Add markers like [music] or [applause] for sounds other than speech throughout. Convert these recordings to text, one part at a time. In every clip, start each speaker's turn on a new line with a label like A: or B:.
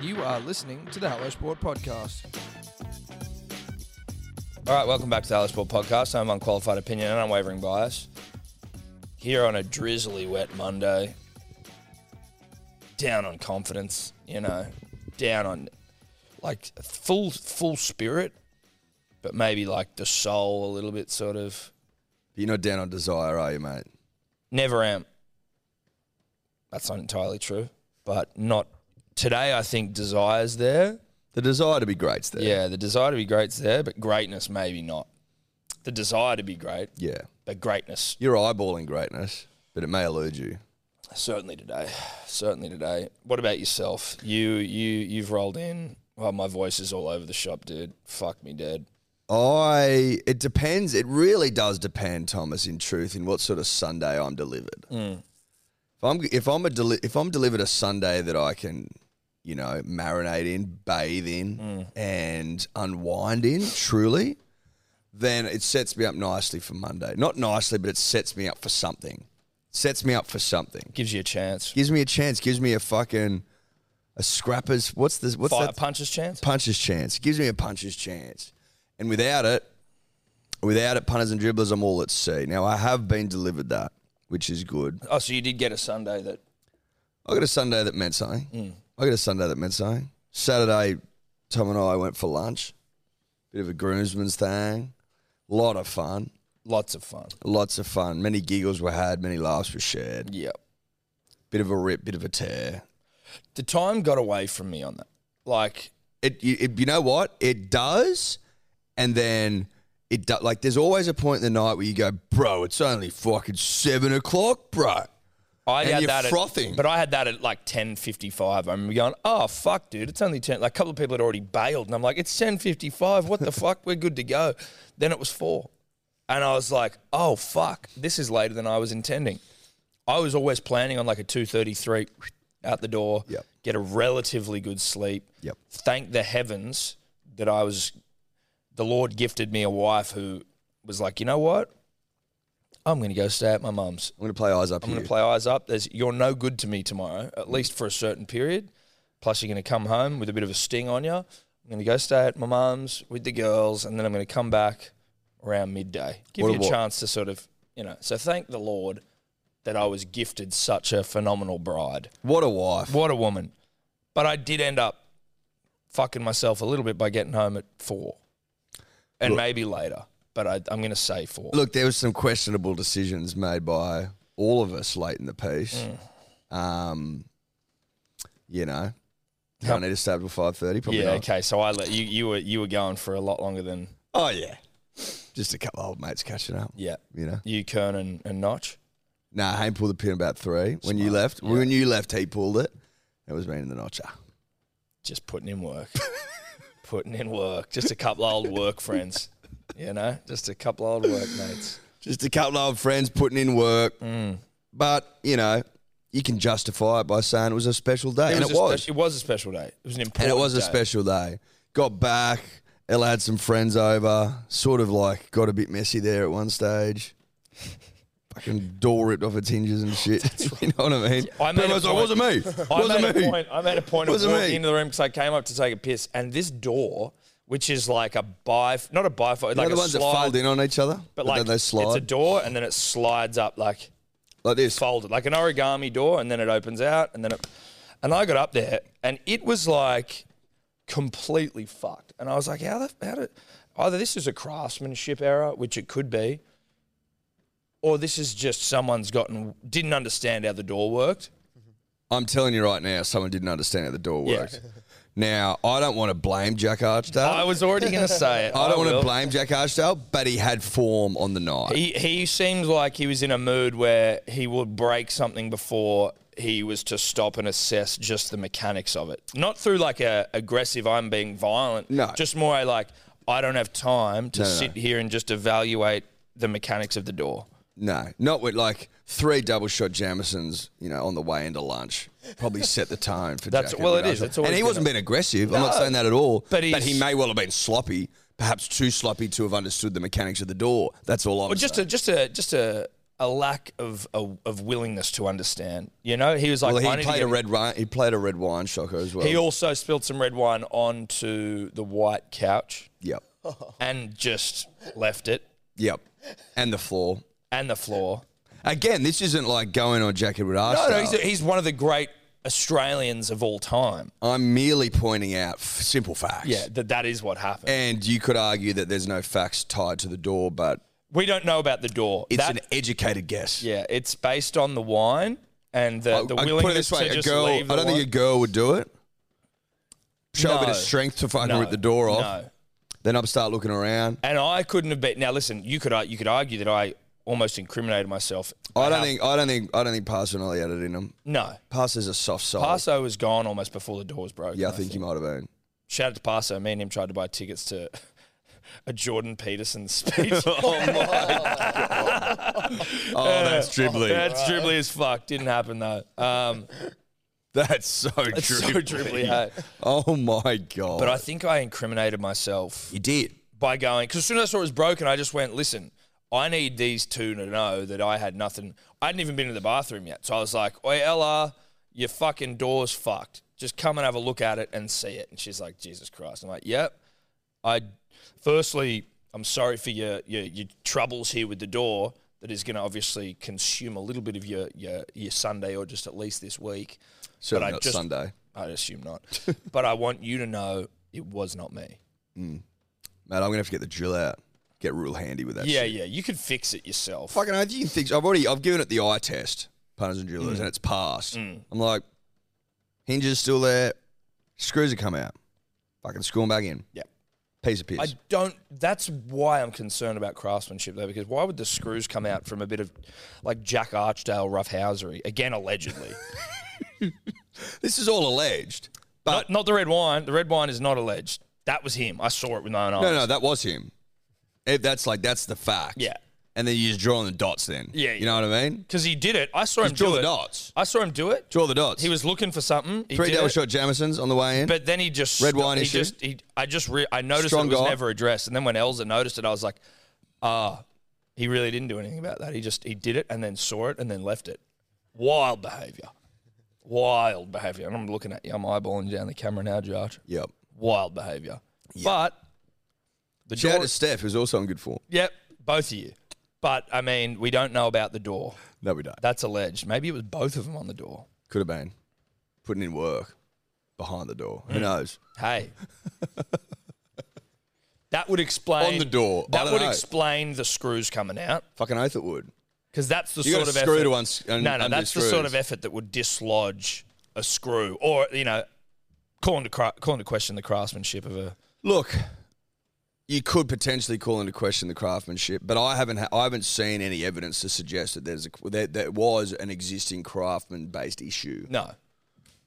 A: You are listening to the Hello Sport podcast.
B: All right, welcome back to the Alice Ball Podcast. I'm unqualified opinion and unwavering bias. Here on a drizzly wet Monday, down on confidence, you know, down on like full full spirit, but maybe like the soul a little bit sort of.
C: You're not down on desire, are you, mate?
B: Never am. That's not entirely true, but not today. I think desire's there.
C: The desire to be great's there.
B: Yeah, the desire to be great's there, but greatness maybe not. The desire to be great,
C: Yeah.
B: but greatness
C: You're eyeballing greatness, but it may elude you.
B: certainly today. Certainly today. What about yourself? You you you've rolled in. Well, my voice is all over the shop, dude. Fuck me dead.
C: I it depends. It really does depend, Thomas. In truth, in what sort of Sunday I'm delivered. If I'm if I'm a deli- if I'm delivered a Sunday that I can, you know, marinate in, bathe in, and unwind in, truly, then it sets me up nicely for Monday. Not nicely, but it sets me up for something. Sets me up for something.
B: Gives you a chance.
C: Gives me a chance. Gives me a fucking a scrapper's. What's the what's
B: Fire
C: that?
B: punches chance.
C: puncher's chance. It gives me a puncher's chance. And without it, without it, punters and dribblers, I'm all at sea. Now, I have been delivered that, which is good.
B: Oh, so you did get a Sunday that
C: I got a Sunday that meant something. I got a Sunday that meant something. Saturday, Tom and I went for lunch. Bit of a groomsman's thing. Lot of fun.
B: lots of fun.
C: Lots of fun. Many giggles were had. Many laughs were shared.
B: Yep.
C: Bit of a rip, bit of a tear.
B: The time got away from me on that. Like
C: it, you- it you know what it does and then it do, like there's always a point in the night where you go bro it's only fucking seven o'clock bro
B: I
C: And
B: had
C: you're
B: that at-
C: frothing.
B: but I had that at like ten fifty five. I remember going, "Oh fuck, dude, it's only ten. Like a couple of people had already bailed, and I'm like, "It's ten fifty five. What
C: [laughs]
B: the fuck? We're good to go." Then it was four, and I was like, "Oh fuck, this is later than I was intending." I was always planning on like a two thirty three out the door,
C: Yep.
B: get a relatively good sleep.
C: Yep.
B: Thank the heavens that I was. The Lord gifted me a wife who was like, you know what? I'm going to go stay at my mum's.
C: i'm gonna play eyes up
B: I'm
C: here
B: going to play eyes up. There's, you're no good to me tomorrow, at least for a certain period. Plus, you're going to come home with a bit of a sting on you. I'm going to go stay at my mum's with the girls, and then I'm going to come back around midday. Give
C: What
B: you a
C: about-
B: chance to sort of, you know. So thank the Lord that I was gifted such a phenomenal bride.
C: what a wife
B: What a woman. But I did end up fucking myself a little bit by getting home at four, and maybe later. But I, I'm going to say four.
C: look there was some questionable decisions made by all of us late in the piece
B: Mm.
C: um you know
B: How-
C: don't need to stay till 5.30 probably
B: yeah.
C: not.
B: Okay. So I let you. You were you were going for a lot longer than
C: oh yeah just a couple of old mates catching up
B: yeah.
C: you know
B: You, Kern, and, and Notch.
C: Nah, Hayne pulled the pin about three. When you left, when you left, he pulled it. It was me and the notcher.
B: Just putting in work. putting in work. Just a couple old work friends. You know, just a couple old workmates.
C: Just a couple of old friends putting in work.
B: Mm.
C: But, you know, you can justify it by saying it was a special day. and
B: a
C: it was.
B: spe- it was a special day. It was an important
C: and it was a
B: day.
C: special day. Got back. Ella had some friends over. Sort of like got a bit messy there at one stage. [laughs] Fucking door ripped off its hinges and
B: [laughs]
C: shit. [laughs] you know what I mean?
B: I made
C: But
B: a
C: was like,
B: point-
C: wasn't me.
B: I
C: wasn't
B: made
C: me.
B: a point. I made a point of
C: Wasn't
B: walking
C: me.
B: into the room because I came up to take a piss, and this door, which is like a by, not a bifold,
C: You
B: like
C: know the
B: a
C: ones
B: slide,
C: that fold in on each other,
B: but like
C: then they
B: it's
C: slide
B: a door, and then it slides up like
C: like this.
B: folded like an origami door and then it opens out and then it and I got up there and it was like completely fucked and I was like how the how did either this is a craftsmanship error which it could be or this is just someone's gotten didn't understand how the door worked
C: I'm telling you right now, someone didn't understand how the door
B: Yeah.
C: worked. Now, I don't want to blame Jack Archdale.
B: I
C: I,
B: was already going to
C: [laughs]
B: say it
C: Uh, don't want to
B: will.
C: blame Jack Archdale, but he had form on the night.
B: he he seems like he was in a mood where he would break something before he was to stop and assess just the mechanics of it. Not through like a aggressive I'm being violent.
C: No.
B: Just more a like I don't have time to
C: No, no,
B: sit here and just evaluate the mechanics of the door.
C: no, not with like three double shot Jamisons, you know, on the way into lunch. Probably set the tone for
B: That's-
C: Jack.
B: well,
C: Edward
B: it is.
C: Archdale.
B: It's always
C: and he wasn't
B: gonna-
C: being aggressive. I'm not saying that at all.
B: But
C: But, he
B: he's-
C: may well have been sloppy, perhaps too sloppy to have understood the mechanics of the door. That's all I'm
B: But just
C: saying.
B: a just a just a a lack of, of of willingness to understand. You know, he was like,
C: Well,
B: I need
C: he
B: to
C: played
B: get-
C: a red wine. He played a red wine shocker as well.
B: He also spilled some red wine onto the white couch
C: yep,
B: and just left it
C: yep, and the floor.
B: and the floor.
C: Again, this isn't like going on Jackie Radar.
B: Oh, No, no, he's, he's one of the great Australians of all time.
C: I'm merely pointing out f- simple facts.
B: Yeah, that that is what happened.
C: And you could argue that there's no facts tied to the door, but
B: we don't know about the door.
C: it's
B: That-
C: an educated guess.
B: yeah, it's based on the wine and the, the
C: I, I
B: willingness
C: put it this way:
B: to
C: a
B: just
C: girl. I
B: leave the
C: don't think
B: wine.
C: a girl would do it. Show a bit of
B: No.
C: strength to fucking
B: No,
C: rip the door off.
B: no.
C: Then I'd start looking around.
B: And I couldn't have bet. Now, listen, you could ar- you could argue that I almost incriminated myself.
C: I
B: have-
C: don't think. I don't think. I don't think Parsonelli had it in him.
B: No,
C: Parsons a soft side.
B: Paso was gone almost before the doors broke.
C: yeah, I think he might have been.
B: Shout out to Paso. Me and him tried to buy tickets to [laughs] a Jordan Peterson
C: [laughs]
B: speech. oh,
C: Oh, that's dribbling.
B: [laughs] That's dribbly as fuck. Didn't happen though. Um,
C: [laughs] That's so
B: it's so dribbly. hey.
C: Oh my god!
B: But I think I incriminated myself
C: you did.
B: by going because as soon as I saw it was broken, I just went, listen. I need these two to know that I had nothing. I hadn't even been to the bathroom yet. So I was like, Oi, Ella, your fucking door's fucked. Just come and have a look at it and see it. And she's like, Jesus Christ. I'm like, yep. I firstly, I'm sorry for your your, your troubles here with the door that is going to obviously consume a little bit of your your, your Sunday or just at least this week.
C: Certainly
B: I
C: not
B: just-
C: Sunday.
B: I'd assume not, but I want you to know it was not me.
C: Mate, I'm gonna have to get the drill out. Get real handy with that.
B: yeah,
C: shit.
B: yeah, you could fix it yourself.
C: Fucking oath, you can think. I've already. I've given it the eye test, punters and
B: Mm.
C: drillers, and it's passed. I'm like, hinges still there, screws have come out. Fucking screw 'em back in.
B: Yeah.
C: Piece of piss.
B: I don't. That's why I'm concerned about craftsmanship, though, because why would the screws come out from a bit of like Jack Archdale roughhousery again, allegedly?
C: [laughs] this is all alleged.
B: not, not the red wine. The red wine is not alleged. That was him. I saw it with my own eyes.
C: No, no, that was him. If that's like that's the fact.
B: Yeah.
C: And then you just draw on the dots. Then.
B: Yeah,
C: You know what I mean?
B: because he did it. I saw him
C: Just draw
B: do
C: the
B: it.
C: dots.
B: I saw him do it.
C: Draw the dots.
B: He was looking for something. He
C: three
B: did
C: double
B: it,
C: shot Jamisons on the way in.
B: But then he just
C: Red
B: stopped-
C: wine
B: he
C: issue?
B: Just, he, I just re- I noticed
C: Strong
B: it was
C: guy.
B: never addressed, and then when Elza noticed it, I was like, ah, he really didn't do anything about that. He just he did it and then saw it and then left it. Wild behaviour, wild behaviour. And I'm looking at you. I'm eyeballing you down the camera now, Josh.
C: yep.
B: Wild behaviour. But the
C: Shout out
B: door.
C: to Steph, who's also in good form.
B: Yep, both of you. But I mean, we don't know about the door.
C: No, we don't.
B: That's alleged. Maybe it was both of them on the door.
C: Could have been putting in work behind the door.
B: Mm.
C: Who knows?
B: Hey. that would explain
C: On the door. I
B: That
C: don't
B: would
C: know.
B: explain the screws coming out
C: Fucking oath it would.
B: because that's the
C: You
B: sort
C: got a
B: of
C: screw
B: effort.
C: to uns- un-
B: no, no,
C: undo
B: that's the sort
C: screws.
B: of e- effort that would dislodge a screw, or you know, calling to cra- calling to question the craftsmanship of a.
C: Look, you could potentially call into question the craftsmanship, but I haven't ha- I haven't seen any evidence to suggest that there's a, that there was an existing craftsman based issue.
B: No,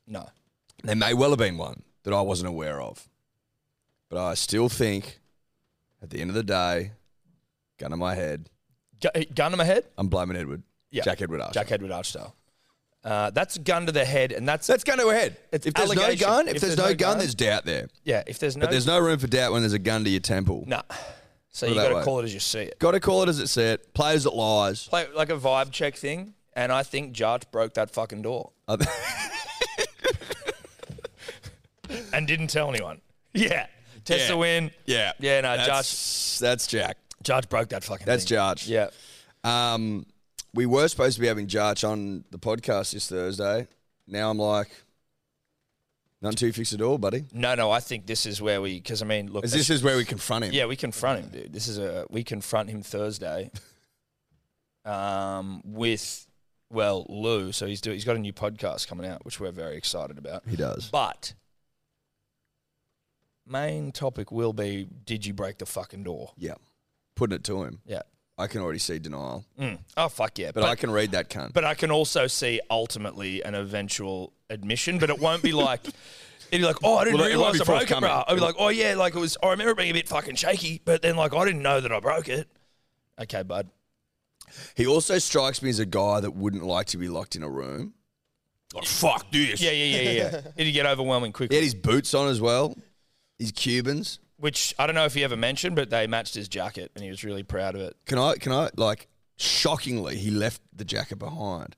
B: no.
C: There may well have been one that I wasn't aware of, but I still think, at the end of the day, gun to my head,
B: Gu- eh, gun to my head.
C: I'm blaming Edward.
B: Yeah.
C: Jack Edward Archer.
B: Jack Edward Archdale. Uh, that's gun to the head, and that's
C: That's gun to a head.
B: It's
C: if there's no
B: allegation.
C: gun, if, there's, no, gun, there's doubt there.
B: yeah. If there's no,
C: But there's no room for doubt when there's a gun to your temple.
B: nah. So
C: Put it
B: you
C: that
B: got
C: way.
B: to call it as you see it.
C: Got to call it as it said. Players that lies.
B: Play like a vibe check thing, and I think Judge broke that fucking door.
C: I th-
B: [laughs] and didn't tell anyone. Yeah. Test
C: Yeah.
B: the win.
C: Yeah.
B: Yeah, no,
C: that's, Josh. That's Jack.
B: Judge broke that fucking
C: That's
B: thing.
C: Jarch.
B: Yeah.
C: Um, we were supposed to be having Jarch on the podcast this Thursday. Now I'm like, none too fixed at all, buddy.
B: No, no, I think this is where we, because I mean, look.
C: Is this is where we confront him?
B: yeah, we confront him, dude. This is a, we confront him Thursday [laughs] um, with, well, Lou. So he's, do, he's got a new podcast coming out, which we're very excited about.
C: He does.
B: But main topic will be, did you break the fucking door?
C: Yeah. Putting it to him.
B: Yeah.
C: I can already see denial,
B: Mm. Oh, fuck yeah.
C: but, I can read that cunt.
B: but I can also see ultimately an eventual admission. But it
C: [laughs]
B: won't be like it'd be like, oh, I didn't
C: Well, it won't
B: realize
C: be
B: I broke it,
C: forthcoming.
B: bro. I'd be like, oh yeah, like it was. I remember it being a bit fucking shaky, but then like I didn't know that I broke it. Okay, bud.
C: he also strikes me as a guy that wouldn't like to be locked in a room. Like, fuck this.
B: Yeah, yeah,
C: [laughs]
B: yeah, yeah. It'd get overwhelming
C: He
B: quickly.
C: had his boots on as well. He's Cubans.
B: which I don't know if he ever mentioned, but they matched his jacket, and he was really proud of it.
C: Can I? Can I? Like, Shockingly, he left the jacket behind.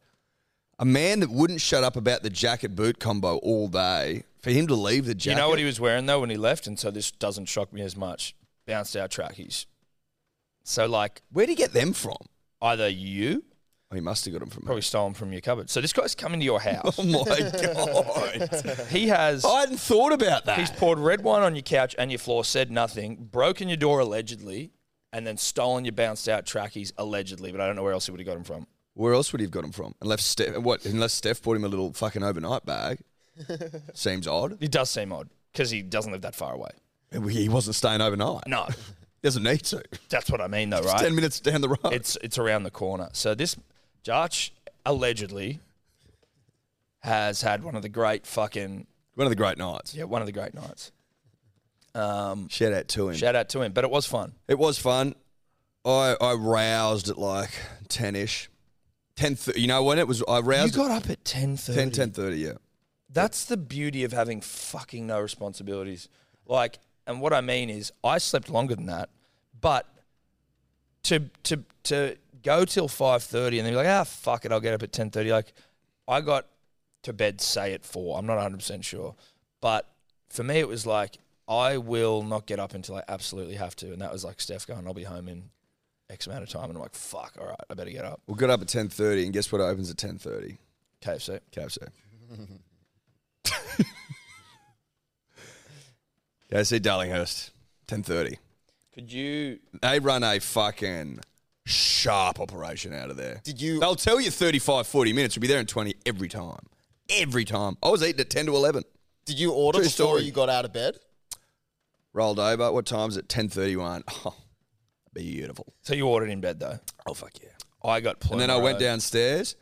C: A man that wouldn't shut up about the jacket boot combo all day, for him to leave the
B: Do you
C: jacket.
B: know what he was wearing though when he left? And so this doesn't shock me as much. Bounced out trackies. So like
C: Where'd he get them from?
B: either you
C: Oh, he must have got them from. [laughs]
B: probably stolen from your cupboard. So this guy's coming to your house.
C: Oh my god!
B: he has
C: I hadn't thought about that.
B: he's poured red wine on your couch and your floor, said nothing, broken your door allegedly, and then stolen your bounced out trackies allegedly. But I don't know where else he would have got them from.
C: Where else would he have got them from? Unless Steph, what? Unless Steph bought him a little fucking overnight
B: [laughs]
C: bag. Seems odd.
B: It does seem odd because he doesn't live that far away.
C: He wasn't staying overnight. [laughs]
B: No,
C: Doesn't need to.
B: that's what I mean though, right?
C: Ten minutes down the road.
B: it's it's around the corner. So this Jarch allegedly has had one of the great fucking
C: One of the great nights.
B: yeah one of the great nights. Um,
C: Shout out to him.
B: Shout out to him, but it was fun.
C: it was fun. I I roused at like ten ish, ten. thir- You know when it was? I
B: You
C: roused
B: got up at ten
C: at
B: thirty.
C: 10, 10 30, Yeah.
B: That's the beauty of having fucking no responsibilities. Like, and what I mean is, I slept longer than that, but to to to go till five thirty and then be like, ah, fuck it, I'll get up at ten thirty. Like, I got to bed say at four. I'm not 100 percent sure, but for me, it was like I will not get up until I absolutely have to, and that was like Steph going, I'll be home in X amount of time, and I'm like, fuck, all right, I better get up.
C: We got up at ten thirty, and guess what? opens at ten thirty.
B: KFC. [laughs]
C: KFC. KFC Darlinghurst, ten thirty.
B: Could you?
C: They run a fucking sharp operation out of there.
D: Did you?
C: They'll tell you 35, 40 minutes. You'll be there in 20 every time. Every time. I was eating at 10 to 11.
D: Did you order
C: True
D: before
C: story.
D: you got out of bed?
C: Rolled over. What time's it? 10.31. [laughs] Oh, beautiful.
B: So you ordered in bed though.
C: Oh, fuck yeah.
B: I got.
C: And then I went
B: Plumero.
C: downstairs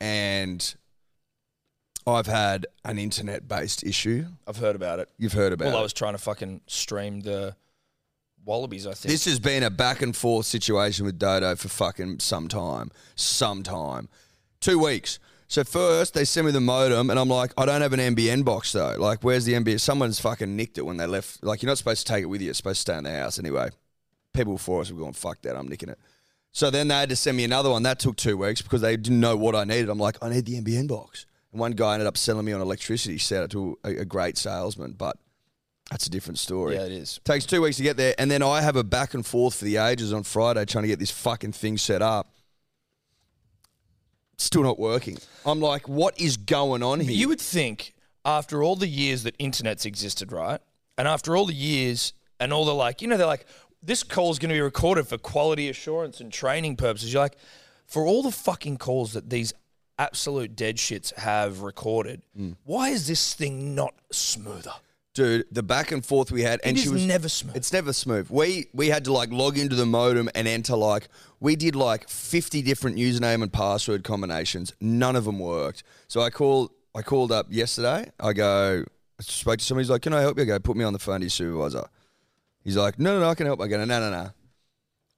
C: and I've had an internet-based issue.
B: I've heard about it.
C: You've heard about
B: Well, I
C: it.
B: was trying to fucking stream the Wallabies, I think.
C: This has been a back and forth situation with Dodo for fucking some time. Some time. Two weeks. So first they send me the modem and I'm like, I don't have an NBN box though. Like, where's the NBN? Someone's fucking nicked it when they left. Like, you're not supposed to take it with you. It's supposed to stay in the house anyway. People before us were going, fuck that, I'm nicking it. So then they had to send me another one. That took two weeks because they didn't know what I needed. I'm like, I need the NBN box. And one guy ended up selling me on electricity. Shout out to a, a great salesman, but that's a different story.
B: yeah, it is.
C: Takes two weeks to get there, and then I have a back and forth for the ages on Friday trying to get this fucking thing set up. Still not working. I'm like, what is going on here?
B: You would think after all the years that internet's existed, right? And after all the years and all the like, you know, they're like, this call's going to be recorded for quality assurance and training purposes. You're like, for all the fucking calls that these absolute dead shits have recorded,
C: Hmm.
B: why is this thing not smoother?
C: Dude, the back and forth we had, and
B: It
C: she
B: is
C: was
B: never smooth.
C: It's never smooth. We we had to like log into the modem and enter like we did like 50 different username and password combinations. None of them worked. So I called I called up yesterday. I go I spoke to somebody. He's like, "Can I help you?" I go, "Put me on the phone to your supervisor." He's like, "No, no, no, I can help." I go, "No, no, no."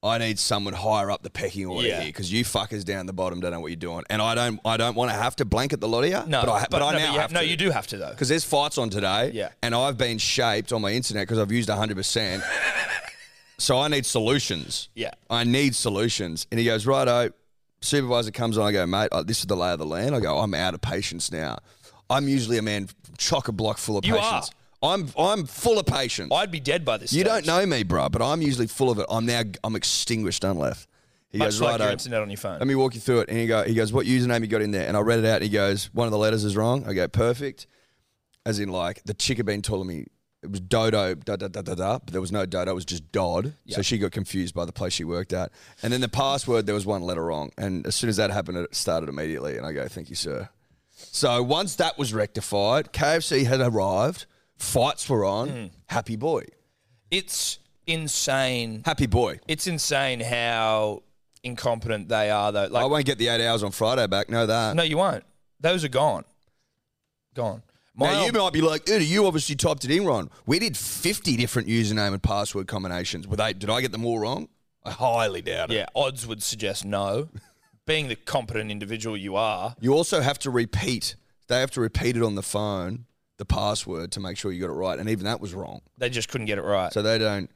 C: I need someone higher up the pecking order
B: Yeah.
C: here because you fuckers down the bottom don't know what you're doing, and I don't. I don't want to have to blanket the lot of you.
B: No,
C: but I, but I
B: no,
C: now
B: you
C: have
B: no,
C: to
B: you do have to though.
C: because there's fights on today.
B: Yeah.
C: And I've been shaped on my internet because I've used 100%. so I need solutions.
B: Yeah.
C: I need solutions. And he goes, righto. Supervisor comes on. I go, mate, uh, this is the lay of the land. I go, I'm out of patience now. I'm usually a man chock a block full of
B: You
C: patience. I'm I'm full of patience.
B: I'd be dead by this.
C: you
B: stage.
C: don't know me, bro, but I'm usually full of it. I'm now I'm extinguished, Unleft. He
B: Much
C: goes,
B: like your
C: righto.
B: internet on your phone.
C: Let me walk you through it. And he, go, he goes, What username you got in there? And I read it out and he goes, One of the letters is wrong. I go, Perfect. As in, like, the chick had been telling me it was Dodo, da da da da da, but there was no Dodo, it was just Dodd. So she got confused by the place she worked at. And then the password, there was one letter wrong. And as soon as that happened, it started immediately. And I go, Thank you, sir. So once that was rectified, KFC had arrived, fights were on. Happy boy.
B: it's insane.
C: Happy boy.
B: It's insane how incompetent they are, though.
C: I
B: Like,
C: won't get the eight hours on Friday back. Know that.
B: no, you won't. Those are gone. Gone. My
C: Now, you
B: old-
C: might be like, Uda, you obviously typed it in wrong. We did 50 different username and password combinations. Were they, did I get them all wrong? I highly doubt it.
B: yeah, odds would suggest no. Being the competent individual you are,
C: You also have to repeat, they have to repeat it on the phone, the password, to make sure you got it right. And even that was wrong.
B: they just couldn't get it right.
C: So they don't,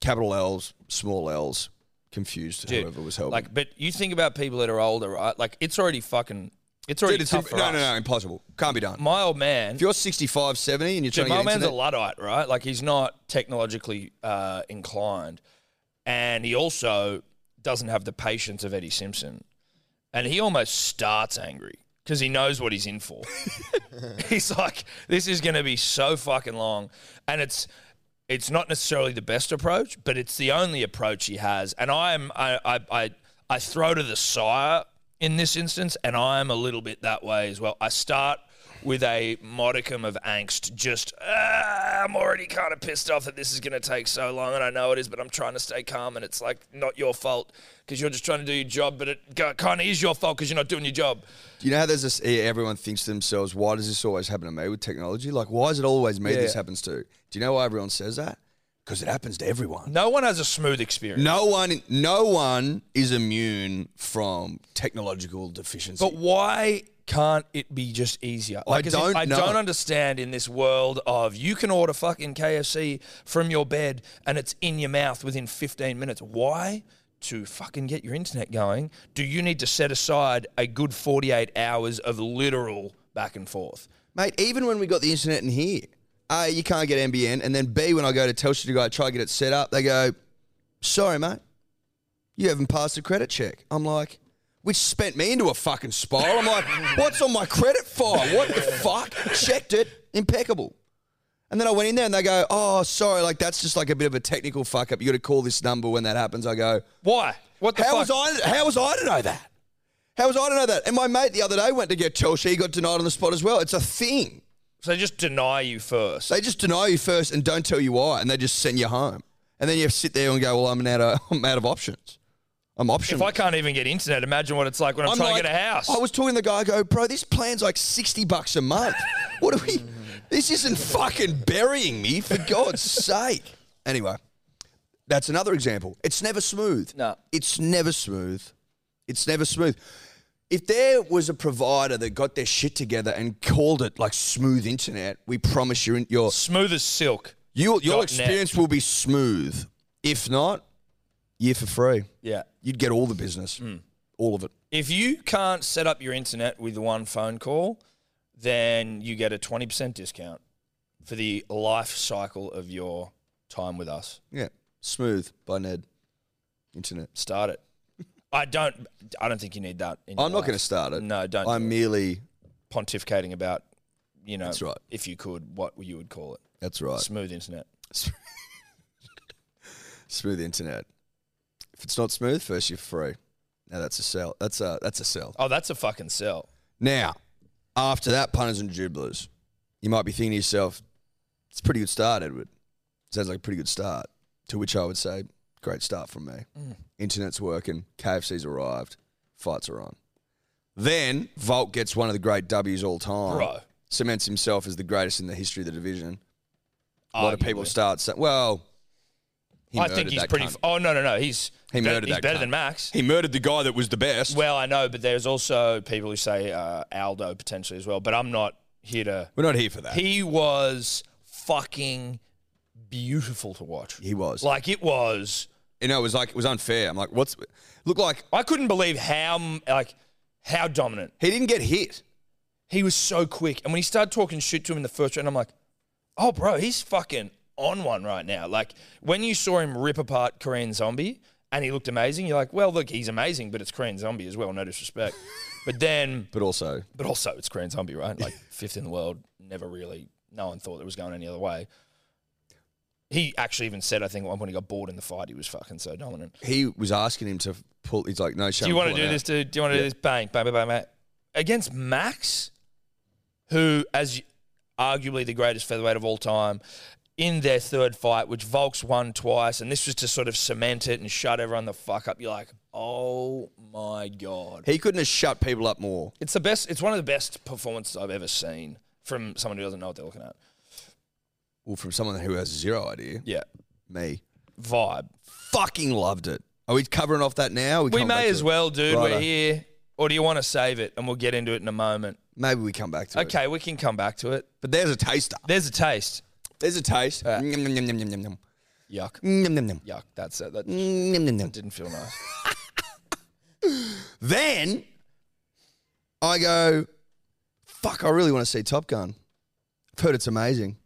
C: capital L's, small L's, confused
B: Dude,
C: whoever was helping.
B: Like, but you think about people that are older, right? Like, it's already fucking, it's already
C: Dude, it's
B: tough
C: im-
B: for
C: no,
B: us.
C: no, no, impossible. Can't be done.
B: My old man,
C: if you're 65, 70 and you're
B: Dude,
C: trying
B: my
C: to get
B: man's
C: internet,
B: a luddite, right? Like he's not technologically uh, inclined, and he also doesn't have the patience of Eddie Simpson, and he almost starts angry because he knows what he's in for. he's like, "This is going to be so fucking long," and it's it's not necessarily the best approach, but it's the only approach he has. And I'm I I I, I throw to the sire in this instance, and I'm a little bit that way as well. I start with a modicum of angst, just ah, I'm already kind of pissed off that this is going to take so long, and I know it is, but I'm trying to stay calm, and it's like not your fault because you're just trying to do your job, but it kind of is your fault because you're not doing your job.
C: you know how there's this, eh, everyone thinks to themselves, why does this always happen to me with technology? Like, why is it always me this
B: Yeah.
C: happens to? Do you know why everyone says that? Because it happens to everyone.
B: No one has a smooth experience.
C: No one, no one is immune from technological deficiency.
B: But why can't it be just easier? as if-
C: don't
B: I
C: know.
B: don't understand in this world of you can order fucking KFC from your bed and it's in your mouth within 15 minutes. Why? To fucking get your internet going, do you need to set aside a good 48 hours of literal back and forth?
C: Mate, even when we got the internet in here, A, you can't get NBN, and then B, when I go to Telstra to go try to get it set up, they go, sorry, mate, you haven't passed the credit check. I'm like, which spent me into a fucking spiral. I'm like,
B: [laughs]
C: what's on my credit file? What the fuck? Checked it, impeccable. And then I went in there and they go, oh, sorry, like that's just like a bit of a technical fuck up. You got to call this number when that happens. I go,
B: Why? What the
C: how
B: fuck?
C: was I? How was I to know that? How was I to know that? And my mate the other day went to get Chelsea. He got denied on the spot as well. It's a thing.
B: so they just deny you first.
C: They just deny you first and don't tell you why, and they just send you home. And then you sit there and go, "Well, I'm out of [laughs] I'm out of options. I'm optional."
B: if I can't even get internet, imagine what it's like when I'm,
C: I'm
B: trying
C: like-
B: to get a house.
C: I was talking to the guy. I go, "Bro, this plan's like sixty bucks a month. what are we? This isn't fucking burying me for God's sake." Anyway, that's another example. It's never smooth.
B: No.
C: it's never smooth. It's never smooth. If there was a provider that got their shit together and called it like smooth internet, we promise your your
B: Smooth as silk.
C: you, your
B: .net.
C: experience will be smooth. If not, year for free.
B: Yeah.
C: You'd get all the business,
B: Hmm.
C: all of it.
B: if you can't set up your internet with one phone call, then you get a 20% discount for the life cycle of your time with us.
C: Yeah, smooth by Ned. Internet. [laughs]
B: Start it. I don't I don't think you need that. In your
C: I'm not
B: life.
C: going to start it.
B: No, don't.
C: I'm
B: do it.
C: merely.
B: pontificating about, you know,
C: That's right.
B: if you could, what you would call it.
C: That's right.
B: Smooth internet.
C: Smooth internet. If it's not smooth, first you're free. Now that's a sell. That's a that's a sell.
B: Oh, that's a fucking sell.
C: Now, after that, punters and jubilers, you might be thinking to yourself, "It's a pretty good start, Edward. Sounds like a pretty good start." To which I would say, "Great start from me.
B: Mm.
C: Internet's working. KFC's arrived. Fights are on." Then Volt gets one of the great W's all time.
B: Bro.
C: Cements himself as the greatest in the history of the division. A lot of people
B: Arguably.
C: start saying, "Well, he
B: I
C: murdered
B: think he's
C: that
B: pretty.
C: cunt.
B: F- oh no, no, no. He's
C: He
B: be-
C: murdered
B: He's
C: that
B: better
C: cunt.
B: than Max.
C: he murdered the guy that was the best."
B: Well, I know, but there's also people who say uh, Aldo potentially as well. But I'm not here to.
C: We're not here for that.
B: He was fucking beautiful to watch.
C: he was.
B: Like it was.
C: you know, it was like it was unfair. I'm like, "What's look like?"
B: I couldn't believe how m- like how dominant
C: He didn't get hit.
B: he was. So quick, and when he started talking shit to him in the first round, I'm like, oh, bro, he's fucking on one right now. Like when you saw him rip apart Korean Zombie. And he looked amazing. You're like, well, look, he's amazing, but it's Korean Zombie as well. No disrespect, but then
C: but also
B: but also it's Korean Zombie, right? Like [laughs] fifth in the world, never really, no one thought it was going any other way. He actually even said, I think, at one point he got bored in the fight. He was fucking so dominant.
C: he was asking him to pull. He's like, no,
B: Do you want to do this, dude? Do you want to do this? Bang, bang, bang, bang, bang. Against Max, who, as arguably the greatest featherweight of all time, in their third fight, which Volks won twice, and this was to sort of cement it and shut everyone the fuck up. You're like, oh my God.
C: He couldn't have shut people up more.
B: It's the best. It's one of the best performances I've ever seen from someone who doesn't know what they're looking at.
C: Well, from someone who has zero idea,
B: Yeah,
C: me
B: vibe.
C: fucking loved it. Are we covering off that now?
B: We may as well, dude.
C: Righto.
B: We're here. Or do you want to save it and we'll get into it in a moment?
C: Maybe we come back to it.
B: Okay, we can come back to it.
C: But there's a taster.
B: There's a taste.
C: There's a taste. Yum, yum, yum, yum, yum, yum, yum.
B: Yuck.
C: Nom, nom, nom.
B: Yuck. That's it. That
C: Nom, nom, nom.
B: didn't feel nice.
C: Then I go, fuck, I really want to see Top Gun. I've heard it's amazing.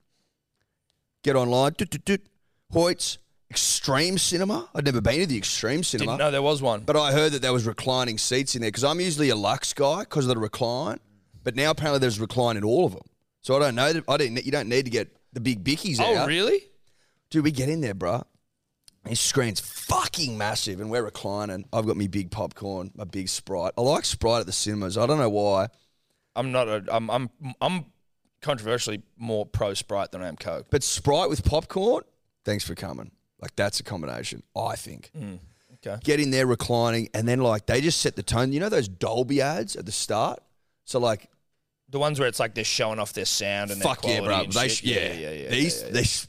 C: Get online, doot, doot, doot. Hoyts, Extreme Cinema. I'd never been to the Extreme Cinema.
B: [laughs] Didn't know there was one.
C: But I heard that there was reclining seats in there because I'm usually a Lux guy because of the recline. But now apparently there's recline in all of them. So I don't know. That, I didn't. You don't need to get the big bickies out.
B: Oh, really?
C: Dude, we get in there, bruh. His screen's fucking massive, and we're reclining. I've got me big popcorn, my big Sprite. I like Sprite at the cinemas. I don't know why.
B: I'm not a. I'm. I'm. I'm controversially more pro Sprite than I am Coke.
C: But Sprite with popcorn, thanks for coming. Like, that's a combination, I think.
B: Mm, okay.
C: Get in there reclining, and then, like, they just set the tone. You know those Dolby ads at the start? So, like,
B: The ones where it's like they're showing off their sound and
C: fuck
B: their
C: yeah,
B: quality
C: bro. They,
B: and shit.
C: sh- yeah,
B: yeah, yeah.
C: These,
B: yeah,
C: these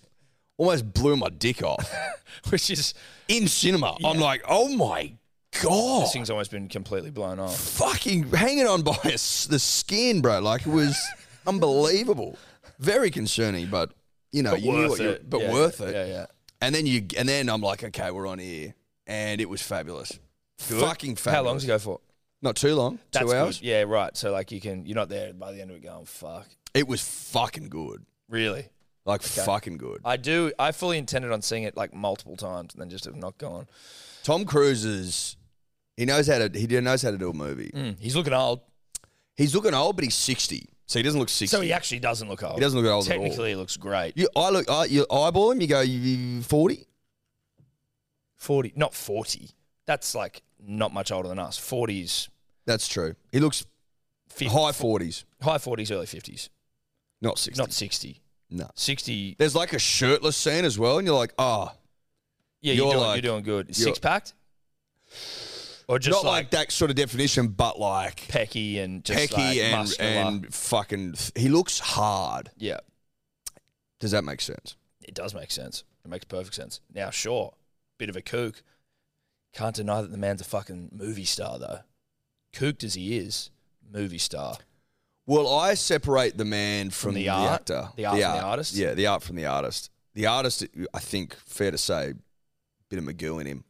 C: almost blew my dick off
B: [laughs] yeah. Which is
C: in cinema. I'm like, oh my God.
B: this thing's almost been completely blown off.
C: fucking hanging on by a s the skin, bro. Like it
B: [laughs]
C: was unbelievable. Very concerning, but you know,
B: But
C: you knew
B: worth
C: what you-
B: it.
C: but
B: Yeah,
C: worth
B: yeah,
C: it.
B: Yeah, yeah.
C: And then you, and then I'm like, okay, we're on here, and it was fabulous. Fucking fabulous.
B: How long's it go for?
C: Not too long. two
B: good.
C: hours.
B: Yeah, right. So like you can. You're not there by the end of it going fuck.
C: It was fucking good.
B: Really.
C: Like fucking good.
B: I do. I fully intended on seeing it like multiple times and then just have not gone.
C: Tom Cruise's. He knows how to. He knows how to do a movie.
B: Mm, he's looking old,
C: He's looking old, but he's sixty, so he doesn't look sixty.
B: so he actually doesn't look old.
C: He doesn't look old at all.
B: Technically, he looks great.
C: you, I look. I, you eyeball him. You go. You forty.
B: Forty, not forty. That's like not much older than us. Forties,
C: That's true. He looks high forties,
B: high forties, early fifties.
C: not sixty.
B: Not sixty.
C: no.
B: Sixty.
C: There's like a shirtless scene as well, and you're like, ah,
B: Yeah, you're,
C: You're
B: doing,
C: like-
B: you're doing good.
C: you're-
B: Six packed, or just
C: not like,
B: like,
C: that sort of definition, but like
B: pecky and just
C: pecky
B: like
C: and
B: muscular.
C: and fucking. th- He looks hard.
B: yeah,
C: Does that make sense?
B: it does make sense. It makes perfect sense. Now, sure, bit of a kook. Can't deny that the man's a fucking movie star, though. Kooked as he is, movie star.
C: Well, I separate the man from,
B: the
C: the,
B: art?
C: actor,
B: The art from the artist?
C: Yeah, the art from the artist. The artist, I think, fair to say, bit of Magoo in him.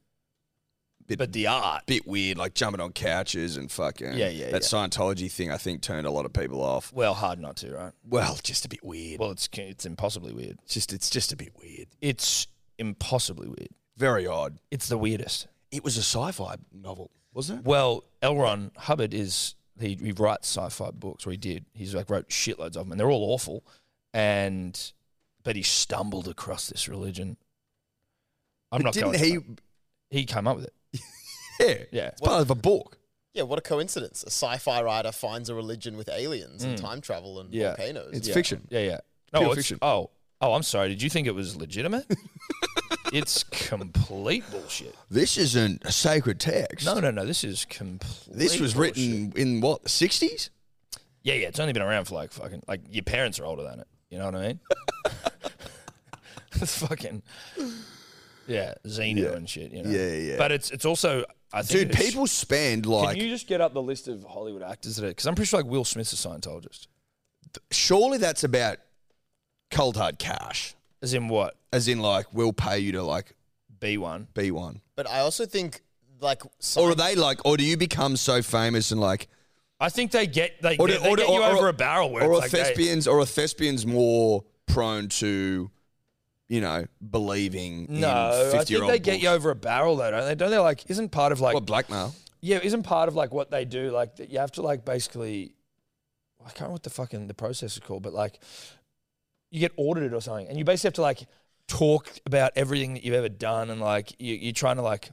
C: Bit,
B: But the art,
C: bit weird, like jumping on couches and fucking.
B: Yeah,
C: That
B: yeah, yeah.
C: Scientology thing, I think, turned a lot of people off.
B: well, hard not to, right?
C: Well, just a bit weird.
B: Well, it's it's impossibly weird.
C: It's just it's just a bit weird.
B: It's impossibly weird.
C: Very odd.
B: It's the weirdest.
C: It was a sci-fi novel, wasn't it?
B: Well, Elron Hubbard is he, he writes sci-fi books, or he did. He's like wrote shitloads of them, and they're all awful. And but he stumbled across this religion. I'm
C: But
B: not
C: didn't
B: going.
C: he?
B: he came up with it.
C: Yeah,
B: Yeah.
C: It's part of a book.
D: Yeah, what a coincidence. A sci fi writer finds a religion with aliens
B: Hmm.
D: and time travel and
B: Yeah.
D: volcanoes.
C: It's
D: Yeah.
C: fiction.
B: Yeah, yeah. No,
C: Pure
B: it's,
C: fiction.
B: Oh, oh, I'm sorry. Did you think it was legitimate? [laughs] it's complete bullshit.
C: This isn't a sacred text.
B: No, no, no. This is complete.
C: this was
B: bullshit.
C: written in what the sixties.
B: Yeah, yeah. It's only been around for like fucking like your parents are older than it. You know what I mean? [laughs] it's fucking yeah, Xenu and shit. You know?
C: Yeah, yeah.
B: But it's it's also I think
C: Dude,
B: it's-
C: people spend
B: Can
C: like
B: you just get up the list of Hollywood actors that? Because I'm pretty sure like Will Smith's a Scientologist.
C: surely that's about cold hard cash,
B: As in what?
C: as in like we'll pay you to like
B: B one.
C: be one,
D: But I also think, like,
C: or
D: sci-
C: are they like, or do you become so famous and like,
B: I think they get they,
C: or
B: they,
C: do-
B: they
C: or do-
B: get you
C: or-
B: over
C: or-
B: a barrel where
C: or are
B: it's like they-
C: thespians, or are thespians more prone to, you know, believing? in
B: No, I think
C: 50-year-old
B: they get
C: books?
B: you over a barrel though, don't they? Don't they like? Isn't part of like
C: What blackmail?
B: yeah, isn't part of like what they do like that you have to like basically I can't remember what the fucking the process is called, but like you get audited or something, and you basically have to like talk about everything that you've ever done, and like you, you're trying to like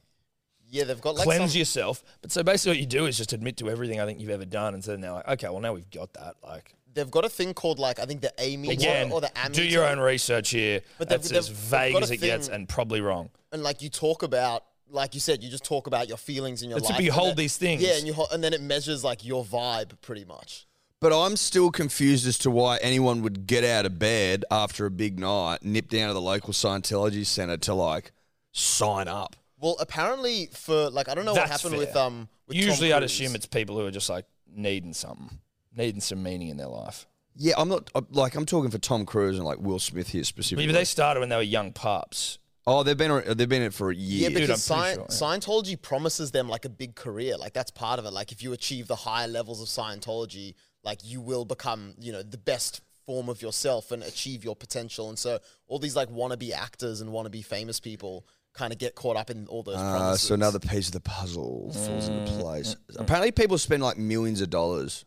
D: yeah, they've got like
B: cleanse
D: some,
B: yourself. But so basically, what you do is just admit to everything I think you've ever done, and so then they're like, okay, well now we've got that. Like
D: they've got a thing called like I think the Amy
B: again,
D: or the Amy.
B: do your own research here. But
D: But they've-
B: that's as
D: they've- they've
B: vague
D: got a
B: as it gets,
D: thing-
B: and probably wrong.
D: and like you talk about like you said you just talk about your feelings in your
B: It's a
D: life
B: behold
D: and
B: these things.
D: yeah and you ho- and then it measures like your vibe pretty much
C: But I'm still confused as to why anyone would get out of bed after a big night, nip down to the local Scientology center to like sign up.
D: well apparently for like i don't know
B: That's
D: what happened
B: fair.
D: with um with Tom
B: Usually, I'd
D: Cruise.
B: assume it's people who are just like needing something, needing some meaning in their life.
C: Yeah, I'm not I'm- like I'm talking for Tom Cruise and like Will Smith here
B: But
C: specifically.
B: they started when they were young pups.
C: Oh, they've been ar- they've been in it for years.
D: Yeah,
B: Dude,
D: because
B: I'm pretty
D: Scien-
B: sure,
D: Scientology promises them like a big career. Like that's part of it. Like if you achieve the higher levels of Scientology, like you will become, you know, the best form of yourself and achieve your potential. And so all these like wannabe actors and wannabe famous people kind of get caught up in all those
C: Uh,
D: promises. Mm,
C: so another piece of the puzzle falls into place. Apparently, people spend like millions of dollars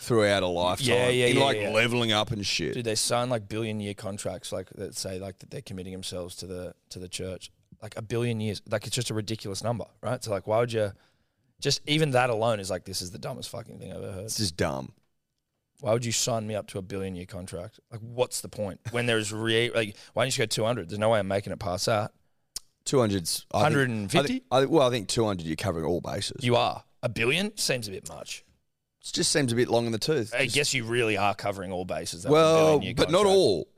C: throughout a lifetime.
B: Yeah, yeah,
C: in
B: yeah,
C: like
B: yeah.
C: leveling up and shit.
B: Dude, they sign like billion year contracts, like that say like that they're committing themselves to the to the church, like a billion years. Like it's just a ridiculous number, right? So like, why would you? Just even that alone is like this is the dumbest fucking thing I've ever heard.
C: It's just dumb.
B: Why would you sign me up to a billion year contract? Like, what's the point? When there's re like, why don't you go two hundred? There's no way I'm making it past that.
C: 200's. I think-
B: 150?
C: I think- well, I think 200, you're covering all bases.
B: You are a billion seems a bit much.
C: it just seems a bit long in the tooth.
B: I
C: Just-
B: guess you really are covering all bases. that
C: well,
B: billion-year
C: but not
B: contract.
C: all.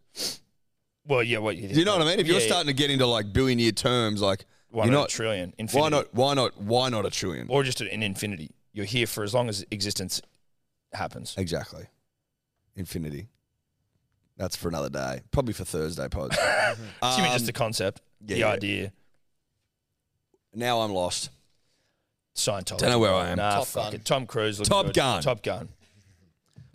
B: Well, yeah, what you,
C: Do you know what I mean? If you're
B: Yeah, yeah.
C: starting to get into like billion year terms, like
B: why
C: you're
B: not,
C: not.
B: a trillion? Infinity.
C: why not? Why not? Why not a trillion?
B: or just an infinity. You're here for as long as existence happens.
C: Exactly. Infinity. That's for another day. Probably for Thursday
B: [laughs]
C: pods.
B: It's even
C: Um,
B: just the concept,
C: yeah,
B: the
C: yeah.
B: idea.
C: now I'm lost.
B: Scientology.
C: Don't know where I am.
B: Nah,
D: Top
B: fuck
D: Gun.
B: it. Tom Cruise. looking
C: Top
B: good.
C: Gun.
B: Top Gun.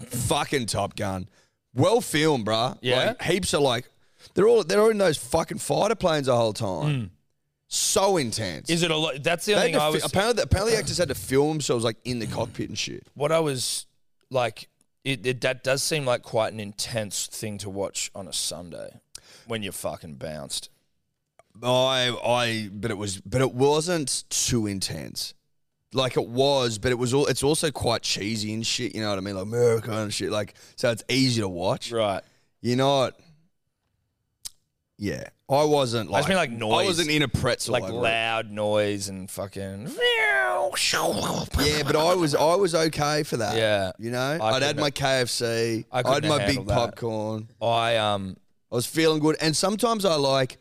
C: fucking Top Gun. Well filmed, bruh.
B: Yeah?
C: Like, heaps of like, they're all they're all in those fucking fighter planes the whole time. So intense.
B: Hmm. Is it a lot? That's the
C: they
B: only
C: had
B: thing
C: to
B: I
C: fi-
B: was.
C: apparently, apparently the actors had to film, so it was like in the cockpit and shit.
B: what I was like, it, it, that does seem like quite an intense thing to watch on a Sunday when you're fucking bounced.
C: I I but it was but it wasn't too intense. Like it was, but it was all it's also quite cheesy and shit, you know what I mean? Like America and shit. Like so it's easy to watch.
B: Right.
C: You're not Yeah. I wasn't like
B: just mean, like, noise.
C: I wasn't in a pretzel
B: Like
C: over it.
B: loud noise and fucking.
C: Yeah, but I was I was okay for that.
B: Yeah.
C: you know,
B: I
C: I'd had
B: couldn't-
C: my KFC,
B: I
C: I
B: couldn't
C: would had my
B: handle
C: big
B: that.
C: popcorn.
B: I um.
C: I was feeling good, and sometimes I like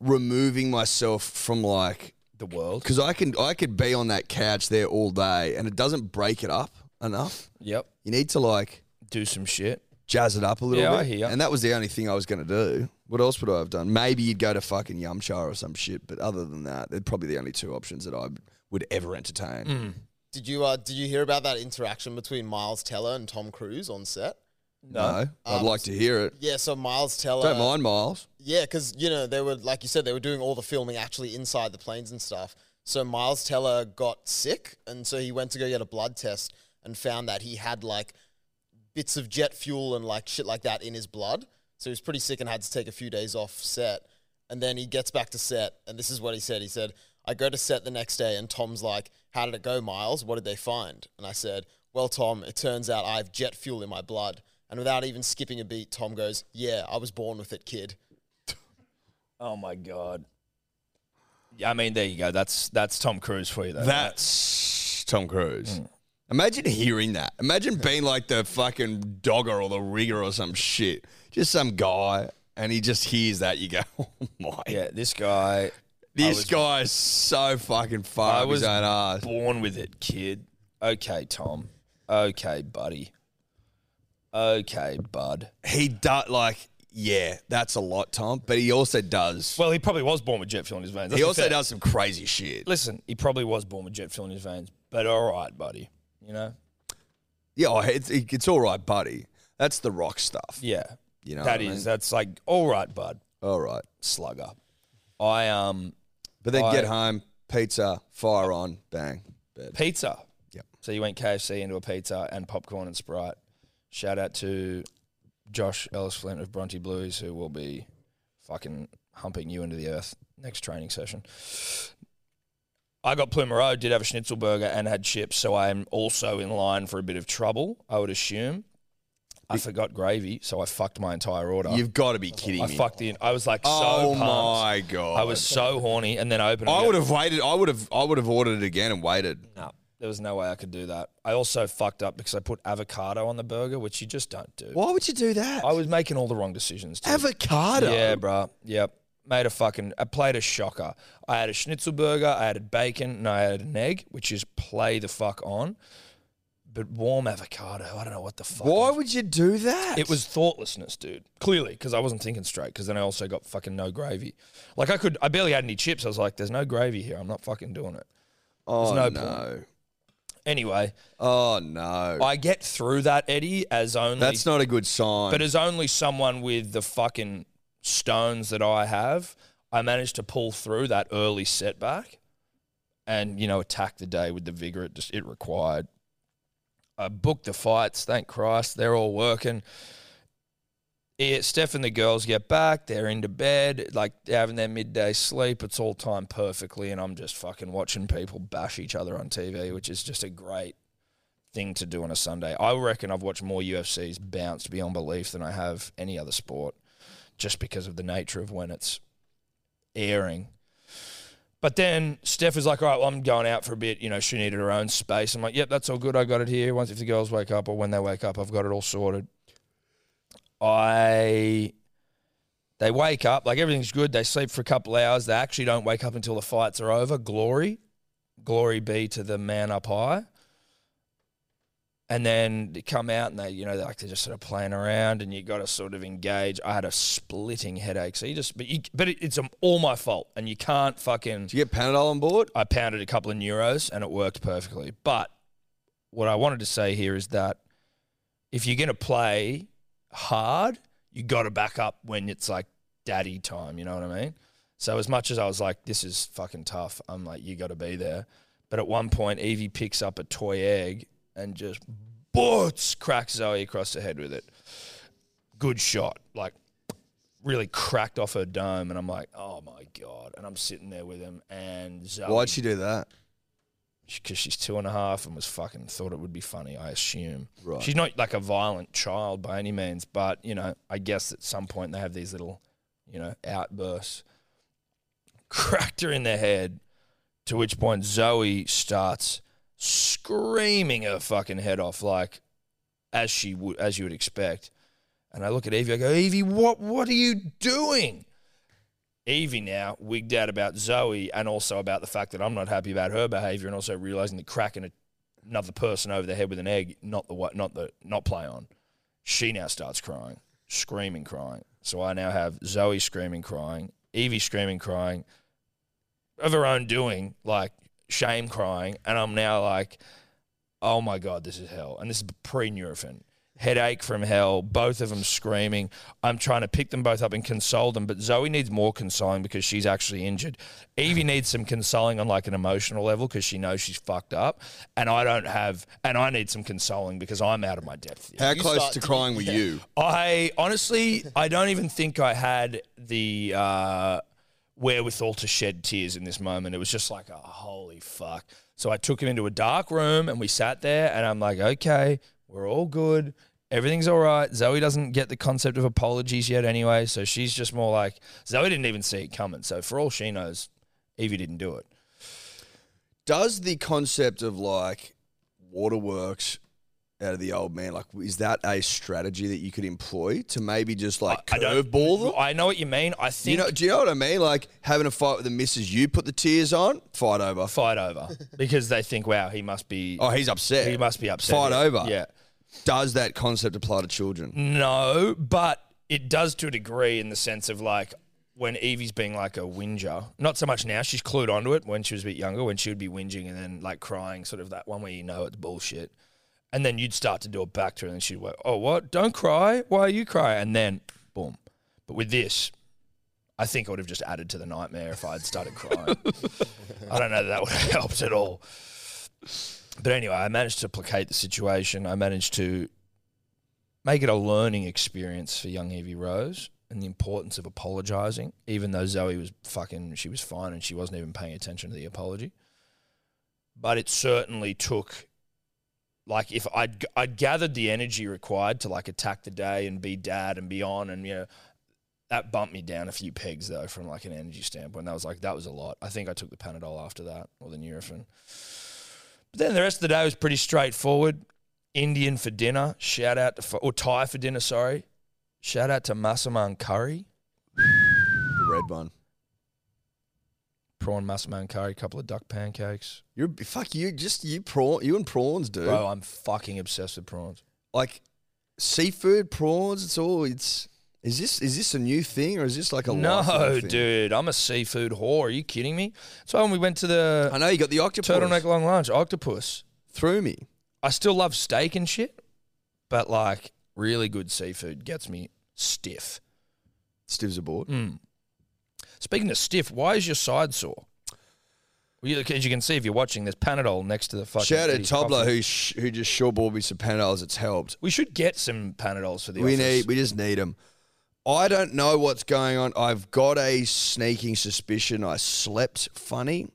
C: removing myself from like
B: The world.
C: because I can I could be on that couch there all day, and it doesn't break it up enough.
B: Yep.
C: You need to like
B: Do some shit.
C: jazz it up a little
B: Yeah,
C: bit.
B: I hear ya.
C: And that was the only thing I was going to do. What else would I have done? Maybe you'd go to fucking Yumcha or some shit, but other than that, they're probably the only two options that I would ever entertain.
D: Did you uh did you hear about that interaction between Miles Teller and Tom Cruise on set?
C: No, I'd like to hear it.
D: Yeah, so Miles Teller
C: Don't mind Miles.
D: Yeah, because you know they were like you said they were doing all the filming actually inside the planes and stuff. So Miles Teller got sick, and so he went to go get a blood test and found that he had like bits of jet fuel and like shit like that in his blood. So he was pretty sick and had to take a few days off set. And then he gets back to set, and this is what he said. He said, I go to set the next day, and Tom's like, How did it go, Miles? What did they find? And I said, Well, Tom, it turns out I have jet fuel in my blood. And without even skipping a beat, Tom goes, Yeah, I was born with it, kid.
B: Oh my god. Yeah, I mean, there you go. That's that's Tom Cruise for you, though.
C: That's Tom Cruise. Imagine hearing that. Imagine being like the fucking dogger or the rigger or some shit. Just some guy, and he just hears that. You go, [laughs] oh my.
B: yeah, this guy. I
C: This
B: was-
C: guy is so fucking far
B: I
C: up
B: was
C: his own ass.
B: born with it, kid. Okay, Tom. Okay, buddy. Okay, bud.
C: He does, like, yeah, that's a lot, Tom. But he also does.
B: Well, he probably was born with jet fuel in his veins.
C: he
B: Let's be
C: also
B: fair.
C: does some crazy shit.
B: Listen, he probably was born with jet fuel in his veins, but all right, buddy. You know?
C: Yeah, oh, it's, it's all right, buddy. That's the rock stuff.
B: Yeah.
C: You know
B: that
C: what I
B: is.
C: mean?
B: That's like all right, bud.
C: All right.
B: Slugger. I um
C: But then
B: I-
C: get home, pizza, fire on, bang, bed.
B: pizza.
C: Yep.
B: So you went KFC into a pizza and popcorn and Sprite. Shout out to Josh Ellis Flint of Bronte Blues, who will be fucking humping you into the earth next training session. I got Plumero, did have a schnitzel burger and had chips, so I am also in line for a bit of trouble, I would assume. I forgot gravy, so I fucked my entire order.
C: You've got to be kidding
B: I
C: me.
B: fucked in. I was like
C: oh
B: so pumped.
C: my god!
B: I was so horny, and then I opened. it
C: I
B: up.
C: would have waited. I would have. I would have ordered it again and waited.
B: No, there was no way I could do that. I also fucked up because I put avocado on the burger, which you just don't do.
C: Why would you do that?
B: I was making all the wrong decisions. Too.
C: Avocado.
B: Yeah, bruh. Yep. Made a fucking, I played a shocker. I had a schnitzel burger, I added bacon, and I added an egg, which is play the fuck on. but warm avocado. I don't know what the fuck.
C: Why would you do that?
B: It was thoughtlessness, dude. Clearly, because I wasn't thinking straight. Because then I also got fucking no gravy. Like I could, I barely had any chips. I was like, "There's no gravy here. I'm not fucking doing it."
C: oh
B: no
C: no.
B: point. Anyway,
C: Oh no.
B: I get through that, Eddie, as only
C: That's not a good sign.
B: But as only someone with the fucking stones that I have, I managed to pull through that early setback and, you know, attack the day with the vigor it just it required. I booked the fights, thank Christ, they're all working. Yeah, Steph and the girls get back, they're into bed, like they're having their midday sleep, it's all timed perfectly, and I'm just fucking watching people bash each other on TV, which is just a great thing to do on a Sunday. I reckon I've watched more UFCs bounce beyond belief than I have any other sport, just because of the nature of when it's airing. But then Steph is like, all right, well, I'm going out for a bit. You know, she needed her own space. I'm like, yep, that's all good. I got it here. Once if the girls wake up or when they wake up, I've got it all sorted. I. They wake up, like everything's good. They sleep for a couple hours. They actually don't wake up until the fights are over. Glory. Glory be to the man up high and then they come out and they, you know, they're like they're just sort of playing around, and you got to sort of engage. I had a splitting headache, so you just, but you, but it, it's um, all my fault, and you can't fucking.
C: Did you get Panadol on board?
B: I pounded a couple of neuros, and it worked perfectly. But what I wanted to say here is that if you're gonna play hard, you got to back up when it's like daddy time. You know what I mean? So as much as I was like, this is fucking tough, I'm like, you got to be there. But at one point, Evie picks up a toy egg and just boots cracks Zoe across the head with it. Good shot, like really cracked off her dome, and I'm like, oh my god! And I'm sitting there with him, and Zoe,
C: Why'd she do that?
B: because she's two and a half and was fucking thought it would be funny. I assume
C: Right.
B: she's not like a violent child by any means, but you know, I guess at some point they have these little, you know, outbursts. [laughs] Cracked her in the head, to which point Zoe starts screaming her fucking head off, like as she would as you would expect. And I look at Evie, I go, Evie, what what are you doing? Evie now wigged out about Zoe and also about the fact that I'm not happy about her behaviour and also realising that cracking a, another person over the head with an egg, not the wa- not the not play on. She now starts crying, screaming, crying. So I now have Zoe screaming, crying, Evie screaming, crying, of her own doing, like shame crying, and I'm now like, oh my god, this is hell, and this is pre Nurofen. Headache from hell, both of them screaming. I'm trying to pick them both up and console them, but Zoe needs more consoling because she's actually injured. Evie needs some consoling on like an emotional level because she knows she's fucked up, and I don't have, and I need some consoling because I'm out of my depth. Here.
C: How
D: You
C: close
D: start
C: to
D: to-
C: crying were you?
B: I honestly, I don't even think I had the uh, wherewithal to shed tears in this moment. It was just like, oh, holy fuck. So I took him into a dark room and we sat there, and I'm like, okay, we're all good. Everything's all right. Zoe doesn't get the concept of apologies yet, anyway. So she's just more like, Zoe didn't even see it coming. So for all she knows, Evie didn't do it.
C: Does the concept of like waterworks out of the old man, like, is that a strategy that you could employ to maybe just like
B: I don't.
C: curveball them?
B: I know what you mean. I think
C: You know, do you know what I mean? Like having a fight with the missus, you put the tears on, fight over.
B: fight over because they think, wow, he must be.
C: Oh, he's upset.
B: he must be upset.
C: Fight
B: yeah.
C: over.
B: Yeah.
C: Does that concept apply to children?
B: No, but it does to a degree in the sense of like when Evie's being like a whinger, not so much now, she's clued onto it when she was a bit younger, when she would be whinging and then like crying, sort of that one where you know it's bullshit. And then you'd start to do it back to her and then she'd go, Oh, what? Don't cry. Why are you crying? And then boom. But with this, I think I would have just added to the nightmare if I had started crying. I don't know that that would have helped at all. But anyway, I managed to placate the situation. I managed to make it a learning experience for young Evie Rose and the importance of apologizing, even though Zoe was fucking, she was fine and she wasn't even paying attention to the apology. But it certainly took, like, if I'd, I'd gathered the energy required to, like, attack the day and be dad and be on and, you know, that bumped me down a few pegs though from like an energy standpoint. That was like that was a lot. I think I took the Panadol after that or the Nurofen. But then the rest of the day was pretty straightforward. Indian for dinner. Shout out to Fa- or Thai for dinner. Sorry. Shout out to Masaman curry.
C: The red one.
B: prawn massaman curry, a couple of duck pancakes.
C: You're fuck you. Just you prawn. You and prawns, dude.
B: Bro, I'm fucking obsessed with prawns.
C: Like seafood, prawns. It's all. It's is this is this a new thing or is this like a
B: No,
C: lifelong thing?
B: dude, I'm a seafood whore. Are you kidding me? So when we went to the
C: I know you got the octopus
B: turtleneck long lunch, octopus.
C: through me.
B: I still love steak and shit, but like really good seafood gets me stiff.
C: Stiv's aboard.
B: Speaking of stiff, why is your side sore? Well, you, as you can see, if you're watching, there's Panadol next to the fucking.
C: Shout out
B: Eddie's
C: Tobler
B: coffee.
C: who sh- who just sure bought me some Panadols. It's helped.
B: We should get some Panadols for the
C: we
B: office.
C: need we just need them. I don't know what's going on. I've got a sneaking suspicion I slept funny.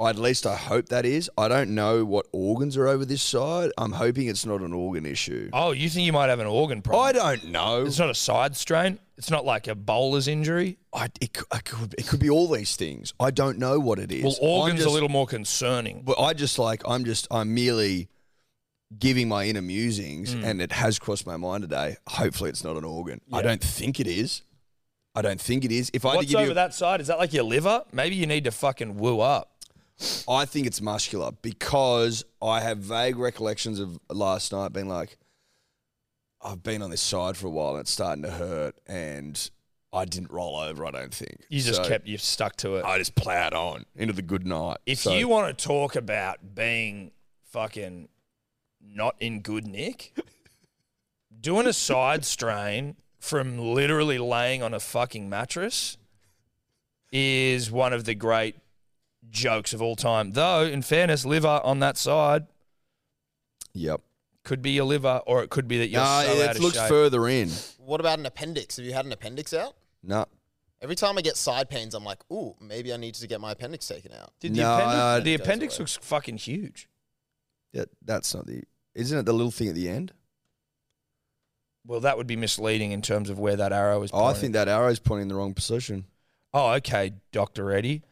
C: At least I hope that is. I don't know what organs are over this side. I'm hoping it's not an organ issue.
B: oh, you think you might have an organ problem?
C: I don't know.
B: It's not a side strain. It's not like a bowler's injury.
C: I, it, cou- I could, it could be all these things. I don't know what it is.
B: Well,
C: I'm
B: organs
C: just,
B: a little more concerning.
C: But I just like I'm just I'm merely giving my inner musings,
B: Mm.
C: and it has crossed my mind today. Hopefully, it's not an organ. I don't think it is. I don't think it is. If I had to
B: What's
C: give
B: over
C: you,
B: that side? Is that like your liver? Maybe you need to fucking woo up.
C: I think it's muscular because I have vague recollections of last night being like, I've been on this side for a while and it's starting to hurt, and I didn't roll over. I don't think
B: You just
C: So
B: kept you stuck to it.
C: I just plowed on into the good night.
B: If
C: So-
B: you want to talk about being fucking not in good nick, doing
C: [laughs]
B: a side strain from literally laying on a fucking mattress is one of the great jokes of all time. Though, in fairness, liver on that side
C: yep.
B: could be your liver, or it could be that you're
C: Nah,
B: so out
C: it
B: of
C: looks
B: shape.
C: further in.
D: What about an appendix? Have you had an appendix out?
C: No.
D: Every time I get side pains, I'm like, ooh, maybe I need to get my appendix taken out.
B: Did the
C: No,
B: appendix,
C: uh,
B: the
D: it goes
B: appendix
D: away.
B: looks fucking huge.
C: Yeah, that's not the. Isn't it the little thing at the end?
B: Well, that would be misleading in terms of where that arrow is.
C: Oh, I
B: pointing.
C: think that arrow's pointing in the wrong position.
B: Oh, okay, Doctor Eddie.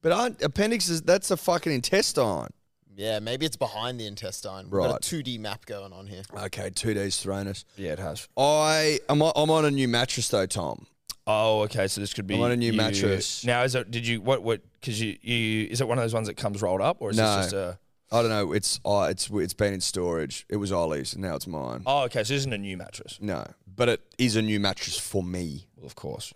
C: But aren't appendixes? That's a fucking intestine.
D: Yeah, maybe it's behind the intestine. We've
C: Right.
D: got a 2D map going on here.
C: Okay, two days thrown us.
B: Yeah, it has.
C: I am. on- I'm on a new mattress though, Tom.
B: Oh, okay. So this could be
C: I'm on a new
B: you-
C: mattress.
B: Now, is it? Did you what? What? Because you, you is it one of those ones that comes rolled up, or is
C: No.
B: this just a?
C: I don't know. It's. Uh, it's. It's been in storage. It was Ollie's, and now it's mine.
B: Oh, okay. So this isn't a new mattress.
C: No, but it is a new mattress for me.
B: Well, of course.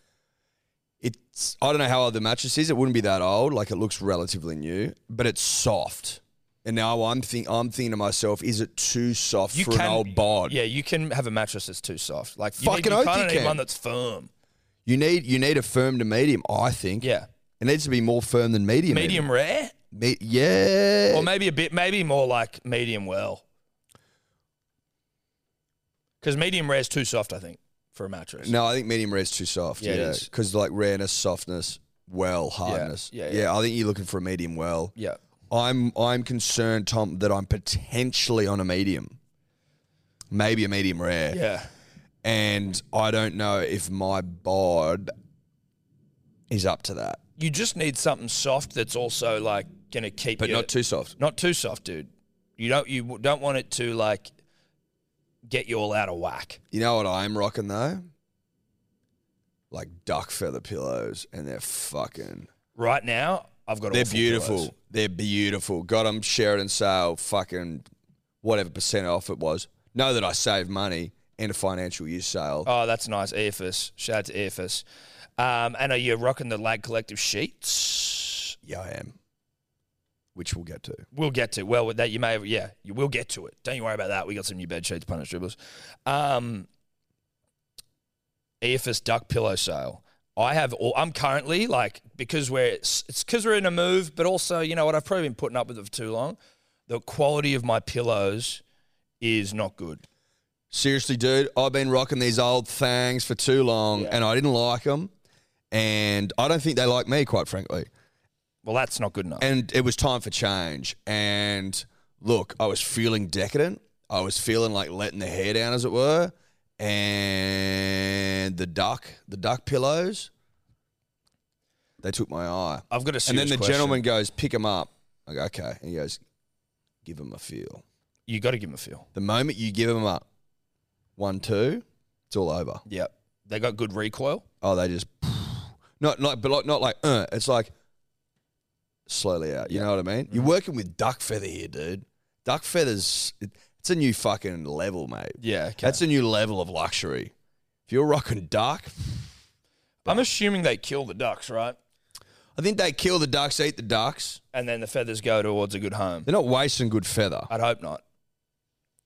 C: It's. I don't know how old the mattress is. It wouldn't be that old. Like it looks relatively new, but it's soft. And now I'm think. I'm thinking to myself, is it too soft for an old bod?
B: Yeah, you can have a mattress that's too soft. Like you
C: Fucking
B: need, you
C: oath
B: kinda
C: you
B: need
C: can.
B: one that's firm.
C: You need you need a firm to medium, I think.
B: Yeah,
C: It needs to be more firm than medium. even.
B: medium rare,
C: Me- yeah.
B: or maybe a bit, maybe more like medium well. Because medium rare is too soft, I think, for a mattress.
C: no, I think medium rare is too soft.
B: Yeah,
C: Yeah,
B: it is.
C: because like rareness, softness, well, hardness.
B: yeah, yeah.
C: I think you're looking for a medium well. [laughs]
B: Yeah.
C: I'm I'm concerned, Tom, that I'm potentially on a medium, maybe a medium rare,
B: Yeah.
C: and I don't know if my bod is up to that,
B: You just need something soft that's also like gonna keep.
C: but
B: you-
C: not too soft.
B: not too soft, dude. You don't you w- don't want it to like get you all out of whack.
C: You know what I'm rocking though? Like duck feather pillows, and they're fucking.
B: Right now, I've got
C: They're
B: awful
C: beautiful.
B: pillows.
C: They're beautiful. Got them Sheridan sale, fucking whatever percent off it was. Know that I saved money in a financial year sale.
B: Oh, that's nice. EFS. Shout out to EFS. Um, and are you rocking the Lag Collective sheets?
C: Yeah, I am. Which we'll get to.
B: We'll get to. Well, with that you may have, yeah, you will get to it. Don't you worry about that. We got some new bed sheets, punish dribblers. Um, EFS duck pillow sale. I have. All, I'm currently like because we're it's because we're in a move, but also you know what I've probably been putting up with it for too long. The quality of my pillows is not good.
C: Seriously, dude, I've been rocking these old things for too long, and I didn't like them, and I don't think they like me, quite frankly.
B: Well, that's not good enough.
C: and it was time for change. And look, I was feeling decadent. I was feeling like letting the hair down, as it were. And the duck, the duck pillows, they took my eye.
B: I've got a
C: and
B: serious
C: then the
B: question.
C: gentleman goes, pick him up. I go, okay. And he goes, give him a feel.
B: You got to give them a feel.
C: The moment you give him up, one, two, it's all over.
B: Yeah, they got good recoil.
C: [sniffs] Oh, they just, not, not, but like, not like, uh, it's like, slowly out. You know what I mean? You're working with duck feather here, dude. Duck feathers, it- it's a new fucking level, mate.
B: Yeah, okay.
C: That's a new level of luxury. If you're rocking duck,
B: I'm assuming they kill the ducks, right?
C: I think they kill the ducks, eat the ducks.
B: And then the feathers go towards a good home.
C: They're not wasting good feather.
B: I'd hope not.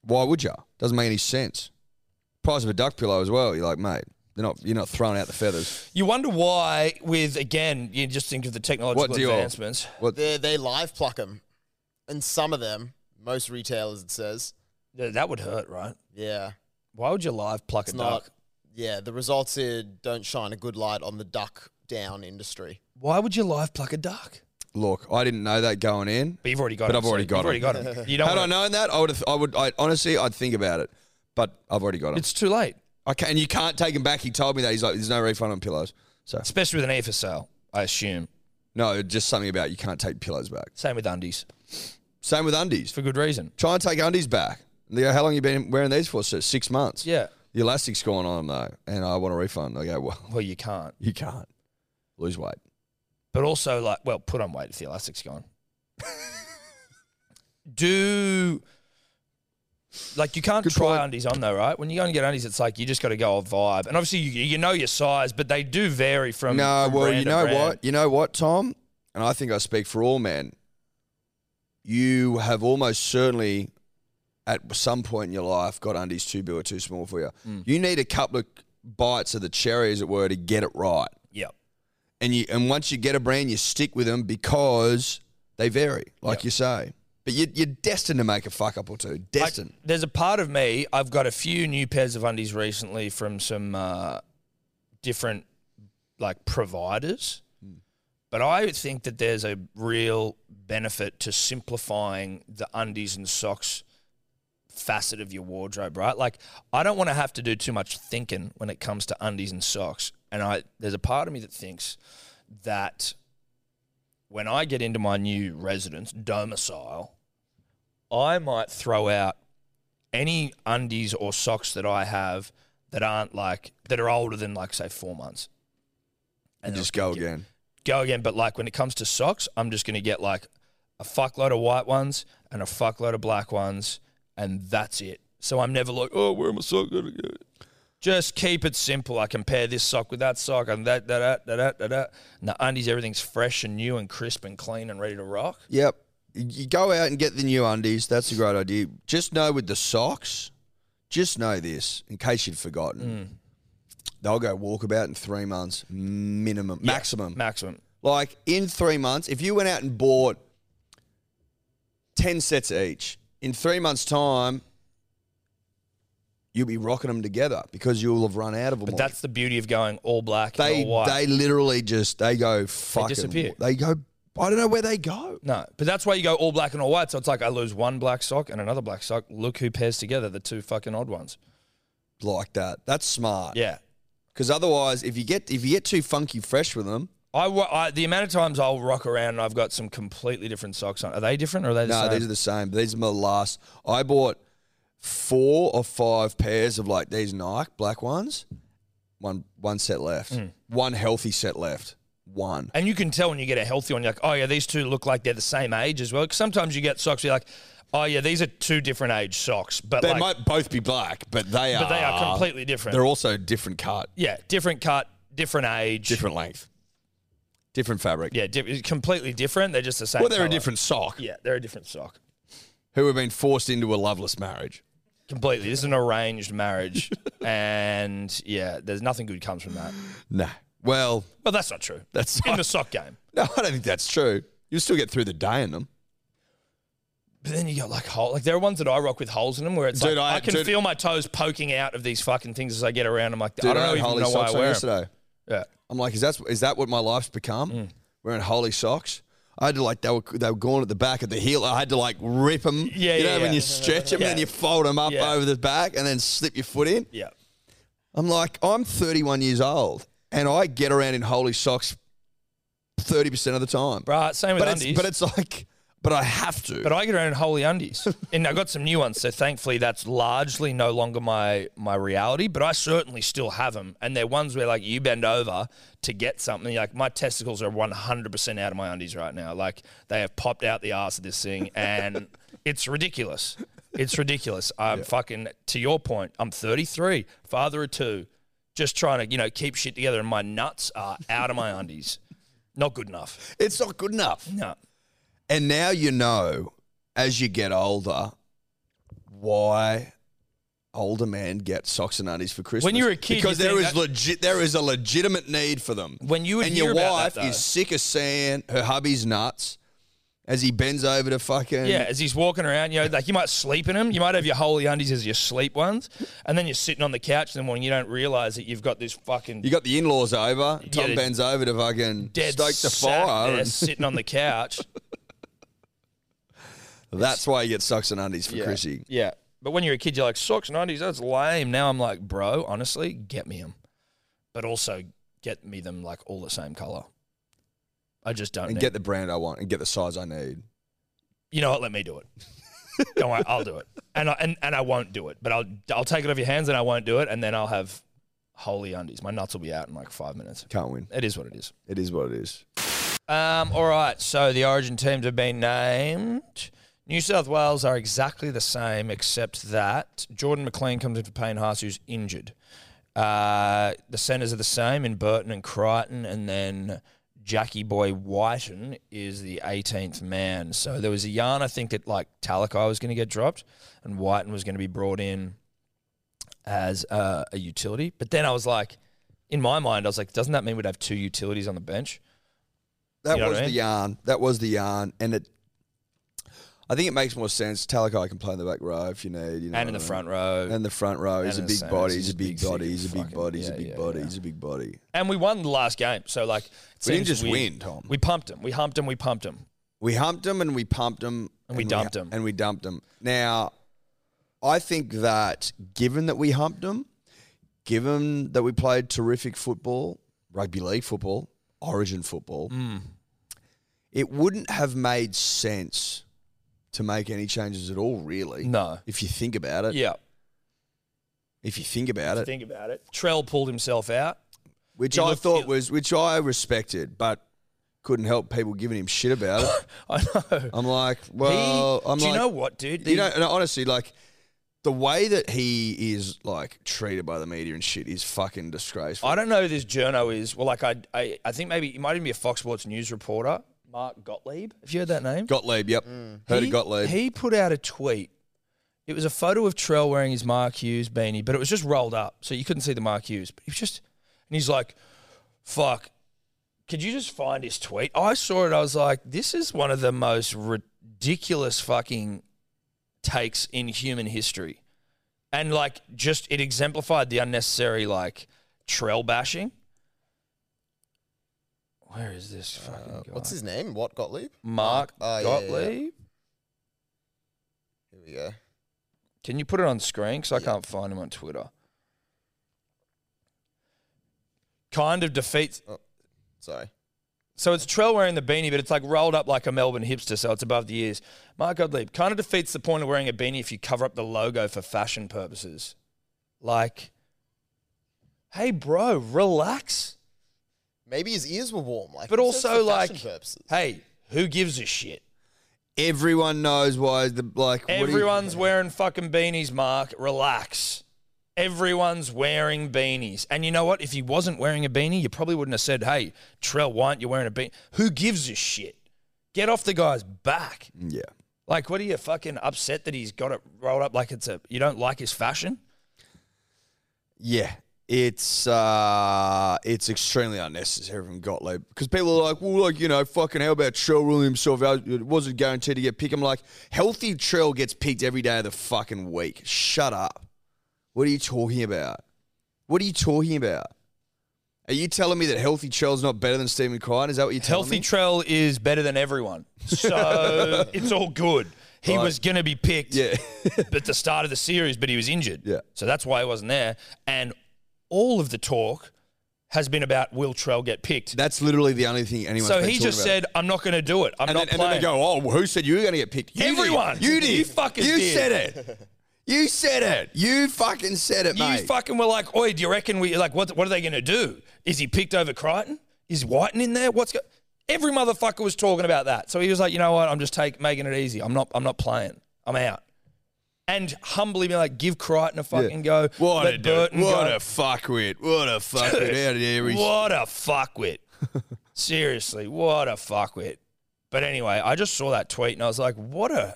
C: Why would you? Doesn't make any sense. Price of a duck pillow as well. You're like, mate, they're not. You're not throwing out the feathers.
B: You wonder why, with again, you just think of the technological
C: do you-
B: advancements.
C: What?
D: They they live pluck them, and some of them, most retailers it says,
B: Th- That would hurt, right?
D: yeah,
B: Why would you live pluck
D: it's
B: a
D: not.
B: duck?
D: Yeah, the results here don't shine a good light on the duck down industry.
B: Why would you live pluck a duck?
C: Look, I didn't know that going in.
B: But you've already got
C: But
B: him.
C: I've already
B: so
C: got
B: you've
C: him.
B: already got
D: [laughs]
B: him. You don't
C: Had I
B: wanna-
C: known that, I would. have I would. I honestly, I'd think about it. But I've already got him.
B: It's too late,
C: I can, and you can't take him back. He told me that. He's like, there's no refund on pillows. So
B: especially with an E for sale, I assume.
C: no, just something about you can't take pillows back.
B: Same with undies,
C: Same with undies.
B: for good reason.
C: Try and take undies back. And They go, how long you been wearing these for? So six months.
B: Yeah.
C: The elastic's gone on them though, and I want a refund. I go, well, [laughs]
B: Well, you can't.
C: you can't lose weight.
B: But also, like, well, put on [laughs] weight if the elastic's gone. Do. Like you can't
C: Good
B: try
C: point.
B: undies on though, right? When you go and get undies, it's like you just got to go off vibe, and obviously you, you know your size, but they do vary from.
C: no,
B: from
C: well,
B: brand
C: you
B: to
C: know
B: brand.
C: what? You know what, Tom? And I think I speak for all men. You have almost certainly, at some point in your life, got undies too big or too small for you.
B: Hmm.
C: You need a couple of bites of the cherry, as it were, to get it right.
B: Yep.
C: And you, and once you get a brand, you stick with them because they vary, like you say. But you, you're destined to make a fuck up or two.
B: Like,
C: Destined.
B: there's a part of me. I've got a few new pairs of undies recently from some uh, different like providers, but I think that there's a real benefit to simplifying the undies and socks facet of your wardrobe, right? Like I don't want to have to do too much thinking when it comes to undies and socks, and I there's a part of me that thinks that when I get into my new residence domicile. I might throw out any undies or socks that I have that aren't like that are older than like say four months.
C: and
B: then
C: just
B: I'll
C: go again.
B: Go again, but like when it comes to socks, I'm just gonna get like a fuckload of white ones and a fuckload of black ones, and that's it. So I'm never like, oh, where am I sock gonna go? Just keep it simple. I compare this sock with that sock and that that that that that that. that. And the undies, everything's fresh and new and crisp and clean and ready to rock.
C: Yep. You go out and get the new undies. That's a great idea. Just know with the socks, just know this in case you'd forgotten. They'll go walkabout in three months, minimum, maximum.
B: Maximum.
C: like in three months, if you went out and bought 10 sets of each, in three months' time, you'll be rocking them together because you'll have run out of them.
B: But that's the beauty of going all black and
C: they,
B: all white.
C: they literally just, they go fucking.
B: disappear.
C: They go, I don't know where they go.
B: No, but that's why you go all black and all white. So it's like I lose one black sock and another black sock. Look who pairs together the two fucking odd ones.
C: Like that. That's smart.
B: Yeah,
C: Because otherwise, if you get if you get too funky fresh with them,
B: I, wa- I the amount of times I'll rock around and I've got some completely different socks on. Are they different or are they the
C: no,
B: same?
C: these are the same. But these are my last. I bought four or five pairs of like these Nike black ones. One one set left.
B: Hmm.
C: One healthy set left. One.
B: and you can tell when you get a healthy one. You're like, oh yeah, these two look like they're the same age as well. 'Cause sometimes you get socks. You're like, oh yeah, these are two different age socks, but
C: They
B: like,
C: might both be black, but they
B: but
C: are.
B: they are completely different.
C: They're also different cut,
B: yeah, different cut, different age,
C: different length, different fabric.
B: Yeah, di- completely different. They're just the same.
C: Well, they're a
B: colour.
C: different sock.
B: Yeah, they're a different sock.
C: Who have been forced into a loveless marriage.
B: Completely. This is an arranged
C: [laughs]
B: marriage. and yeah, there's nothing good comes from that.
C: Nah. Well,
B: But that's not true.
C: That's [laughs]
B: [laughs] in
C: not-
B: the sock game.
C: no, I don't think that's true. You still get through the day in them.
B: But then you got like hole like there are ones that I rock with holes in them where it's
C: Dude,
B: like I,
C: I-
B: can
C: dude-
B: feel my toes poking out of these fucking things as I get around. I'm like,
C: Dude,
B: I don't know
C: had
B: even
C: holy
B: know why I
C: socks on
B: wear 'em.
C: yesterday.
B: Yeah.
C: I'm like, is that is that what my life's become?
B: Mm.
C: Wearing holy socks. I had to like they were they were gone at the back at the heel. I had to like rip them.
B: Yeah,
C: you
B: yeah,
C: know when
B: yeah.
C: you stretch them
B: Yeah.
C: and then you fold them up
B: Yeah.
C: over the back and then slip your foot in.
B: Yeah.
C: I'm like, I'm 31 years old and I get around in holy socks 30 percent of the time.
B: Right, same with
C: but it's
B: undies.
C: but it's like but I have to.
B: But I get around in holy undies, and I got some new ones. So thankfully, that's largely no longer my my reality. But I certainly still have them, and they're ones where like you bend over to get something. Like my testicles are one hundred percent out of my undies right now. Like they have popped out the arse of this thing, and it's ridiculous. It's ridiculous. I'm fucking to your point. I'm thirty three, father of two, just trying to you know keep shit together, and my nuts are out of my undies. Not good enough.
C: it's not good enough.
B: No.
C: And now you know, as you get older, why older men get socks and undies for Christmas.
B: When you were a kid,
C: because
B: you
C: there
B: think
C: is
B: that-
C: legit, there is a legitimate need for them.
B: When you would
C: and
B: hear
C: your
B: about
C: wife
B: that, though-
C: is sick of seeing her hubby's nuts as he bends over to fucking
B: Yeah, as he's walking around, you know, like you might sleep in them. You might have your holy undies as your sleep ones, and then you're sitting on the couch in the morning. You don't realize that you've got this fucking
C: You got the in-laws over. Tom
B: the
C: bends over to fucking
B: dead
C: stoke the
B: sack
C: fire.
B: there
C: and [laughs]
B: sitting on the couch.
C: that's why you get socks and undies for Chrissy.
B: Yeah, but when you're a kid, you're like socks and undies. That's lame. Now I'm like, bro, honestly, get me them, but also get me them like all the same color. I just don't.
C: And
B: need-
C: get the brand I want and get the size I need.
B: you know what? Let me do it. Don't worry, I'll do it, and I, and and I won't do it. But I'll I'll take it off your hands, and I won't do it, and then I'll have holy undies. My nuts will be out in like five minutes.
C: Can't win.
B: It is what it is.
C: It is what it is.
B: Um, all right. So the Origin teams have been named. New South Wales are exactly the same, except that Jordan McLean comes in for Payne Haas, who's injured. Uh, the centres are the same in Burton and Crichton, and then Jackie Boy Whiten is the 18th man. So there was a yarn, I think, that like Talakai was going to get dropped, and Whiten was going to be brought in as uh, a utility. But then I was like, in my mind, I was like, doesn't that mean we'd have two utilities on the bench?
C: That
B: You know
C: was
B: what I
C: the
B: mean?
C: yarn. That was the yarn, and it. I think it makes more sense. Talakai can play in the back row if you need, you know,
B: and in
C: what
B: the
C: I
B: front row.
C: mean? and the front row. He's a
B: and in the
C: big
B: centres,
C: body.
B: he's
C: He's a
B: a
C: big
B: big
C: body.
B: figure,
C: He's a big
B: fucking-
C: body. He's a
B: yeah,
C: big
B: yeah,
C: body.
B: yeah.
C: He's a big body.
B: And we won the last game. So, like, it
C: We didn't
B: seems
C: just
B: weird.
C: win, Tom.
B: We pumped him. We humped him. We pumped him.
C: We humped him and we pumped him
B: And we dumped 'em.
C: and we dumped him. Now, I think that given that we humped him, given that we played terrific football, rugby league football, Origin football,
B: Mm.
C: it wouldn't have made sense to make any changes at all. Really,
B: No.
C: If you think about it,
B: Yeah.
C: if you think about it,
B: Think about it. Trell pulled himself out. [laughs]
C: which
B: He
C: I
B: looked-
C: thought
B: he-
C: was, which I respected, but couldn't help people giving him shit about
B: [laughs]
C: it.
B: I know.
C: I'm like, well,
B: he,
C: I'm
B: do
C: like,
B: you know what, dude?
C: you know, and honestly, like the way that he is like treated by the media and shit is fucking disgraceful.
B: I don't know who this journo is. Well, like, I, I, I think maybe it might even be a Fox Sports News reporter, Mark Gottlieb. Have you heard that name?
C: Gottlieb, yep, heard
B: Mm. he,
C: of Gottlieb.
B: He put out a tweet. It was a photo of Trell wearing his Mark Hughes beanie, but it was just rolled up, so you couldn't see the Mark Hughes. But he was just, and he's like, "Fuck, could you just find his tweet?" I saw it. I was like, "This is one of the most ridiculous fucking takes in human history," and like, just it exemplified the unnecessary like Trell bashing. Where is this fucking guy?
D: Uh, What's his name? What Gottlieb?
B: Mark
D: Oh, yeah, yeah, yeah.
B: Gottlieb?
D: Here we go.
B: Can you put it on screen? Because I
D: Yeah.
B: can't find him on Twitter. Kind of defeats.
D: Sorry.
B: So it's Trell wearing the beanie, but it's like rolled up like a Melbourne hipster, so it's above the ears. Mark Gottlieb kind of defeats the point of wearing a beanie if you cover up the logo for fashion purposes. Like, hey, bro, relax.
D: Maybe his ears were warm, like.
B: But
D: he says
B: also,
D: for fashion
B: like,
D: purposes.
B: hey, who gives a shit?
C: Everyone knows why the like what do you-
B: Everyone's wearing fucking beanies, Mark. Relax. Everyone's wearing beanies. And you know what? If he wasn't wearing a beanie, you probably wouldn't have said, hey, Trell, why aren't you wearing a beanie? Who gives a shit? Get off the guy's back.
C: yeah.
B: Like, what are you fucking upset that he's got it rolled up like it's a, you don't like his fashion?
C: Yeah. It's uh it's extremely unnecessary from Gottlieb because people are like, well, like you know, fucking how about Trell ruling himself out? It wasn't guaranteed to get picked. I'm like, healthy Trell gets picked every day of the fucking week. Shut up. What are you talking about? What are you talking about? Are you telling me that healthy Trell's not better than Stephen Crichton? Is that what you're telling
B: Healthy
C: me?
B: Trell is better than everyone.
C: [laughs]
B: So it's all good. He was going to be picked.
C: Yeah. [laughs]
B: at the start of the series, but he was injured.
C: Yeah.
B: So that's why he wasn't there. And all of the talk has been about will Trell get picked.
C: That's literally the only thing anyone's
B: so
C: been
B: he
C: talking
B: just
C: about.
B: said, I'm not going to do it. I'm
C: and
B: not
C: then, and then they
B: playing.
C: go, "Oh, well, who said you were going to get picked?" You did.
B: Everyone.
C: you did.
B: You fucking
C: You
B: did.
C: said it. You said it. You fucking said it,
B: you
C: mate.
B: fucking were like, oi, do you reckon we like what? What are they going to do? Is he picked over Crichton? Is Whiten in there? What's go-? every motherfucker was talking about that? So he was like, you know what? I'm just take, making it easy. I'm not. I'm not playing. I'm out. And humbly be like, give Crichton a fucking go.
C: what
B: Let
C: a dude.
B: Burton
C: What
B: go.
C: a fuckwit. What a
B: [laughs]
C: fuckwit. Out of here. He's
B: What
C: [laughs]
B: a fuckwit. Seriously, what a fuckwit. But anyway, I just saw that tweet and I was like, what a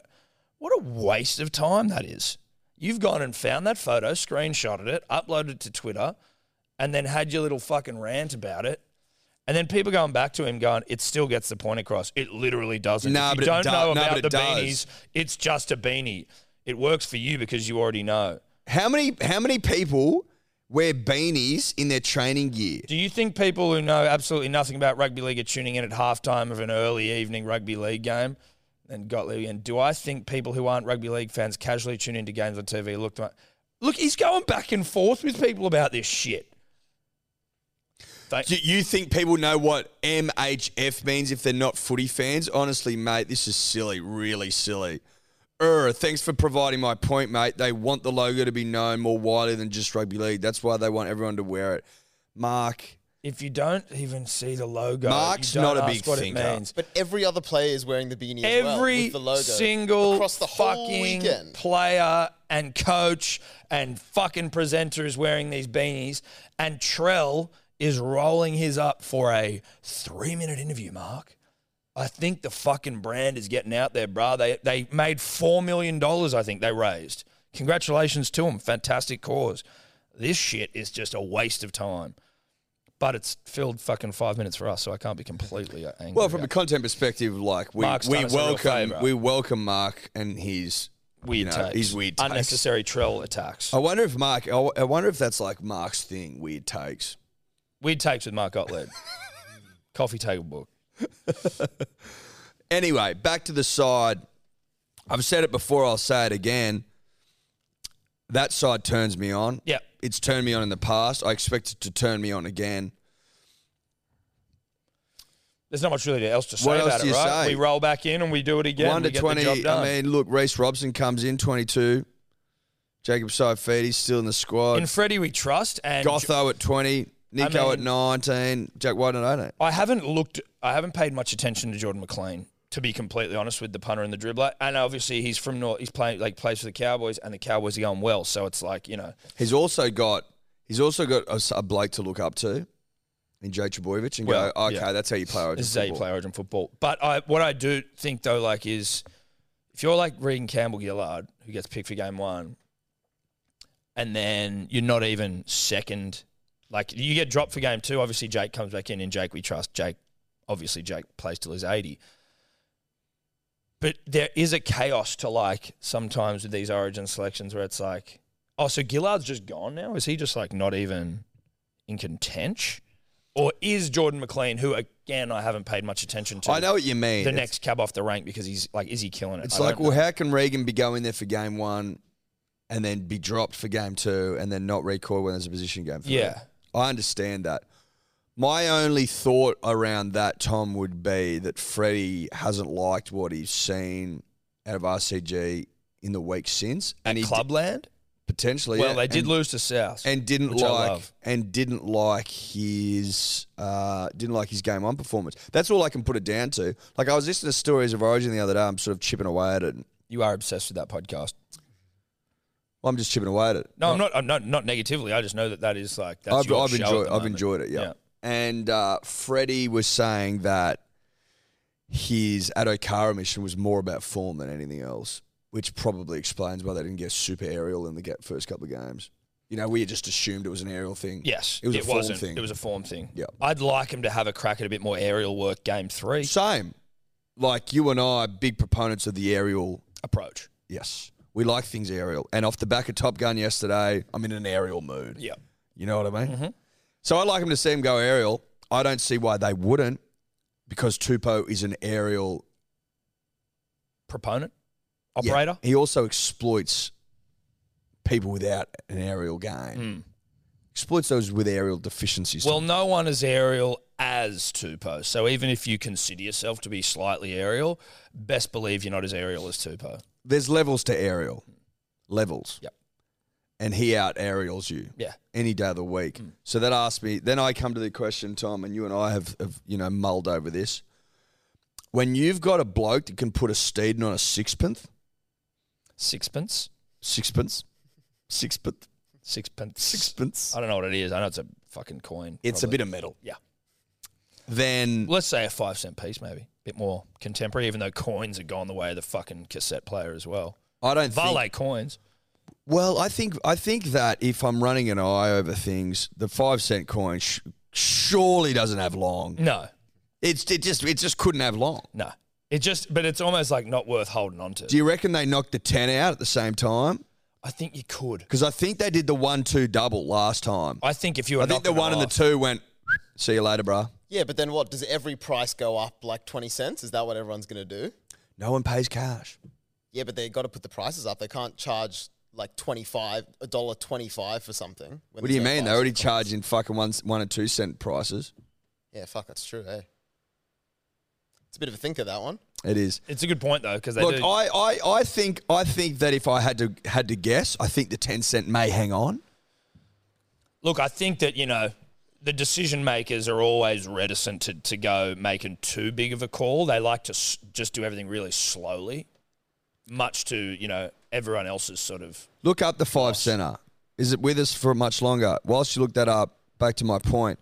B: what a waste of time that is. You've gone and found that photo, screenshotted it, uploaded it to Twitter, and then had your little fucking rant about it. And then people going back to him going, it still gets the point across. It literally doesn't.
C: Nah,
B: if
C: but
B: you
C: it
B: don't
C: do-
B: know
C: nah, but
B: about
C: it
B: the
C: does.
B: beanies, it's just a beanie. It works for you because you already know.
C: How many how many people wear beanies in their training gear?
B: Do you think people who know absolutely nothing about rugby league are tuning in at halftime of an early evening rugby league game? And Gottlieb again. Do I think people who aren't rugby league fans casually tune into games on TV look? to- Look, he's going back and forth with people about this shit. Thank-
C: Do you think people know what MHF means if they're not footy fans? Honestly, mate, this is silly, really silly. Er, thanks for providing my point, mate. They want the logo to be known more widely than just rugby league. That's why they want everyone to wear it. Mark,
B: if you don't even see the logo,
C: Mark's
B: you don't
C: not a
B: ask
C: big
B: what
C: thinker.
B: It means.
D: But every other player is wearing the beanie as well,
B: every
D: with the logo
B: single
D: across the whole
B: fucking
D: weekend.
B: player and coach and fucking presenter is wearing these beanies, and Trell is rolling his up for a three-minute interview. Mark, I think the fucking brand is getting out there, brah. They they made four million dollars. I think they raised. Congratulations to them. Fantastic cause. This shit is just a waste of time. But it's filled fucking five minutes for us, so I can't be completely angry.
C: well, from
B: about
C: a content perspective, like we,
B: Mark's
C: we
B: done us a real
C: welcome
B: favour.
C: we welcome Mark and his
B: weird
C: you know,
B: takes.
C: his weird takes.
B: unnecessary trell attacks.
C: I wonder if Mark. I w- I wonder if that's like Mark's thing. Weird takes.
B: Weird takes with Mark Gottlieb. [laughs] Coffee table book.
C: Anyway, back to the side. I've said it before, I'll say it again. That side turns me on.
B: Yep.
C: It's turned me on in the past. I expect it to turn me on again.
B: There's not much really else to say
C: What else
B: about it,
C: do you
B: right?
C: say?
B: We roll back in and we do it again.
C: 1
B: we
C: to
B: get the job
C: 20.
B: done.
C: I mean, look, Reese Robson comes in 22. Jacob Saifedi's still in the squad.
B: in Freddie we trust and
C: Gotho at 20. Nico
B: mean-
C: at 19. Jack White at 18.
B: I haven't looked I haven't paid much attention to Jordan McLean, to be completely honest, with the punter and the dribbler. And obviously he's from North he's playing like plays for the Cowboys and the Cowboys are going well, so it's like, you know.
C: He's also got he's also got a, s- a bloke to look up to in Jay Trebojevic and
B: Well,
C: go, okay,
B: yeah.
C: that's how you play origin
B: This is how you
C: football.
B: play Origin football. But I, what I do think though, like, is if you're like Regan Campbell Gillard, who gets picked for game one, and then you're not even second, like you get dropped for game two. Obviously, Jake comes back in, and Jake we trust. Jake, obviously, Jake plays till he's eighty. But there is a chaos to like sometimes with these Origin selections where it's like, oh, so Gillard's just gone now. Is he just like not even in contention? Or is Jordan McLean, who again I haven't paid much attention to,
C: I know what you mean.
B: the
C: It's-
B: next cab off the rank because he's like, is he killing it? I
C: It's
B: don't
C: like, well,
B: know.
C: how can Regan be going there for game one and then be dropped for game two and then not recoil when there's a position game? For
B: yeah,
C: I understand that. My only thought around that, Tom, would be that Freddie hasn't liked what he's seen out of RCG in the week since,
B: and
C: he
B: Clubland.
C: did- potentially.
B: well,
C: yeah,
B: they did
C: and,
B: lose to South,
C: and didn't
B: which I
C: like
B: love.
C: and didn't like his uh, didn't like his game one performance. That's all I can put it down to. Like I was listening to stories of Origin the other day. I'm sort of chipping away at it. and-
B: you are obsessed with that podcast.
C: I'm just chipping away at it.
B: No, I'm not. I'm not not negatively. I just know that that is like that's
C: I've,
B: your
C: I've
B: show at
C: enjoyed
B: the
C: I've
B: moment.
C: enjoyed it, yeah. And uh, Freddie was saying that his Adokara mission was more about form than anything else, which probably explains why they didn't get super aerial in the get first couple of games. You know, we just assumed it was an aerial thing.
B: Yes,
C: it was a form
B: wasn't.
C: thing.
B: It was a form thing.
C: Yeah.
B: I'd like him to have a crack at a bit more aerial work. Game three
C: same. Like you and I, are big proponents of the aerial.
B: approach.
C: Yes, we like things aerial. And off the back of Top Gun yesterday, I'm in an aerial mood.
B: Yeah,
C: You know what I mean?
B: Mm-hmm.
C: So I like him to see him go aerial. I don't see why they wouldn't, because Tupou is an aerial
B: proponent,
C: yeah.
B: operator.
C: He also exploits people without an aerial game. exploits those with aerial deficiencies.
B: Mm. Hmm. Well, no one is aerial as Tupou. So even if you consider yourself to be slightly aerial, best believe you're not as aerial as Tupou.
C: there's levels to aerial, levels.
B: Yep.
C: And he out aerials you.
B: Yeah.
C: any day of the week.
B: Mm.
C: So that asked me. Then I come to the question, Tom, and you and I have, have you know mulled over this. When you've got a bloke that can put a steed on a sixpence,
B: Sixpence.
C: sixpence, sixpence,
B: Sixpence.
C: sixpence,
B: I don't know what it is. I know it's a fucking coin.
C: it's a bit of metal.
B: Yeah.
C: Then
B: Let's say a five cent piece, maybe. bit more contemporary, even though coins have gone the way of the fucking cassette player as well.
C: I don't think.
B: Valet coins.
C: Well, I think I think that if I'm running an eye over things, the five cent coin sh- surely doesn't have long.
B: No,
C: It's it just it just couldn't have long.
B: no. It just, but it's almost like not worth holding on to.
C: Do you reckon they knocked the ten out at the same time?
B: I think you could.
C: Because I think they did the one two double last time.
B: I think if you were
C: I think the
B: knocking it
C: one and the
B: off-
C: two went. See you later, bruh.
D: Yeah, but then what? Does every price go up like 20 cents? Is that what everyone's going to do?
C: No one pays cash.
D: Yeah, but they got to put the prices up. They can't charge like 25 a dollar 25 for something. when
C: What do you
D: there's no
C: mean? They're
D: price.
C: already charging fucking one one and two cent prices.
D: Yeah, fuck, that's true, eh? It's a bit of a thinker that one.
C: It is.
B: It's a good point though, because they
C: Look,
B: do.
C: I, I, I think I think that if I had to had to guess, I think the ten cent may hang on.
B: Look, I think that, you know, the decision makers are always reticent to, to go making too big of a call. They like to s- just do everything really slowly, much to, you know, everyone else's sort of.
C: Look up the five center. Is it with us for much longer? Whilst you look that up, back to my point.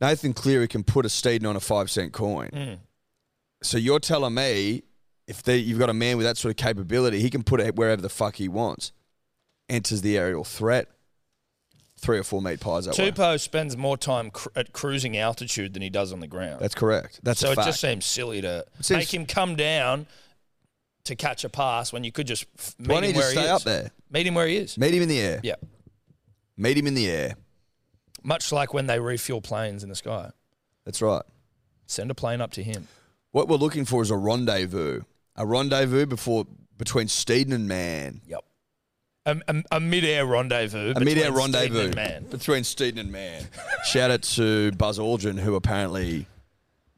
C: Nathan Cleary can put a steed on a five cent coin.
B: Hmm.
C: So you're telling me if they, you've got a man with that sort of capability, he can put it wherever the fuck he wants. Enters the aerial threat. Three or four meat pies that way.
B: Tupou spends more time cr- at cruising altitude than he does on the ground.
C: That's correct. That's
B: so
C: a
B: it
C: fact.
B: just seems silly to
C: seems-
B: make him come down to catch a pass when you could just f- meet
C: Why
B: him
C: don't you
B: where
C: just
B: he
C: stay
B: is.
C: up there?
B: Meet him where he is.
C: Meet him in the air.
B: Yeah.
C: Meet him in the air.
B: Much like when they refuel planes in the sky.
C: That's right.
B: Send a plane up to him.
C: What we're looking for is a rendezvous. A rendezvous before between Steeden and man.
B: Yep. A, a, a mid-air rendezvous.
C: A mid-air
B: between Steed and
C: rendezvous
B: Man.
C: between Steeden and Man. [laughs] Shout out to Buzz Aldrin, who apparently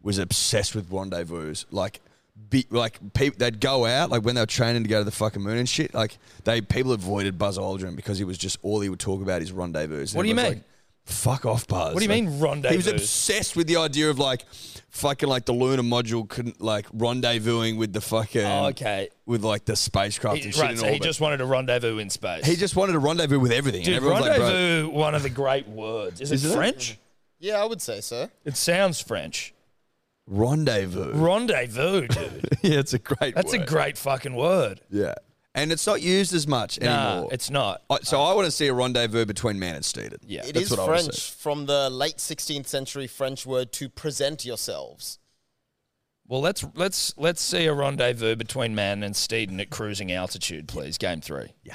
C: was obsessed with rendezvous. Like, be, like people they'd go out like when they were training to go to the fucking moon and shit. Like they people avoided Buzz Aldrin because he was just all he would talk about is rendezvous. And
B: What do you
C: everyone's
B: mean?
C: Like, Fuck off, Buzz.
B: What do you
C: Like,
B: mean rendezvous?
C: He was obsessed with the idea of like fucking like the lunar module couldn't like rendezvousing with the fucking
B: Oh, okay.
C: with like the spacecraft
B: He-
C: and shit
B: right,
C: in
B: so
C: orbit.
B: he just wanted a rendezvous in space.
C: he just wanted a rendezvous with everything. and
B: Dude,
C: everyone's like, bro,
B: rendezvous, one of the great words. Is it
C: Isn't it?
B: French?
D: Yeah, I would say so.
B: It? sounds French.
C: rendezvous.
B: Rendezvous, dude.
C: [laughs] yeah, it's a great.
B: That's a
C: word.
B: great fucking word.
C: Yeah, and it's not used as much
B: Nah,
C: anymore.
B: it's not.
C: I- so I want to see a rendezvous between man and Steeden.
B: Yeah.
D: It
C: That's
D: is
C: what I would
D: French from the late 16th century French word to present yourselves.
B: Well, let's let's let's see a rendezvous between man and Steeden at cruising altitude, please. Game three.
C: [laughs] Yeah.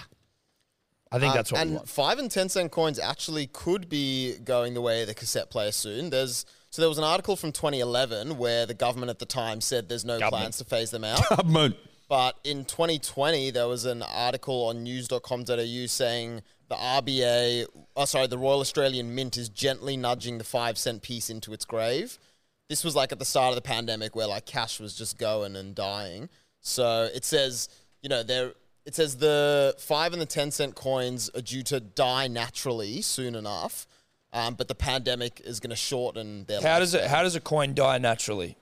B: I think
D: Um,
B: that's what we
D: and
B: want.
D: five and ten cent coins actually could be going the way of the cassette player soon. There's so there was an article from 2011 where the government at the time said there's no
B: Government.
D: plans to phase them out.
C: Government.
D: but in 2020 there was an article on news.com.au saying the RBA, oh sorry, the Royal Australian Mint is gently nudging the five cent piece into its grave. This was like at the start of the pandemic where like cash was just going and dying. So it says, you know, there it says the five and the ten cent coins are due to die naturally soon enough. Um, but the pandemic is going to shorten their
B: How
D: life.
B: does it? How does a coin die naturally?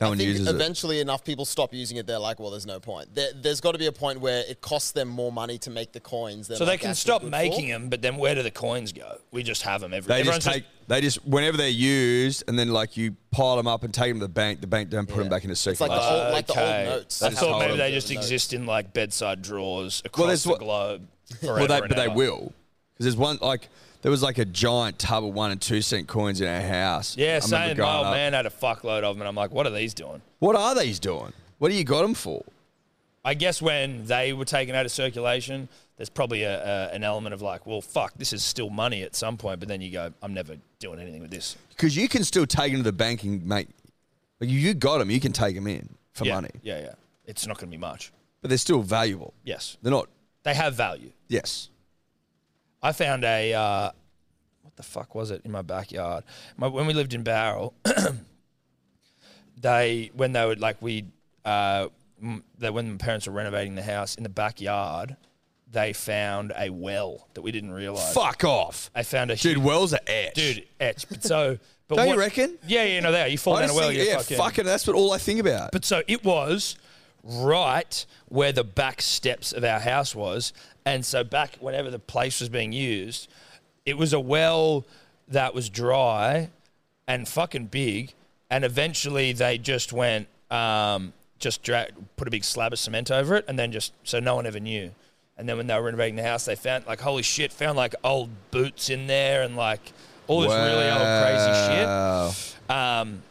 C: No
D: I
C: one
D: think
C: uses it.
D: eventually enough people stop using it. They're like, well, there's no point. There, there's got to be a point where it costs them more money to make the coins.
B: So they can stop making them, but then where do the coins go? We just have them every.
C: They
B: everyone's
C: just take. They just whenever they're used, and then like you pile them up and take them to the bank. The bank don't put them back into
D: It's like
C: circulation.
D: the old, like the old notes.
B: I
C: That's
B: thought
C: how
B: maybe
C: it
B: they
C: is.
B: just exist in like bedside drawers
C: that's
B: across
C: what-
B: the globe.
C: [laughs] well,
B: forever
C: they,
B: and
C: but they
B: ever.
C: will because there's one like there was like a giant tub of one and two cent coins in our house. I
B: Yeah,
C: remember
B: saying my
C: growing
B: old
C: up.
B: man had a fuckload of them, and I'm like, what are these doing?
C: What are these doing? What do you got them for?
B: I guess when they were taken out of circulation, there's probably a, a, an element of like, well, fuck, this is still money at some point, but then you go, I'm never doing anything with this.
C: Because you can still take them to the bank and make. Like you got them, you can take them in for
B: yeah,
C: money,
B: Yeah, yeah. It's not going to be much.
C: but they're still valuable.
B: Yes.
C: They're not.
B: They have value.
C: Yes.
B: I found a uh, the fuck was it in my backyard? My, when we lived in Barrel, [clears throat] they when they would like we uh, m- that when my parents were renovating the house in the backyard, they found a well that we didn't realize.
C: Fuck off.
B: They found a huge
C: Dude, wells are etched.
B: dude etch.
C: [laughs]
B: But so, but
C: Don't you
B: what,
C: reckon?
B: Yeah, yeah, no, there you fall
C: I
B: down a
C: just
B: well.
C: think,
B: you're
C: yeah,
B: fucking,
C: fucking, that's what all I think about.
B: But so it was right where the back steps of our house was, and so back whenever the place was being used, it was a well that was dry and fucking big, and eventually they just went um, just dra- put a big slab of cement over it, and then just so no one ever knew. And then when they were renovating the house, they found like holy shit, found like old boots in there and like all this really old crazy shit.
C: Wow.
B: Um,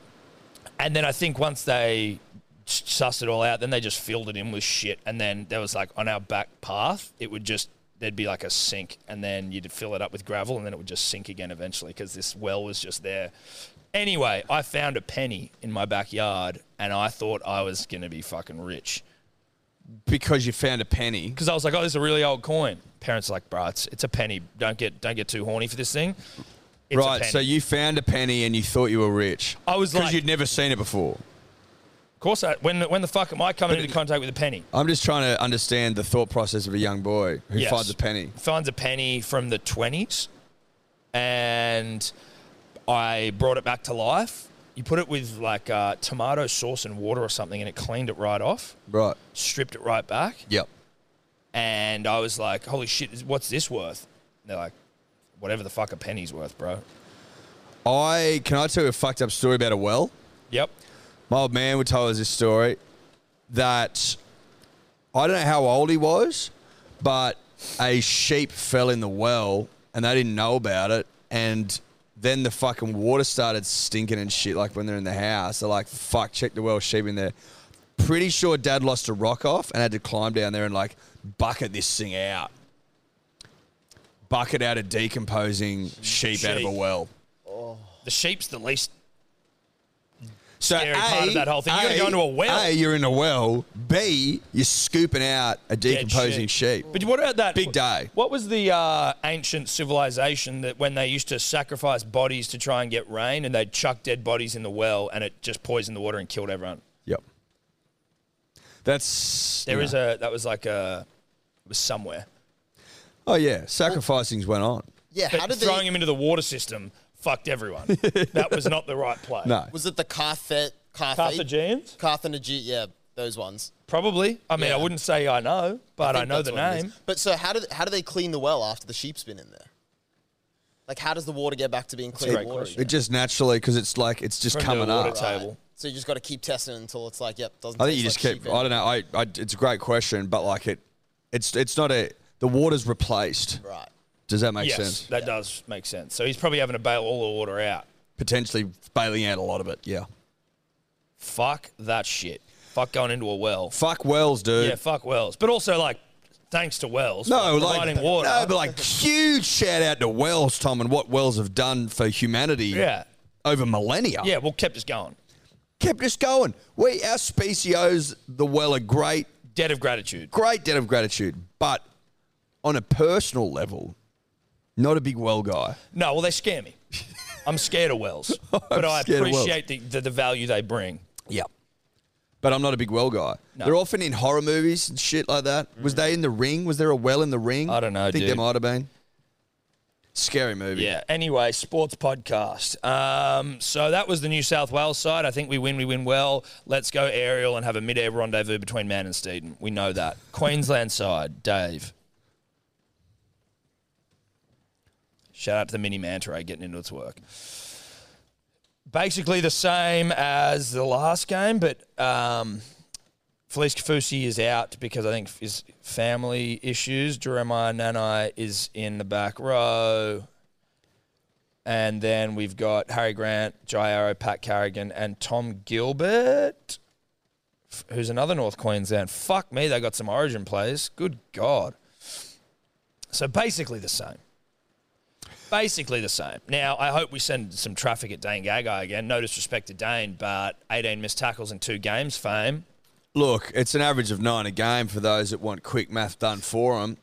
B: and then I think once they s- sussed it all out, then they just filled it in with shit. And then there was like on our back path, it would just there'd be like a sink, and then you'd fill it up with gravel, and then it would just sink again eventually because this well was just there. Anyway, I found a penny in my backyard, and I thought I was gonna be fucking rich
C: Because you found a penny.
B: because I was like, "Oh, this is a really old coin." Parents are like, "Bruh, it's, it's a penny. Don't get don't get too horny for this thing." It's a
C: Right,
B: penny."
C: so you found a penny and you thought you were rich.
B: I was
C: Because
B: like-
C: you'd never seen it before.
B: of course, I, when when the fuck am I coming into contact with a penny?
C: I'm just trying to understand the thought process of a young boy who
B: Yes.
C: finds a penny.
B: finds a penny from the 20s and I brought it back to life. You put it with like uh, tomato sauce and water or something and it cleaned it right off,
C: Right.
B: stripped it right back.
C: Yep.
B: And I was like, holy shit, what's this worth? And they're like, whatever the fuck a penny's worth, bro.
C: I can I tell you a fucked up story about a well?
B: Yep.
C: My old man would tell us this story that I don't know how old he was, but a sheep fell in the well and they didn't know about it. And then the fucking water started stinking and shit. Like when they're in the house, they're like, fuck, check the well, sheep in there. Pretty sure dad lost a rock off and had to climb down there and like bucket this thing out. Bucket out a decomposing sheep, out of a
B: Sheep.
C: well.
B: The sheep's the least.
C: So
B: scary part of that whole thing. You gotta go into a well.
C: A, you're in a well. B, you're scooping out a decomposing
B: shit.
C: sheep.
B: But what about that?
C: Big day.
B: What was the uh, ancient civilization that when they used to sacrifice bodies to try and get rain and they'd chuck dead bodies in the well and it just poisoned the water and killed everyone?
C: Yep. That's
B: There
C: yeah.
B: is a that was like a it was somewhere.
C: Oh yeah, sacrificings went on.
D: Yeah, how
B: But
D: did
B: throwing
D: they?
B: him into the water system fucked
D: [laughs]
B: everyone. that was not the right play.
C: No,
D: Was it the Carthet? Carthet?
B: Carthaginians?
D: Carthagena? Yeah, those ones.
B: Probably. I mean, I
D: Yeah.
B: wouldn't say I know, but I,
D: think
B: know
D: that's
B: the
D: what it is.
B: name.
D: But so how do how do they clean the well after the sheep's been in there? Like how does the water get back to being clean
B: great
D: water?
B: question.
D: again?
C: it just naturally because it's like it's just
B: From the
C: coming
B: water
C: up.
B: tap. Table.
D: So you just got to keep testing until it's like, yep, doesn't.
C: I think you
D: taste
C: just
D: like
C: keep.
D: sheep
C: I don't know. I, I it's a great question, but like it, it's it's not a the water's replaced.
D: anymore. Right.
C: Does that make
B: Yes,
C: sense?
B: that does make sense. So he's probably having to bail all the water out.
C: Potentially bailing out a lot of it. Yeah.
B: Fuck that shit. Fuck going into a well.
C: Fuck wells, dude.
B: Yeah, fuck Wells. But also, like, thanks to Wells.
C: No,
B: for
C: like
B: providing water.
C: no, but like huge shout out to Wells, Tom, and what Wells have done for humanity.
B: Yeah.
C: over millennia.
B: yeah, well, kept us going.
C: kept us going. We our specie owes the well a great,
B: Debt of gratitude.
C: great debt of gratitude. But on a personal level, not a big well guy.
B: No, well, they
C: [laughs]
B: scare me. I'm scared of Wells, but I
C: scared of Wells.
B: appreciate the, the, the value they bring.
C: Yeah, but I'm not a big well guy. They're often in horror movies and shit like that. Was they in the Ring? Was there a well in the Ring?
B: Mm. I don't know,
C: I think there
B: dude.
C: might have been. Scary movie.
B: Yeah. Anyway, sports podcast. Um, so that was the New South Wales side. I think we win, we win well. Let's go aerial and have a mid-air rendezvous between Man and Steeden. We know that. Queensland side, Dave. Shout out to the mini manta ray getting into its work. Basically the same as the last game, but um, Felice Kafusi is out because I think his family issues. Jeremiah Nanai is in the back row. And then we've got Harry Grant, Jai Arrow, Pat Carrigan, and Tom Gilbert, f- who's another North Queensland. Fuck me, they got some origin players. Good God. So basically the same. Basically the same. Now, I hope we send some traffic at Dane Gagai again. No disrespect to Dane, but 18 missed tackles in two games, fame.
C: Look, it's an average of nine a game for those that want quick math done for them.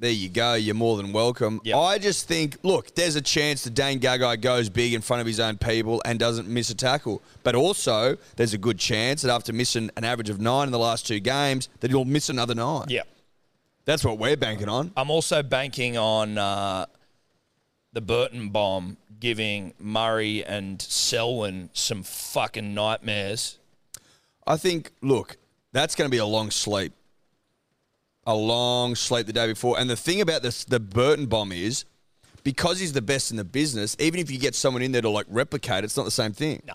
C: There you go. You're more than welcome.
B: Yep.
C: I just think, look, there's a chance that Dane Gagai goes big in front of his own people and doesn't miss a tackle. But also, there's a good chance that after missing an average of nine in the last two games, that he'll miss another nine.
B: Yeah.
C: That's what we're banking on.
B: I'm also banking on uh, the Burton bomb giving Murray and Selwyn some fucking nightmares.
C: I think, look, that's going to be a long sleep. A long sleep the day before. And the thing about this, the Burton bomb is because he's the best in the business, even if you get someone in there to like replicate, it's not the same thing.
B: No.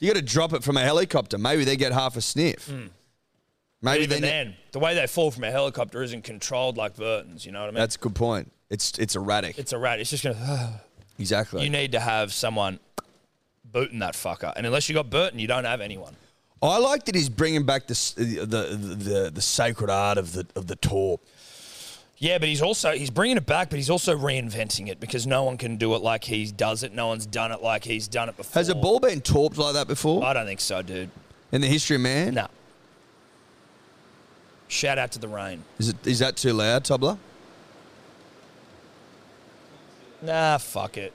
C: You got to drop it from a helicopter. Maybe they get half a sniff. Maybe
B: Hmm. Even
C: they ne-
B: then, the way they fall from a helicopter isn't controlled like Burton's. You know what I mean?
C: That's a good point. It's it's erratic.
B: it's a rat. It's just going [sighs] to.
C: exactly.
B: You need to have someone booting that fucker. And unless you got Burton, you don't have anyone.
C: I like that he's bringing back the s- the the, the, the sacred art of the of the torp.
B: Yeah, but he's also he's bringing it back, but he's also reinventing it because no one can do it like he does it. No one's done it like he's done it before.
C: Has a ball been torped like that before
B: I don't think so, dude.
C: in the history of man?
B: No. Shout out to the rain.
C: Is it is that too loud, Tobler?
B: Nah, fuck it.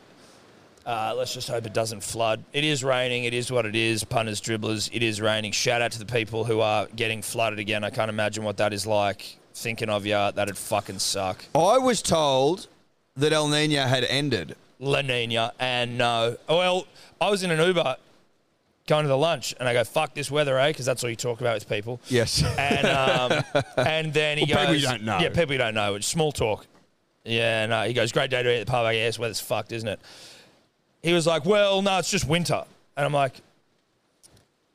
B: Uh, let's just hope it doesn't flood. It is raining. It is what it is. Punters, dribblers, it is raining. Shout out to the people who are getting flooded again. I can't imagine what that is like. Thinking of ya, that'd fucking suck.
C: I was told that El Nino had ended.
B: La Nina, and no. Well, I was in an Uber going to the lunch, and I go, "Fuck this weather, eh?" Because that's all you talk about with people.
C: Yes.
B: And um, and then he
C: Well, people
B: goes,
C: you don't know.
B: Yeah, people you don't know. It's small talk. Yeah, no. He goes, "Great day to be at the pub." I go, yes, weather's fucked, isn't it? He was like, "Well, no, it's just winter," and I'm like.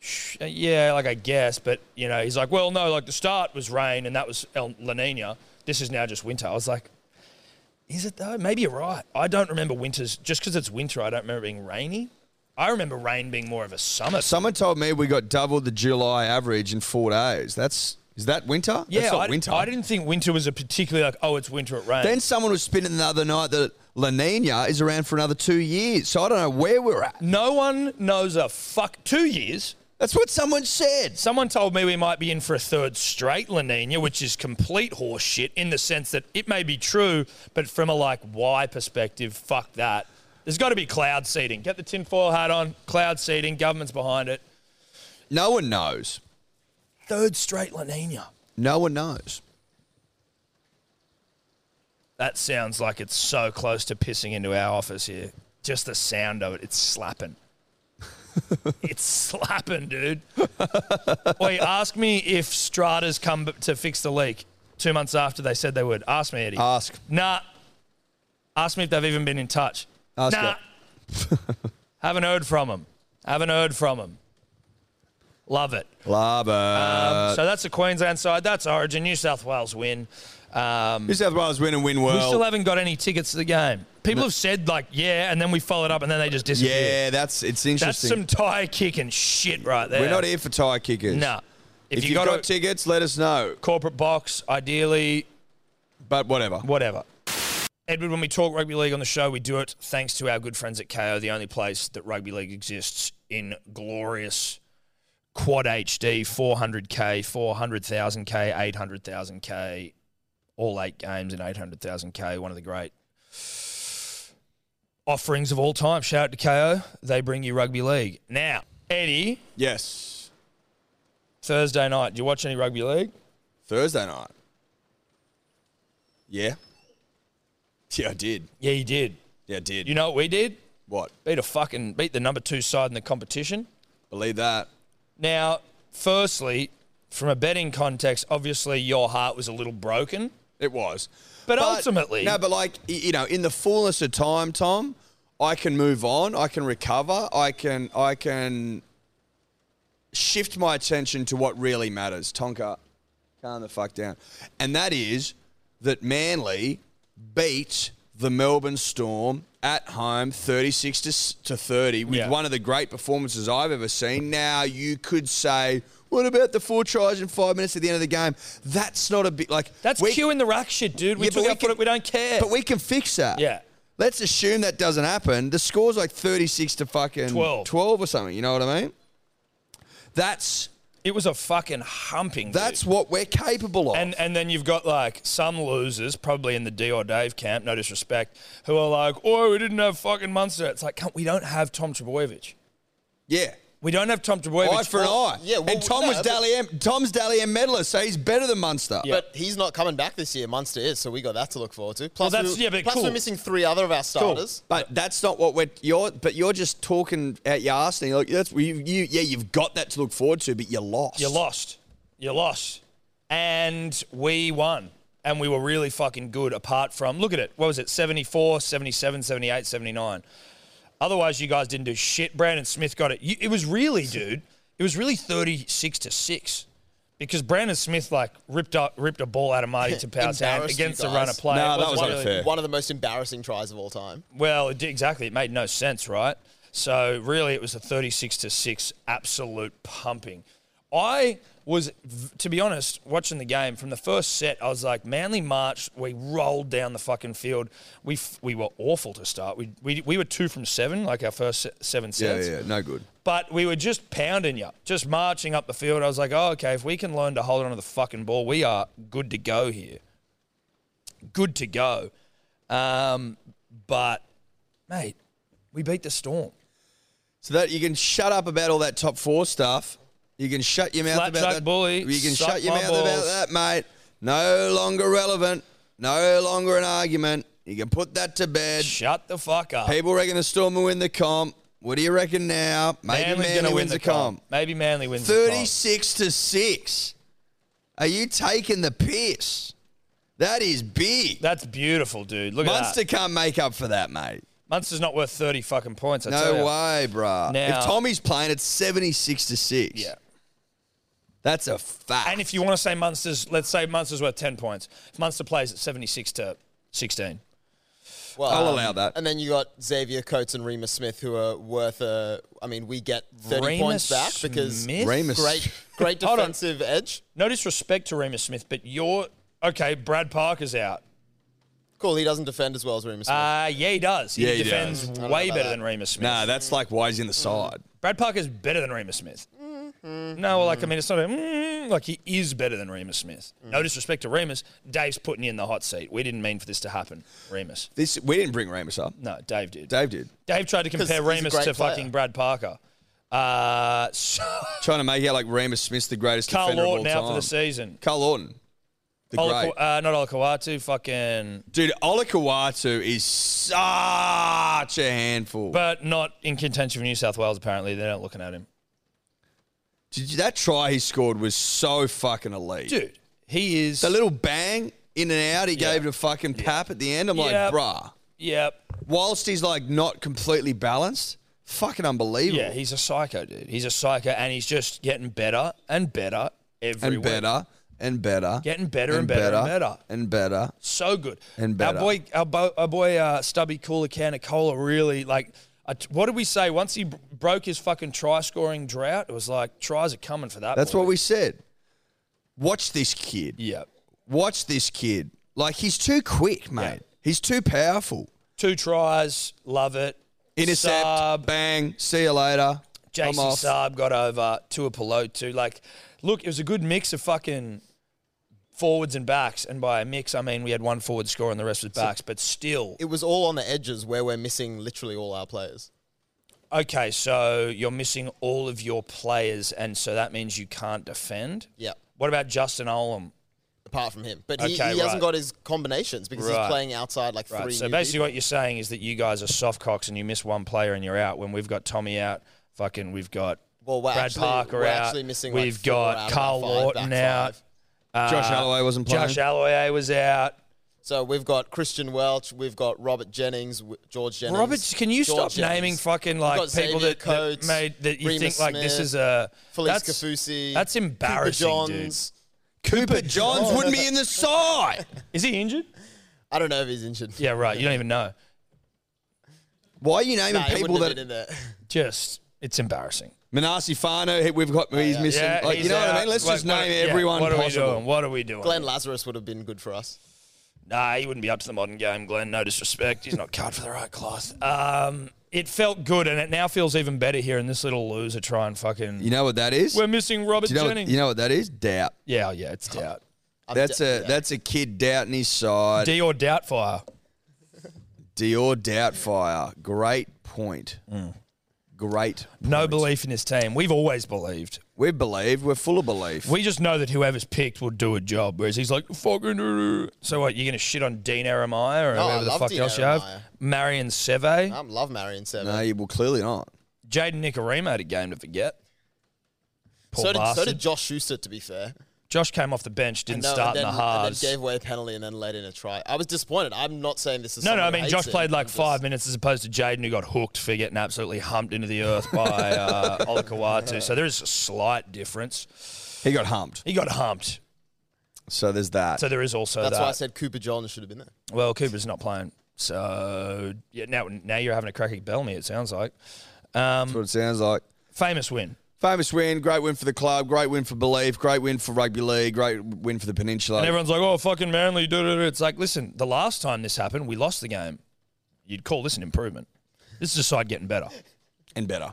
B: "Sh- Yeah, like I guess, but you know, he's like, well, no, like the start was rain and that was El La Nina. This is now just winter. I was like, is it though? Maybe you're right. I don't remember winters just because it's winter. I don't remember it being rainy. I remember rain being more of a
C: [laughs]
B: summer.
C: Someone told me we got double the July average in four days. That's is that winter?
B: yeah,
C: That's not
B: I,
C: winter.
B: I didn't think winter was a particularly like oh it's winter it rains.
C: Then someone was spinning the other night that La Nina is around for another two years. So I don't know where we're at.
B: no one knows a fuck. Two years.
C: That's what someone said.
B: Someone told me we might be in for a third straight La Nina, which is complete horseshit in the sense that it may be true, but from a like why perspective, fuck that. There's got to be cloud seeding. Get the tinfoil hat on. Cloud seeding. Government's behind it.
C: No one knows.
B: Third straight La Nina.
C: No one knows.
B: That sounds like it's so close to pissing into our office here. Just the sound of it, it's slapping. it's slapping, dude. Wait, ask me if Strata's come b- to fix the leak two months after they said they would. Ask me, Eddie.
C: Ask.
B: nah. Ask me if they've even been in touch.
C: Ask
B: nah. Haven't heard from them. Haven't heard from them. Love it. Um,
C: Lava.
B: so that's the Queensland side. That's Origin. New South Wales win. Um,
C: New South Wales win and win
B: we still
C: world.
B: haven't got any tickets to the game. People have said like, yeah, and then we followed up, and then they just disappear.
C: yeah, that's it's
B: that's
C: interesting.
B: some tire kicking shit right there.
C: We're not here for tie kickers.
B: Nah. If,
C: If,
B: you
C: you've
B: got,
C: got,
B: a
C: tickets, let us know.
B: corporate box, ideally,
C: But whatever.
B: whatever. Edward, when we talk rugby league on the show, we do it thanks to our good friends at KO, the only place that rugby league exists in glorious quad HD, 400k, 400,000k, 800,000k, all eight games in 800,000k. One of the great offerings of all time. Shout out to KO. They bring you rugby league. Now, Eddie,
C: Yes.
B: Thursday night, do you watch any rugby league?
C: Thursday night. Yeah. Yeah, I did.
B: Yeah, you did.
C: Yeah, I did.
B: You know what we did?
C: what?
B: Beat a fucking beat the number two side in the competition.
C: Believe that.
B: Now, firstly, from a betting context, obviously your heart was a little broken.
C: It was.
B: But ultimately-
C: No, but like, y- you know, in the fullness of time, Tom, I can move on. I can recover. I can, I can shift my attention to what really matters. Tonka, calm the fuck down. And that is that Manly beat the Melbourne Storm at home 36 to, s- to 30 with
B: Yeah.
C: one of the great performances I've ever seen. Now you could say, what about the four tries in five minutes at the end of the game? That's not a bit like
B: That's
C: we-
B: queuing the rack shit, dude. We
C: Yeah, but
B: took
C: we
B: up for
C: can-
B: it. We don't care.
C: But we can fix that.
B: Yeah.
C: Let's assume that doesn't happen. The score's like 36 to fucking
B: 12.
C: 12 or something. You know what I mean? That's
B: It was a fucking humping.
C: That's
B: dude.
C: what we're capable of.
B: And and then you've got like some losers, probably in the D or Dave camp, no disrespect, who are like, oh, we didn't have fucking Munster. It's like, cunt, we don't have Tom Trebojevic.
C: yeah.
B: We don't have Tom Trebojevic.
C: Eye for an eye.
D: yeah, well,
C: and Tom
D: no,
C: was
D: but-
C: Dally M. Tom's Dally M medalist, so he's better than Munster.
D: But he's not coming back this year. Munster is, so we got that to look forward to. Plus,
B: that's-
D: we,
B: yeah, but
D: plus
B: cool.
D: we're missing three other of our starters.
C: But that's not what we're. You're, but you're just talking out your ass, and you're like, that's you, you. Yeah, you've got that to look forward to, but you lost.
B: You lost. You lost. And we won. And we were really fucking good apart from, look at it. What was it? 74, 77, 78, 79. Otherwise, you guys didn't do shit. Brandon Smith got it. You, it was really, dude, it was really 36 to 6. Because Brandon Smith like ripped up, ripped a ball out of
D: [laughs]
B: Marty Tapau's hand
D: Embarrassed you
B: against the
D: guys.
B: runner play.
C: Nah,
B: It
C: that was
B: wasn't
C: unfair. Yeah.
D: One of the most embarrassing tries of all time.
B: well, it did, exactly. It made no sense, right? So really, it was a thirty-six to six absolute pumping. I was, v- to be honest, watching the game from the first set. I was like, Manly marched. We rolled down the fucking field. We f- we were awful to start. We, we we were two from seven, like our first se- seven
C: Yeah,
B: sets
C: yeah, no good.
B: but we were just pounding you, just marching up the field. I was like, oh, okay, if we can learn to hold on to the fucking ball, we are good to go here. Good to go. Um, but, mate, we beat the storm.
C: So that you can shut up about all that top four stuff. You can shut your mouth
B: Flat
C: about
B: track
C: that.
B: bully,
C: You can
B: suck
C: shut your
B: my
C: mouth
B: balls.
C: about that, mate. No longer relevant. No longer an argument. You can put that to bed.
B: Shut the fuck up.
C: People reckon the Storm will win the comp. What do you reckon now? Maybe
B: Manly's
C: Manly
B: gonna
C: wins
B: win the comp. Maybe Manly wins the
C: 36 to 6. Are you taking the piss? That is big.
B: comp. That's beautiful, dude. Look
C: Munster
B: at that.
C: can't make up for that, mate.
B: Munster's not worth 30 fucking points, I tell
C: No
B: ya.
C: way, bruh.
B: Now-
C: if Tommy's playing, it's 76 to 6.
B: Yeah.
C: That's a fact.
B: And if you want to say Munster's, let's say Munster's worth 10 points. If Munster plays at 76 to 16.
D: Well,
C: I'll allow that.
D: And then you got Xavier Coates and Remus Smith, who are worth a. I mean, we get thirty points
B: Remus
D: back because
B: Smith?
C: Remus.
D: great,
B: [laughs]
D: great
B: Hold on.
D: defensive edge.
B: No disrespect to Remus Smith, but you're okay. Brad Parker's out.
D: Cool, he doesn't defend as well as Remus Smith.
B: Uh, yeah, he does. He
C: Yeah, he
B: defends
C: does.
D: don't
B: way
D: know about
B: better
D: that.
B: than Remus Smith.
C: nah, that's like why he's in the side.
B: Brad Parker's better than Remus Smith.
D: Mm-hmm.
B: No, well, like I mean, it's not a, mm, like he is better than Remus Smith.
D: Mm.
B: No disrespect to Remus. Dave's putting you in the hot seat. We didn't mean for this to happen, Remus.
C: This we didn't bring Ramus up.
B: No, Dave did. Dave,
C: Dave did.
B: tried to compare
D: he's a
B: Remus
D: great
B: to
D: player.
B: fucking Brad Parker. Uh, so [laughs]
C: Trying to make out like Ramus Smith's the greatest
B: Carl
C: defender
B: Lawton
C: of all
B: out
C: time.
B: for the season.
C: Carl Lawton. The
B: Ola-
C: great.
B: uh, not Olakawatu, fucking,
C: Dude, Olakawatu is such a handful.
B: but not in contention for New South Wales. Apparently, they're not looking at him.
C: Did you- that try he scored was so fucking elite.
B: dude, he is.
C: The little bang in and out he gave to fucking Pap at the end. I'm
B: Yep.
C: like, bruh.
B: yep.
C: Whilst he's like not completely balanced, fucking unbelievable.
B: Yeah, he's a psycho, dude. He's a psycho, and he's just getting better and better every
C: and
B: week.
C: better and better.
B: Getting better and better and better.
C: and better.
B: So good.
C: And
B: Our
C: better.
B: boy, our, bo- our boy, uh, Stubby Cooler Cola really like. I t- what did we say? Once he b- broke his fucking try scoring drought, it was like tries are coming for that.
C: That's
B: boy.
C: what we said. Watch this kid.
B: Yeah.
C: Watch this kid. Like he's too quick, mate. He's too powerful.
B: Two tries, love it.
C: Intercept,
B: Sub,
C: bang, see you later. I'm
B: JC
C: off.
B: Saab got over to a Pelot too. Like, look, it was a good mix of fucking forwards and backs. And by a mix, I mean we had one forward score and the rest was backs. But still,
D: it was all on the edges where we're missing literally all our players.
B: okay, so you're missing all of your players, and so that means you can't defend.
D: Yeah.
B: What about Justin Olam?
D: Apart from him, but
B: Okay,
D: he, he
B: right.
D: hasn't got his combinations because
B: Right.
D: he's playing outside like
B: Right.
D: three.
B: So
D: new
B: basically,
D: people.
B: what you're saying is that you guys are soft cocks and you miss one player and you're out. When we've got Tommy out, fucking, we've got
D: Well, we're
B: Brad
D: actually-
B: Parker
D: we're
B: out.
D: actually missing, like,
B: we've
D: four out
B: got
D: of
B: Carl
D: our five
B: Lawton
D: back
B: out.
D: five.
C: Josh Alloway wasn't playing.
B: Uh, Josh Alloyer was out.
D: So we've got Christian Welch, we've got Robert Jennings, w- George Jennings.
B: Robert, can you
D: George
B: stop naming
D: Jennings.
B: fucking
D: We've
B: like people
D: got Xavier
B: that, that
D: Coates,
B: made that you think
D: Remus
B: like this
D: Smith,
B: is a
D: Felice
B: that's-
D: Kafusi.
B: That's embarrassing,
D: Cooper
B: dude.
D: Johns.
C: Cooper Johns wouldn't be in the side.
B: Is he injured?
D: I don't know if he's injured.
B: Yeah, right. You don't even know.
C: Why are you naming
D: [laughs] Nah, he
C: people
D: wouldn't have been
C: that
D: in there. [laughs]
B: Just it's embarrassing.
C: Manasi Fano? he- We've got he's missing.
B: Yeah,
C: like, you
B: he's
C: know what
B: out.
C: I mean? Let's
B: Like,
C: just
B: what-
C: name
B: yeah,
C: everyone
B: What are we
C: possible.
B: doing? What are we doing?
D: Glenn Lazarus would have been good for us.
B: Nah, he wouldn't be up to the modern game, Glenn. No disrespect. He's not cut for the right cloth. Um, It felt good, and it now feels even better hearing this little loser try and fucking.
C: You know what that is?
B: We're missing Robert
C: Do you know what,
B: Jennings.
C: you know what that is? Doubt.
B: yeah, yeah, it's doubt.
D: I'm
C: That's
D: de-
C: a
D: yeah.
C: that's a kid doubting his side.
B: D or Doubtfire.
C: Dior Doubtfire. Great point.
B: Mm.
C: Great.
B: No
C: point.
B: belief in this team. We've always believed.
C: We believe. We're full of belief.
B: We just know that whoever's picked will do a job. Whereas he's like, fucking. So what? You're gonna shit on Dean Aramaya or
D: No, I
B: whoever the
D: love
B: fuck
D: Dean
B: else you have?
D: Aramaya.
B: Marion Seve,
D: I love Marion Seven.
C: no, you, well, clearly not.
B: Jaden Nicarima had a game to forget. Poor
D: so, did, so
B: bastard.
D: did Josh Schuster, to be fair.
B: Josh came off the bench, didn't
D: No,
B: start
D: and then,
B: in the halves.
D: And then gave away a penalty and then let in a try. I was disappointed. I'm not saying this is
B: No, no,
D: someone
B: I
D: who
B: mean
D: hates
B: Josh
D: him.
B: played like
D: I'm just-
B: five minutes as opposed to Jaden who got hooked for getting absolutely humped into the earth by
D: [laughs]
B: uh, Olakawatu. So there is a slight difference.
C: He got humped.
B: He got humped,
C: So there's that.
B: so there is also
D: That's
B: that.
D: why I said Cooper John should have been there.
B: well, Cooper's not playing, so yeah. Now, now you're having a crack at Bellamy. It sounds like Um,
C: That's what it sounds like.
B: famous win.
C: Famous win, great win for the club, great win for belief, great win for rugby league, great win for the peninsula.
B: And everyone's like, "Oh, fucking Manly!" Do, do, do. It's like, listen, the last time this happened, we lost the game. You'd call this an improvement. This is a side getting better.
C: and better,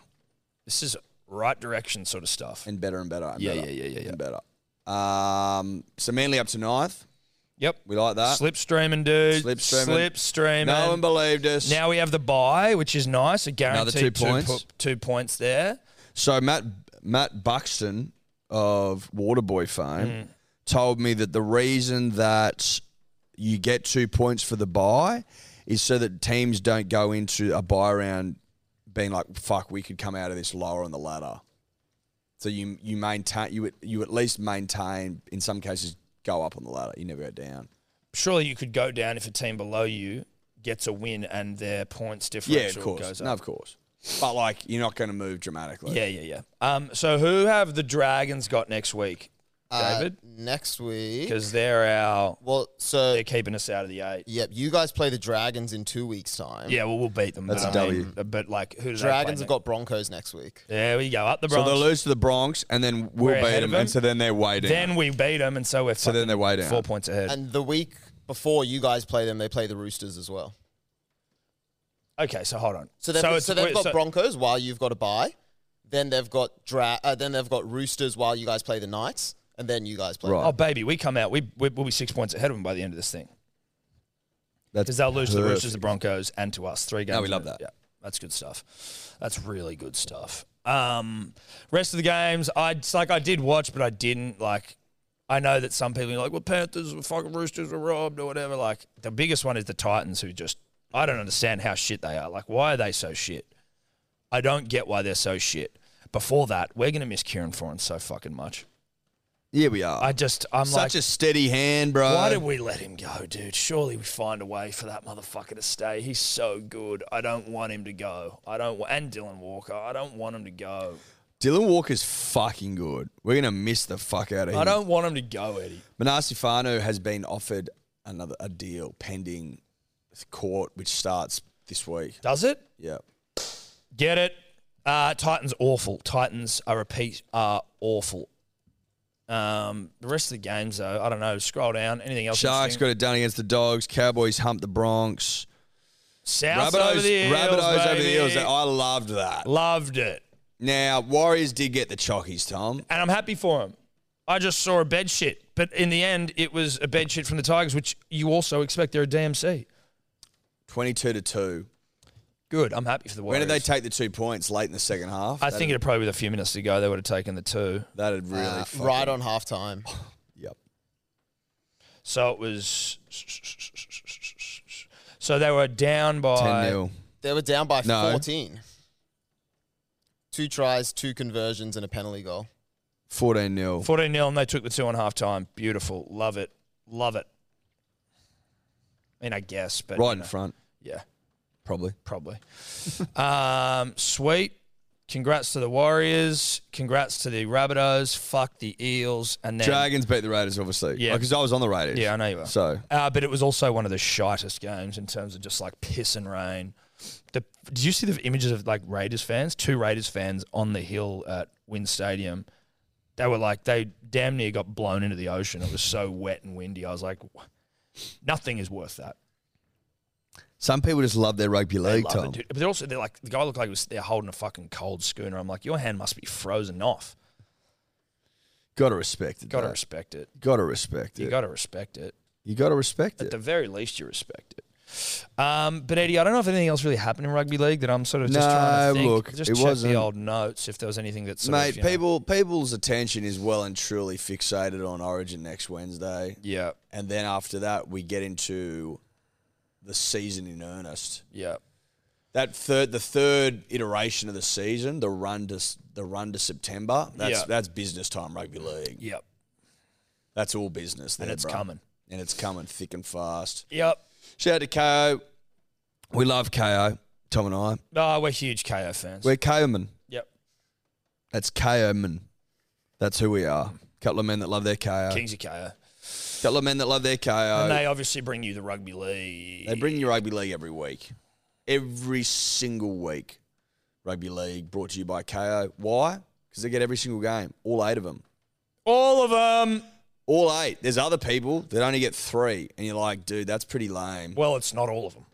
B: This is right direction sort of stuff.
C: and better, and better, and
B: Yeah,
C: better,
B: yeah, yeah, yeah, yeah.
C: and better. Um, so Manly up to ninth.
B: Yep.
C: We like that.
B: Slipstreaming, dude.
C: Slipstreaming.
B: Slipstreaming.
C: no one believed us.
B: Now we have the buy, which is nice. A guaranteed
C: two points.
B: po- two points there.
C: So Matt Matt Buxton of Waterboy fame
B: Mm.
C: told me that the reason that you get two points for the buy is so that teams don't go into a buy round being like fuck we could come out of this lower on the ladder. So you you maintain you at- you at least maintain in some cases go up on the ladder. You never go down.
B: Surely you could go down if a team below you gets a win and their points
C: Yeah,
B: differential
C: of course.
B: goes
C: No,
B: up.
C: of course. But like you're not going to move dramatically.
B: Yeah, yeah, yeah. Um, so who have the Dragons got next week,
D: Uh,
B: David?
D: next week.
B: Because they're our
D: Well, so
B: they're keeping us out of the eight.
D: yep, you guys play the Dragons in two weeks' time.
B: Yeah, well we'll beat them.
C: That's
B: but
C: a
B: I
C: W.
B: mean, but like who do
D: Dragons
B: they
D: have
B: play next-
D: got Broncos next week.
B: There we go up the
C: So
B: Bronx.
C: they'll lose to the Bronx and then we'll
B: We're
C: beat
B: ahead of
C: them, and
B: them.
C: so then they're waiting.
B: then we beat them, and so we're
C: So then
B: fucking
C: they're way down.
B: four points ahead.
D: And the week before you guys play them, they play the Roosters as well.
B: Okay, so hold on.
D: So they've, so
B: it's-
D: they've
B: we're-
D: got
B: so-
D: Broncos while you've got a bye. Then they've got dra- uh, then they've got Roosters while you guys play the Knights, and then you guys play.
C: Right.
B: Oh baby, we come out. We we- we'll be six points ahead of them by the end of this thing
C: That's
B: because they'll lose to the
C: perfect.
B: Roosters, the Broncos, and to us. Three games.
C: we
B: in
C: love
B: a-
C: that.
B: Yeah, that's good stuff. That's really good stuff. Um, rest of the games, I it's like I did watch, but I didn't like. I know that some people are like, well, Panthers, or fucking Roosters were robbed or whatever. Like the biggest one is the Titans, who just I don't understand how shit they are. Like, why are they so shit? I don't get why they're so shit. Before that, we're gonna miss Kieran Foran so fucking much.
C: Yeah, we are.
B: I just I'm
C: Such
B: like
C: a steady hand, bro.
B: Why did we let him go, dude? Surely we find a way for that motherfucker to stay. He's so good. I don't want him to go. I don't wa- and Dylan Walker. I don't want him to go.
C: Dylan Walker's fucking good. We're gonna miss the fuck out of him.
B: I don't want him to go, Eddie.
C: Manasi Fano has been offered another a deal pending with court, which starts this week.
B: Does it?
C: Yeah.
B: Get it? Uh, Titans awful. Titans I repeat are awful. Um, the rest of the games though, I don't know. Scroll down. Anything else?
C: Sharks
B: interesting?
C: got it done against the Dogs. Cowboys humped the Bronx.
B: Souths over
C: Rabbitohs,
B: the Eels,
C: Rabbitohs over the
B: baby.
C: Eels. I loved that.
B: Loved it.
C: Now Warriors did get the chockies, Tom.
B: and I'm happy for him. I just saw a bed shit, but in the end, it was a bed shit from the Tigers, which you also expect they're a DMC.
C: Twenty-two to two.
B: Good, I'm happy for the
C: When
B: Warriors.
C: did they take the two points late in the second half?
B: I think it'd probably with a few minutes to go, they would have taken the two.
C: that'd really
D: Uh,
C: fucking-
D: right on halftime.
C: Yep.
B: So it was. So they were down by.
C: Ten 0
D: They were down by
C: No.
D: 14. Two tries, two conversions, and a penalty goal.
C: 14 0.
B: 14 0, and they took the two on half time. Beautiful. Love it. Love it. I mean, I guess, but. you
C: Right in
B: know,
C: front,
B: Yeah.
C: probably.
B: probably. um, sweet. Congrats to the Warriors. Congrats to the Rabbitohs. Fuck the Eels. And then
C: Dragons beat the Raiders, obviously.
B: Yeah.
C: Because I was on the Raiders.
B: Yeah, I know you were.
C: So,
B: Uh, but it was also one of the shittest games in terms of just like piss and rain. The, did you see the images of like Raiders fans? Two Raiders fans on the hill at Wynn Stadium. They were like they damn near got blown into the ocean. It was so wet and windy. I was like, nothing is worth that.
C: Some people just love their rugby
B: They
C: league,
B: love
C: Tom.
B: it, dude. But they're also they're like the guy looked like he was they're holding a fucking cold schooner. I'm like, your hand must be frozen off.
C: Gotta respect it.
B: Gotta
C: though.
B: respect it.
C: gotta respect
B: You
C: it.
B: gotta respect it.
C: You gotta respect
B: At
C: it.
B: the very least, you respect it. Um, but Eddie, I don't know if anything else really happened in rugby league that I'm sort of just trying
C: No,
B: to think.
C: look,
B: just
C: it
B: check
C: wasn't-
B: the old notes if there was anything that's sort
C: Mate,
B: of, you know-
C: people people's attention is well and truly fixated on Origin next Wednesday.
B: Yeah,
C: And then after that we get into the season in earnest.
B: yeah,
C: That third the third iteration of the season, the run to s- the run to September, that's
B: Yeah.
C: that's business time rugby league.
B: yep,
C: That's all business there,
B: and it's
C: bro.
B: coming.
C: And it's coming thick and fast.
B: Yep.
C: Shout out to KO. We love KO, Tom and I.
B: No, we're huge KO fans.
C: We're KO men.
B: yep.
C: That's KO men. That's who we are. Couple of men that love their KO.
B: Kings of KO.
C: Couple of men that love their KO.
B: And
C: They,
B: they obviously bring you the rugby league.
C: uh, bring you rugby league every week. Every single week. Rugby league brought to you by KO. Why? Because they get every single game, all eight of them.
B: all of them.
C: All eight. There's other people that only get three, and you're like, dude, that's pretty lame.
B: Well, it's not all of them.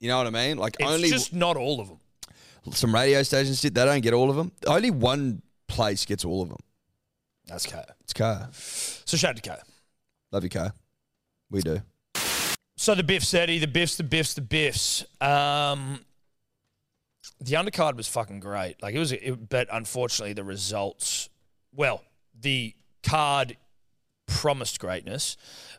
C: You know what I mean? Like
B: It's
C: only
B: just not all of them.
C: some radio stations did. They don't get all of them. Only one place gets all of them.
B: That's KO.
C: It's KO.
B: So shout out to KO.
C: Love you, KO. We do.
B: So the Biffs, Eddie, the Biffs, the Biffs, the Biffs. Um, the undercard was fucking great. Like it was, it, but unfortunately the results. Well, the card promised greatness,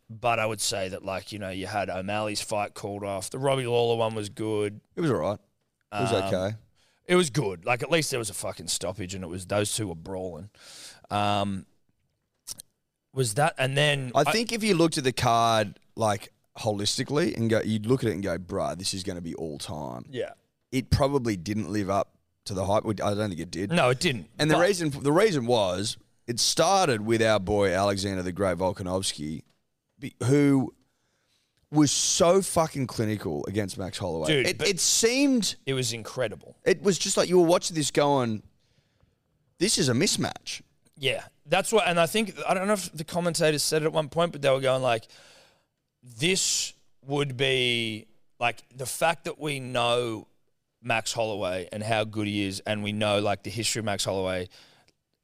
B: but I would say that like you know you had O'Malley's fight called off. The Robbie Lawler one was good.
C: It was all right. It was
B: Um,
C: okay.
B: It was good. Like at least there was a fucking stoppage, and it was those two were brawling. Um, was that and then
C: I think if you looked at the card like holistically and go, you'd look at it and go, bruh, this is going to be all time.
B: yeah
C: It probably didn't live up to the hype. I don't think it did.
B: no it didn't
C: And the
B: But-
C: reason the reason was it started with our boy Alexander the Great Volkanovski, be- who was so fucking clinical against Max Holloway.
B: Dude,
C: it,
B: but-
C: it seemed
B: it was incredible.
C: it was just like you were watching this going, this is a mismatch.
B: Yeah, that's what, and I think I don't know if the commentators said it at one point, but they were going like, "This would be like the fact that we know Max Holloway and how good he is, and we know like the history of Max Holloway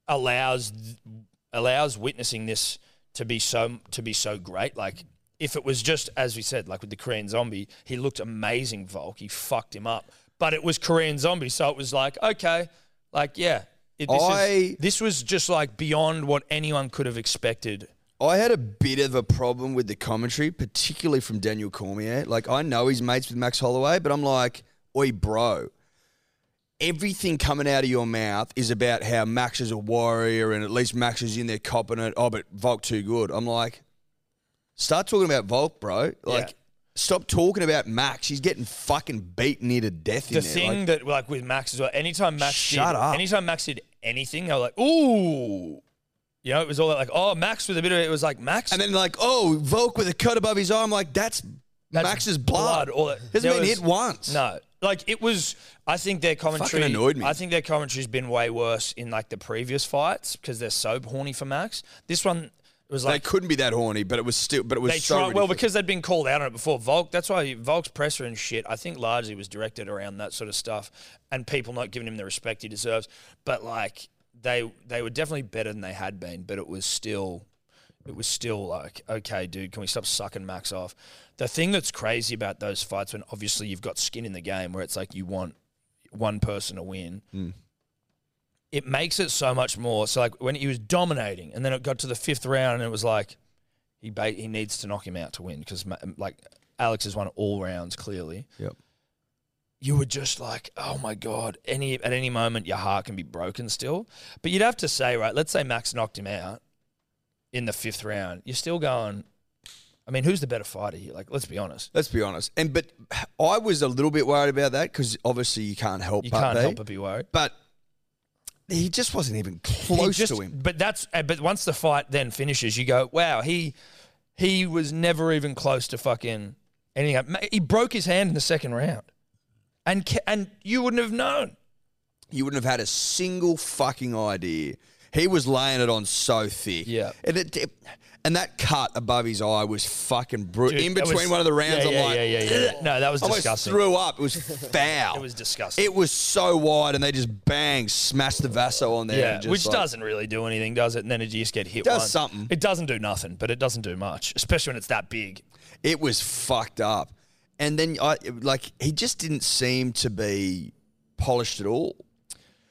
B: allows allows witnessing this to be so to be so great. Like if it was just as we said, like with the Korean Zombie, he looked amazing. Volk, he fucked him up, but it was Korean Zombie, so it was like okay, like yeah. It, this,
C: I-
B: is, this was just like beyond what anyone could have expected.
C: I had a bit of a problem with the commentary, particularly from Daniel Cormier. Like, I know he's mates with Max Holloway, but I'm like, oi, bro. Everything coming out of your mouth is about how Max is a warrior and at least Max is in there copping it. Oh, but Volk too good. I'm like, start talking about Volk, bro. Like,
B: Yeah.
C: stop talking about Max. He's getting fucking beaten near to death
B: The
C: in there.
B: thing
C: Like,
B: that like with Max as well, anytime Max
C: Shut
B: did,
C: up.
B: anytime Max did anything, they were like, ooh. You know, it was all like, oh, Max with a bit of it was like Max.
C: and then, like, oh, Volk with a cut above his arm. Like, that's,
B: That's
C: Max's blood.
B: blood, all that-
C: Hasn't
B: there
C: been
B: was-
C: hit once.
B: No, like it was. I think their commentary
C: Fucking annoyed me.
B: I think their commentary's been way worse in like the previous fights because they're so horny for Max. This one was
C: they
B: like
C: couldn't be that horny, but it was still, but it was
B: they
C: so
B: tried well
C: ridiculous.
B: because they'd been called out on it before. Volk. That's why Volk's presser and shit. I think largely was directed around that sort of stuff and people not giving him the respect he deserves. But like they they were definitely better than they had been. But it was still. It was still like, okay, dude, can we stop sucking Max off? The thing that's crazy about those fights when obviously you've got skin in the game where it's like you want one person to win,
C: Mm.
B: it makes it so much more. So like when he was dominating, and then it got to the fifth round, and it was like he ba- he needs to knock him out to win because like Alex has won all rounds clearly.
C: Yep.
B: You were just like, oh my god! Any at any moment your heart can be broken still. But you'd have to say, right? Let's say Max knocked him out in the fifth round. You're still going. I mean, who's the better fighter here? Like, let's be honest.
C: Let's be honest. And but I was a little bit worried about that because obviously you can't help
B: You
C: but
B: can't
C: be.
B: help but be worried.
C: But he just wasn't even
B: He
C: close
B: just-
C: to him.
B: But that's uh, but once the fight then finishes, you go, wow, he he was never even close to fucking anything. Ma- He broke his hand in the second round, and ca- and you wouldn't have known.
C: You wouldn't have had a single fucking idea. He was laying it on so thick.
B: Yeah.
C: And it, it- and that cut above his eye was fucking brutal.
B: Dude,
C: In
B: that
C: between
B: was-
C: one of the rounds,
B: yeah,
C: I'm
B: yeah,
C: like,
B: yeah, yeah, yeah.
C: "Ugh."
B: No, that was
C: I almost
B: disgusting.
C: Threw up. It was foul.
B: [laughs] It was disgusting.
C: It was so wide, and they just bang, smashed the Vaso on there.
B: yeah,
C: and just
B: which
C: like-
B: doesn't really do anything, does it? And then you just get hit.
C: Does
B: once.
C: something.
B: It doesn't do nothing, but it doesn't do much, especially when it's that big.
C: It was fucked up. And then I like he just didn't seem to be polished at all,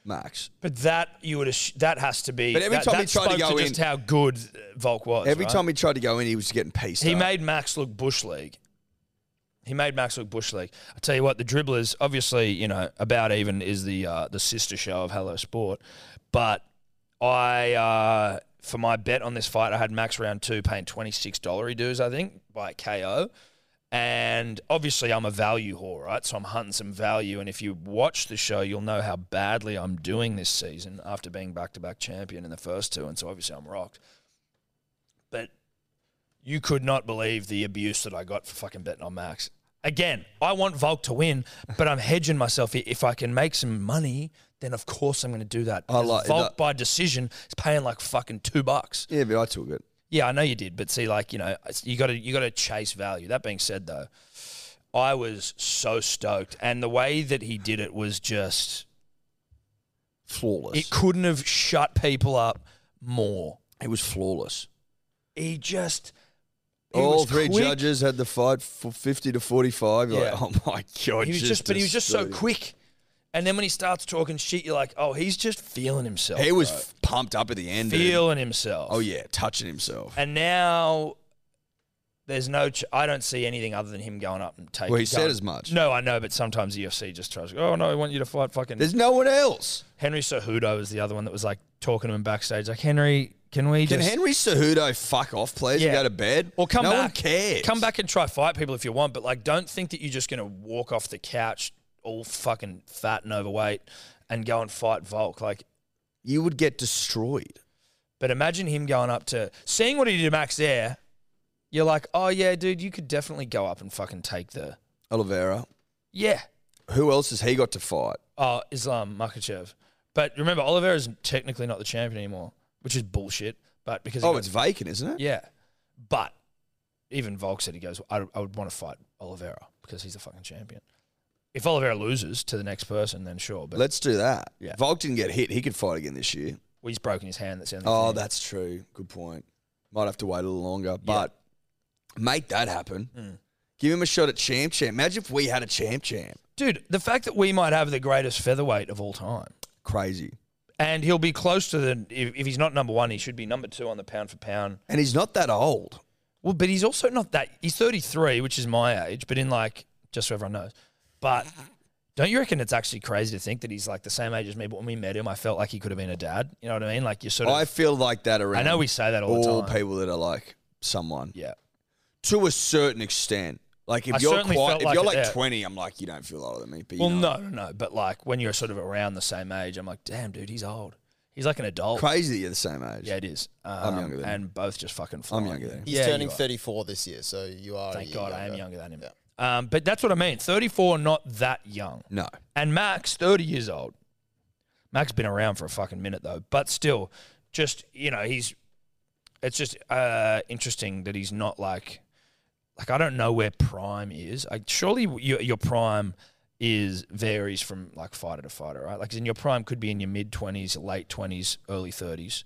C: Max.
B: But that you would ass- that has to be.
C: But every
B: that,
C: time he
B: that
C: tried to
B: spoke
C: go
B: just
C: in-
B: how good uh, Volk was.
C: Every
B: right?
C: time he tried to go in, he was getting pieced.
B: He
C: up.
B: made Max look bush league. He made Max look bush league. I tell you what, the dribblers obviously, you know, about even is the uh, the sister show of Hello Sport, but I uh, for my bet on this fight, I had Max round two paying twenty six dollary dues, I think, by KO. And obviously, I'm a value whore, right? So I'm hunting some value. And if you watch the show, you'll know how badly I'm doing this season after being back to back champion in the first two. And so obviously, I'm rocked. But you could not believe the abuse that I got for fucking betting on Max. Again, I want Volk to win, but I'm hedging myself. I- If I can make some money, then of course I'm going to do that.
C: I
B: Because
C: like
B: Volk
C: that.
B: by decision is paying like fucking two bucks.
C: Yeah, but I took it.
B: Yeah, I know you did, but see, like you know, it's- you got to you got to chase value. That being said, though, I was so stoked, and the way that he did it was just
C: Flawless.
B: it couldn't have shut people up more.
C: It was flawless.
B: He just he
C: All
B: was
C: three
B: quick.
C: judges had the fight for 50 to 45. You're
B: Yeah.
C: like, [laughs] oh my God.
B: He was just, but he was just so
C: destroyed.
B: quick. And then when he starts talking shit, you're like, oh, he's just feeling himself.
C: He was
B: bro.
C: f- pumped up at the end. dude.
B: feeling himself.
C: Oh, yeah, touching himself.
B: And now there's no. Ch- I don't see anything other than him going up and taking.
C: Well, he said
B: going-
C: as much.
B: No, I know, but sometimes the UFC just tries. Oh no, I want you to fight fucking
C: There's no one else.
B: Henry Cejudo was the other one that was like talking to him backstage, like Henry, can we
C: Can
B: just
C: Henry Cejudo fuck off, please,
B: Yeah.
C: and go to bed?
B: or come
C: no
B: back?
C: one cares.
B: Come back and try fight people if you want, but like, don't think that you're just gonna walk off the couch all fucking fat and overweight and go and fight Volk. Like,
C: You would get destroyed.
B: But imagine him going up to seeing what he did to Max there. You're like, oh yeah, dude, you could definitely go up and fucking take the
C: Oliveira.
B: yeah.
C: Who else has he got to fight?
B: Oh, Islam Makachev. But remember, Oliveira's technically not the champion anymore, which is bullshit. But because he
C: Oh,
B: got-
C: it's vacant, isn't it?
B: [laughs] yeah, but even Volk said he goes, I, I would want to fight Oliveira because he's the fucking champion. If Oliveira loses to the next person, then sure. But
C: Let's do that.
B: Yeah.
C: Volk didn't get hit. He could fight again this year.
B: well, he's broken his hand. That's the only
C: Oh,
B: thing.
C: that's true. Good point. Might have to wait a little longer, but make that happen.
B: Hmm.
C: Give him a shot at champ champ. Imagine if we had a champ champ.
B: dude. The fact that we might have the greatest featherweight of all time.
C: Crazy.
B: and he'll be close to the. If, if he's not number one, he should be number two on the pound for pound.
C: And he's not that old.
B: Well, but he's also not that. He's thirty three, which is my age, but in like just so everyone knows. But don't you reckon it's actually crazy to think that he's like the same age as me? But when we met him, I felt like he could have been a dad. You know what I mean? Like you sort of.
C: I feel like that around.
B: I know we say that all,
C: all
B: the time.
C: people that are like someone
B: Yeah,
C: to a certain extent. Like if
B: I
C: you're
B: certainly
C: quite,
B: felt
C: if
B: like
C: you're
B: it
C: like
B: there.
C: twenty, I'm like you don't feel older than me. But you
B: Well,
C: know.
B: no, no, no. But like when you're sort of around the same age, I'm like, damn, dude, he's old. He's like an adult.
C: crazy that you're the same age.
B: Yeah, it is. Um,
C: younger than him.
B: And both just fucking.
C: I'm
B: Flying.
C: younger than him.
D: He's
B: Yeah, you
D: turning
B: are.
D: 34 this year, so you are. a
B: Thank
D: year
B: God, I am younger
D: younger.
B: than him. Um, but that's what I mean. 34, not that young.
C: No,
B: And Max, 30 years old. Max been around for a fucking minute though, but still, just you know, he's. It's just uh, interesting that he's not like, like I don't know where prime is. Like surely your, your prime is varies from like fighter to fighter, right? Like in your prime could be in your mid twenties, late twenties, early thirties,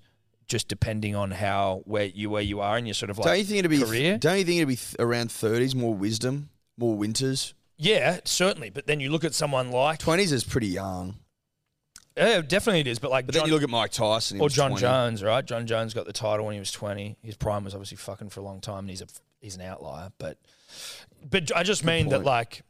B: just depending on how where you where you are and your sort of like
C: don't you think it'd be?
B: career.
C: Don't you think it'd be th- around thirties? More wisdom, more winters.
B: Yeah, certainly. But then you look at someone like
C: Twenties is pretty young.
B: yeah, definitely it is. But like
C: But
B: John-
C: then you look at Mike Tyson he
B: or
C: was
B: John
C: 20.
B: Jones, right? John Jones got the title when he was twenty. His prime was obviously fucking for a long time, and he's a he's an outlier. But but I just mean that
C: point.
B: like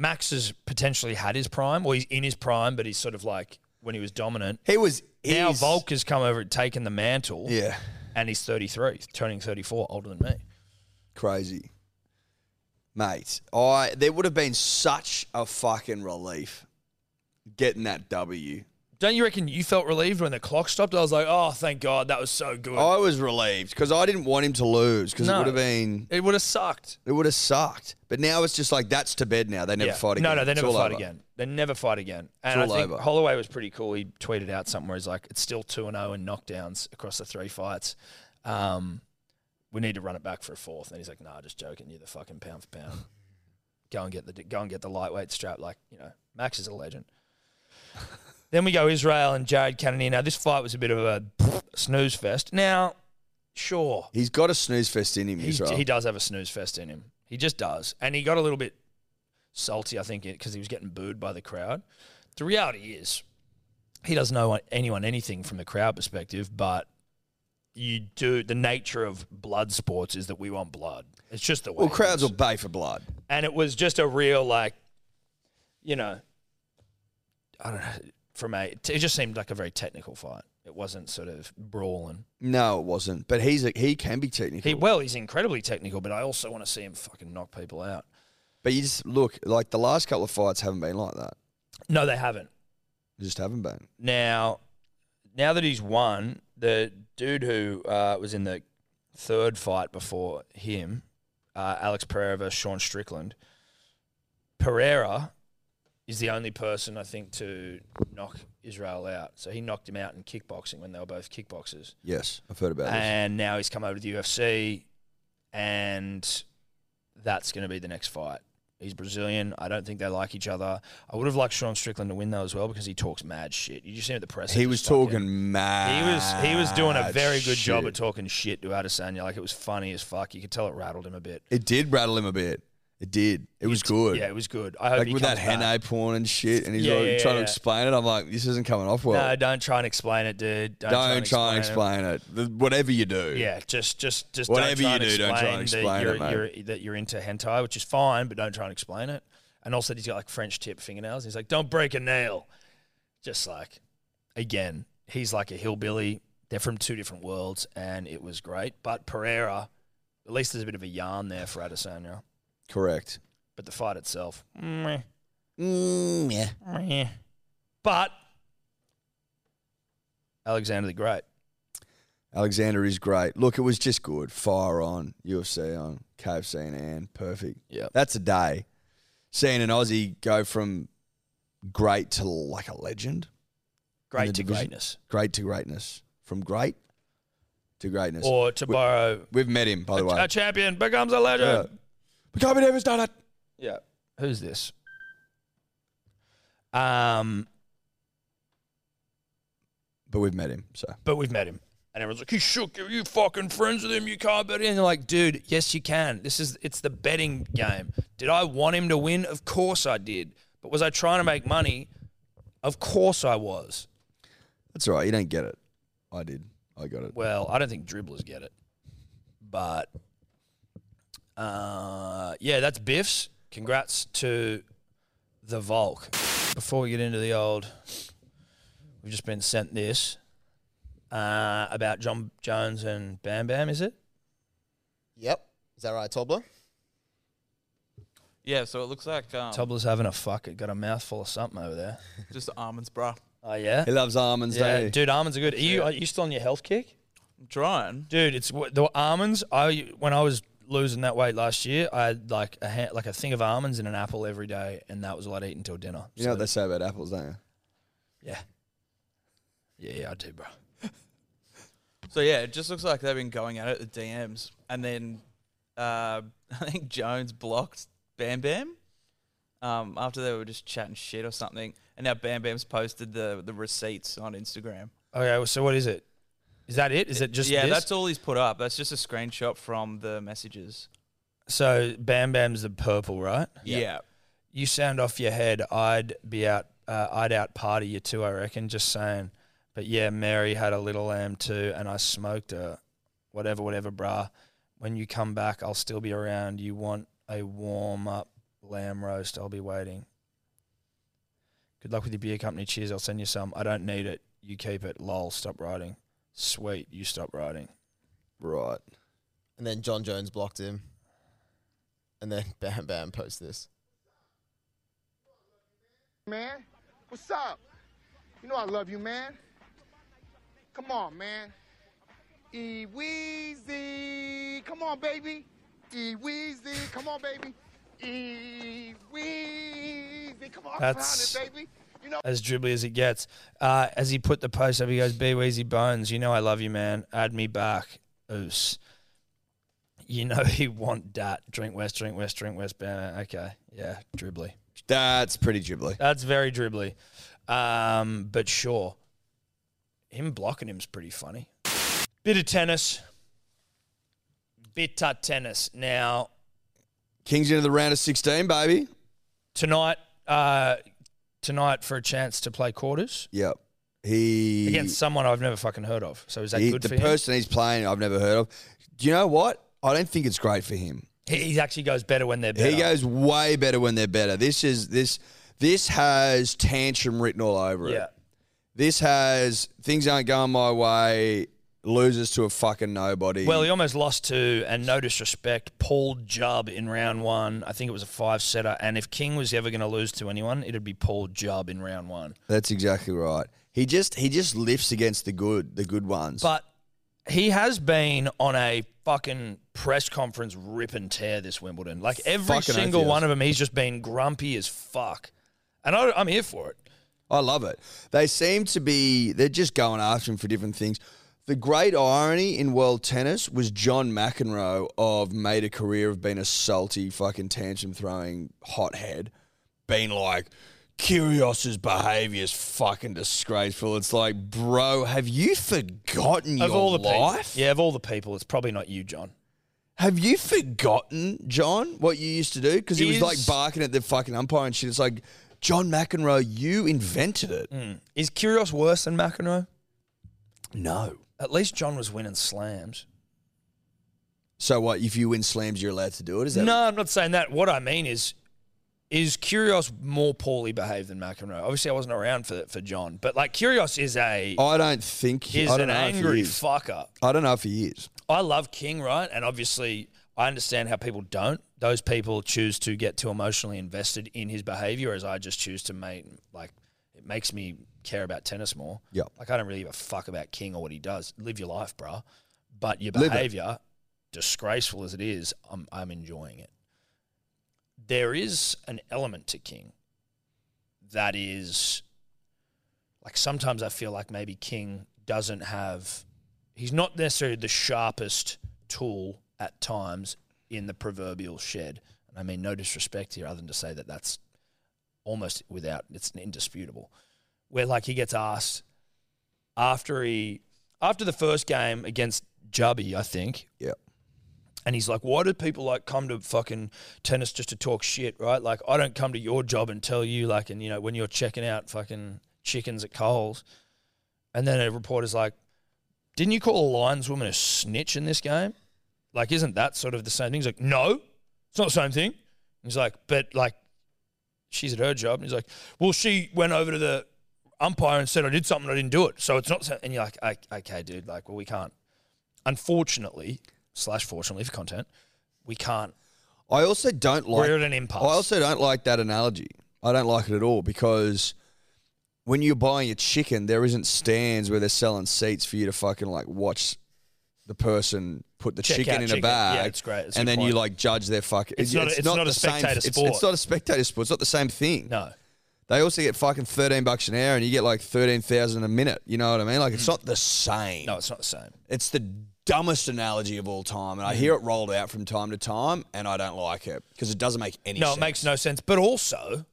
B: Max has potentially had his prime, or he's in his prime, but he's sort of like when he was dominant.
C: He was
B: Now
C: he's-
B: Volk has come over and taken the mantle,
C: Yeah,
B: and he's thirty three, turning thirty four, older than me.
C: crazy, mate. I there would have been such a fucking relief getting that W.
B: Don't you reckon you felt relieved when the clock stopped? I was like, oh, thank God, that was so good.
C: I was relieved because I didn't want him to lose because it
B: No.
C: would have been
B: It would have sucked.
C: it would have sucked. But now it's just like that's to bed now. They never
B: Yeah.
C: fight again.
B: No, no, they
C: It's
B: never
C: all
B: fight
C: over.
B: again. They never fight again. And
C: It's all
B: I think
C: over.
B: Holloway was pretty cool. He tweeted out something where he's like, "It's still two and zero in knockdowns across the three fights. Um, we need to run it back for a fourth. And he's like, "Nah, just joking. You're the fucking pound for pound. go and get the go and get the lightweight strap. Like you know, Max is
C: [laughs]
B: a legend." then we go Israel and Jared Cannonier. Now this fight was a bit of a snooze fest. Now, sure,
C: He's got a snooze fest in him,
B: he,
C: Israel.
B: he does have a snooze fest in him. He just does. And he got a little bit salty, I think, because he was getting booed by the crowd. The reality is, he doesn't know anyone anything from the crowd perspective, but you do. The nature of blood sports is that we want blood. It's just the way.
C: well,
B: it
C: crowds
B: is.
C: will bay for blood.
B: And it was just a real, like, you know, I don't know. From a, it just seemed like a very technical fight. It wasn't sort of brawling.
C: No, it wasn't. But he's a, he can be technical.
B: He well, he's incredibly technical, but I also want to see him fucking knock people out.
C: but you just look like the last couple of fights haven't been like that.
B: No, they haven't.
C: They just haven't been.
B: Now, now that he's won, the dude who uh, was in the third fight before him, uh, Alex Pereira versus Sean Strickland, Pereira is the only person I think to knock Israel out. So he knocked him out in kickboxing when they were both kickboxers,
C: Yes, I've heard about this.
B: and now he's come over to the UFC, and that's going to be the next fight. He's Brazilian. I don't think they like each other. I would have liked Sean Strickland to win though as well because he talks mad shit. You just see him at the press.
C: He was talking
B: He was
C: mad.
B: he was doing a very good job
C: shit.
B: at talking shit to Adesanya. Like it was funny as fuck. You could tell it rattled him a bit.
C: It did rattle him a bit. It did. It was good.
B: Yeah, it was good. I hope
C: like
B: he
C: with
B: comes
C: that henna porn and shit, and he's
B: Yeah,
C: like
B: yeah,
C: trying to
B: yeah.
C: explain it. I'm like, this isn't coming off well.
B: back. No, don't try and explain it, dude. Don't,
C: don't try and
B: it.
C: explain it. The- Whatever you do.
B: Yeah, just just just
C: Whatever
B: don't try
C: you
B: and
C: do, don't
B: explain
C: try and explain
B: that
C: it,
B: you're, you're that you're into hentai, which is fine, but don't try and explain it. And also, he's got like French tip fingernails. He's like, "Don't break a nail." Just like, again, he's like a hillbilly. They're from two different worlds, and it was great. But Pereira, at least there's a bit of a yarn there for Adesanya.
C: Correct.
B: But the fight itself, meh,
C: Mm, yeah.
B: meh. but Alexander the Great.
C: Alexander is great. Look, it was just good. Fire on, UFC on, KFC and Ann. Perfect.
B: Yep.
C: That's a day. Seeing an Aussie go from great to like a legend,
B: Great
C: the
B: to
C: division.
B: greatness,
C: great to greatness, from great to greatness.
B: or to
C: We-
B: borrow
C: We've met him, by the
B: a,
C: way.
B: a champion becomes a legend.
C: But Kobe never started.
B: Yeah. Who's this? Um,
C: But we've met him, so
B: but we've met him, and everyone's like, "He shook. Are you fucking friends with him? You can't bet." in." And they're like, "Dude, yes, you can. This is it's the betting game. Did I want him to win? Of course I did. But was I trying to make money? Of course I was.
C: that's all right. You don't get it. I did. I got it.
B: Well, I don't think dribblers get it, but uh, yeah, that's Biff's. Congrats to the Volk. Before we get into the old, we've just been sent this uh, about John Jones and Bam Bam. Is it?
D: Yep. Is that right, Tobler?
E: Yeah, so it looks like um,
B: Tobler's having a fuck. It got a mouthful of something over there.
E: just almonds, bruh.
B: Oh yeah,
C: He loves almonds,
B: yeah,
C: don't he?
B: dude. Almonds are good. Are you are you still on your health kick?
E: I'm trying.
B: Dude, it's wh- the almonds. I when I was losing that weight last year, I had like a ha- like a thing of almonds and an apple every day, and that was all I'd eat until dinner.
C: You know
B: So,
C: what they say about apples, don't you?
B: yeah, yeah, yeah, I do, bro.
E: So yeah, it just looks like they've been going at it at DMs, and then uh, [laughs] I think Jones blocked Bam Bam um, after they were just chatting shit or something, and now Bam Bam's posted the the receipts on Instagram.
B: Okay, well, so what is it? Is that it? Is it just
E: yeah,
B: this?
E: that's all he's put up. That's just a screenshot from the messages.
B: so Bam Bam's the purple, right?
E: Yeah,
B: You sound off your head. I'd be out. Uh, I'd out party you too. I reckon. Just saying. But yeah, Mary had a little lamb too, and I smoked her. Whatever, whatever, brah. When you come back, I'll still be around. You want a warm up lamb roast? I'll be waiting. Good luck with your beer company. Cheers. I'll send you some. I don't need it. You keep it. Lol. Stop writing. Sweet. You stop writing.
C: Right.
D: And then John Jones blocked him. And then [laughs] Bam Bam post this.
F: man. What's up? You know I love you, man. Come on, man. E-Weezy. Come on, baby. E-Weezy. Come on, baby. E-Weezy. Come on, I'm
B: That's-
F: proud of it, baby. You know
B: as dribbly as it gets. Uh, as he put the post up, he goes, "Be Weezy Bones, you know I love you, man. Add me back, Oos. You know he want dat. Drink West, drink West, drink West. Bam. Okay, yeah, dribbly.
C: That's pretty dribbly.
B: That's very dribbly, um, but sure. Him blocking him's pretty funny. Bit of tennis. Bit of tennis. Now
C: Kings into the round of 16, baby.
B: tonight, uh, tonight for a chance to play quarters
C: Yep. He
B: against someone I've never fucking heard of. So is that
C: he-
B: good
C: the
B: for him?
C: person he's playing, I've never heard of. Do you know what? I don't think it's great for him.
B: He, he actually goes better when they're better.
C: He goes way better when they're better. This is this this has tantrum written all over
B: Yeah.
C: it. This has things aren't going my way. Loses to a fucking nobody.
B: Well, he almost lost to, and no disrespect, Paul Jubb in round one. I think it was a five setter. And if King was ever going to lose to anyone, it'd be Paul Jubb in round one.
C: that's exactly right. He just he just lifts against the good the good ones.
B: But he has been on a fucking press conference rip and tear this Wimbledon. Like every
C: Fucking oath
B: single
C: he has.
B: one of them, he's just been grumpy as fuck. And I, I'm here for it.
C: I love it. They seem to be, they're just going after him for different things. The great irony in world tennis was John McEnroe of made a career of being a salty fucking tantrum throwing hothead, being like, Kyrgios's behaviour is fucking disgraceful. It's like, bro, have you forgotten
B: Of
C: your
B: all the
C: life?
B: people, yeah, of all the people, it's probably not you, John.
C: Have you forgotten, John, what you used to do? Because he was
B: Is-
C: like barking at the fucking umpire and shit. It's like, John McEnroe, you invented it.
B: Is Kyrgios worse than McEnroe?
C: No.
B: At least John was winning slams.
C: So what? If you win slams, you're allowed to do it? Is that
B: no, I'm not saying that. What I mean is, is Curios more poorly behaved than McEnroe? Obviously, I wasn't around for for John, but like Curios is a
C: I don't think. He,
B: is
C: Oh, I don't
B: an
C: know if
B: angry
C: he is.
B: fucker.
C: I don't know if he is.
B: I love King, right? And obviously, I understand how people don't. Those people choose to get too emotionally invested in his behavior, as I just choose to make like it makes me care about tennis more.
C: Yeah.
B: like I don't really give a fuck about King or what he does. Live your life, bruh. But your
C: Live it.
B: behavior, disgraceful as it is, I'm I'm enjoying it. There is an element to King that is like sometimes I feel like maybe King doesn't have he's not necessarily the sharpest tool at times in the proverbial shed. And I mean no disrespect here other than to say that that's almost without it's indisputable. Where like he gets asked after he after the first game against Jubby, I think,
C: Yeah.
B: and he's like, why do people like come to fucking tennis just to talk shit, right? Like, I don't come to your job and tell you, like, and you know, when you're checking out fucking chickens at Coles. And then a reporter's like, didn't you call a lineswoman a snitch in this game? Like, isn't that sort of the same thing? He's like, no, it's not the same thing. He's like, but like, she's at her job. And he's like, well, she went over to the umpire and said, I did something, I didn't do it. So it's not, so-" and you're like, "Ok- okay, dude, like, well, we can't. Unfortunately, slash fortunately for content, we can't.
C: I also don't like.
B: We're at an impasse.
C: I also don't like that analogy. I don't like it at all because when you're buying a chicken, there isn't stands where they're selling seats for you to fucking like watch the person put the
B: Check
C: chicken
B: out
C: in a
B: chicken.
C: bag.
B: Yeah, it's great. It's a
C: and
B: good
C: then
B: point.
C: you like judge their fucking.
B: It's not a- it's not a
C: the same-
B: spectator
C: it's- It's,
B: sport.
C: not a spectator sport. It's not the same thing.
B: No.
C: They also get fucking thirteen bucks an hour, and you get like thirteen thousand a minute. You know what I mean? Like it's not the same.
B: Mm. No, it's not the same.
C: It's the dumbest analogy of all time, and
B: Mm.
C: I hear it rolled out from time to time, and I don't like it because it doesn't make any
B: No,
C: sense.
B: it makes no sense. But also,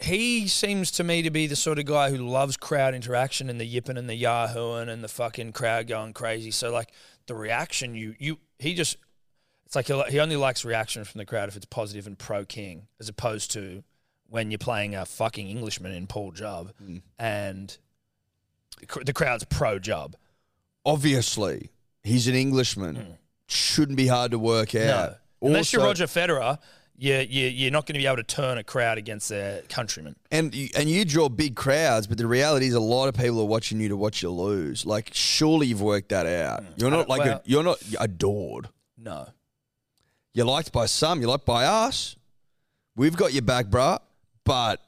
B: he seems to me to be the sort of guy who loves crowd interaction and the yipping and the yahooing and the fucking crowd going crazy. So like the reaction, you you he just it's like he'll- he only likes reaction from the crowd if it's positive and pro king, as opposed to when you're playing a fucking Englishman in Paul Jubb and the cr- the crowd's pro Jubb.
C: Obviously, he's an Englishman. Shouldn't be hard to work
B: Mm. No.
C: out.
B: Unless you're
C: Also-
B: Roger Federer, you you you're not going to be able to turn a crowd against their countrymen.
C: And you, and you draw big crowds, but the reality is a lot of people are watching you to watch you lose. Like, surely you've worked that out. You're not
B: Mm. don't-
C: like
B: well-
C: a, you're not adored.
B: No.
C: You're liked by some. You're liked by us. We've got your back, bruh. But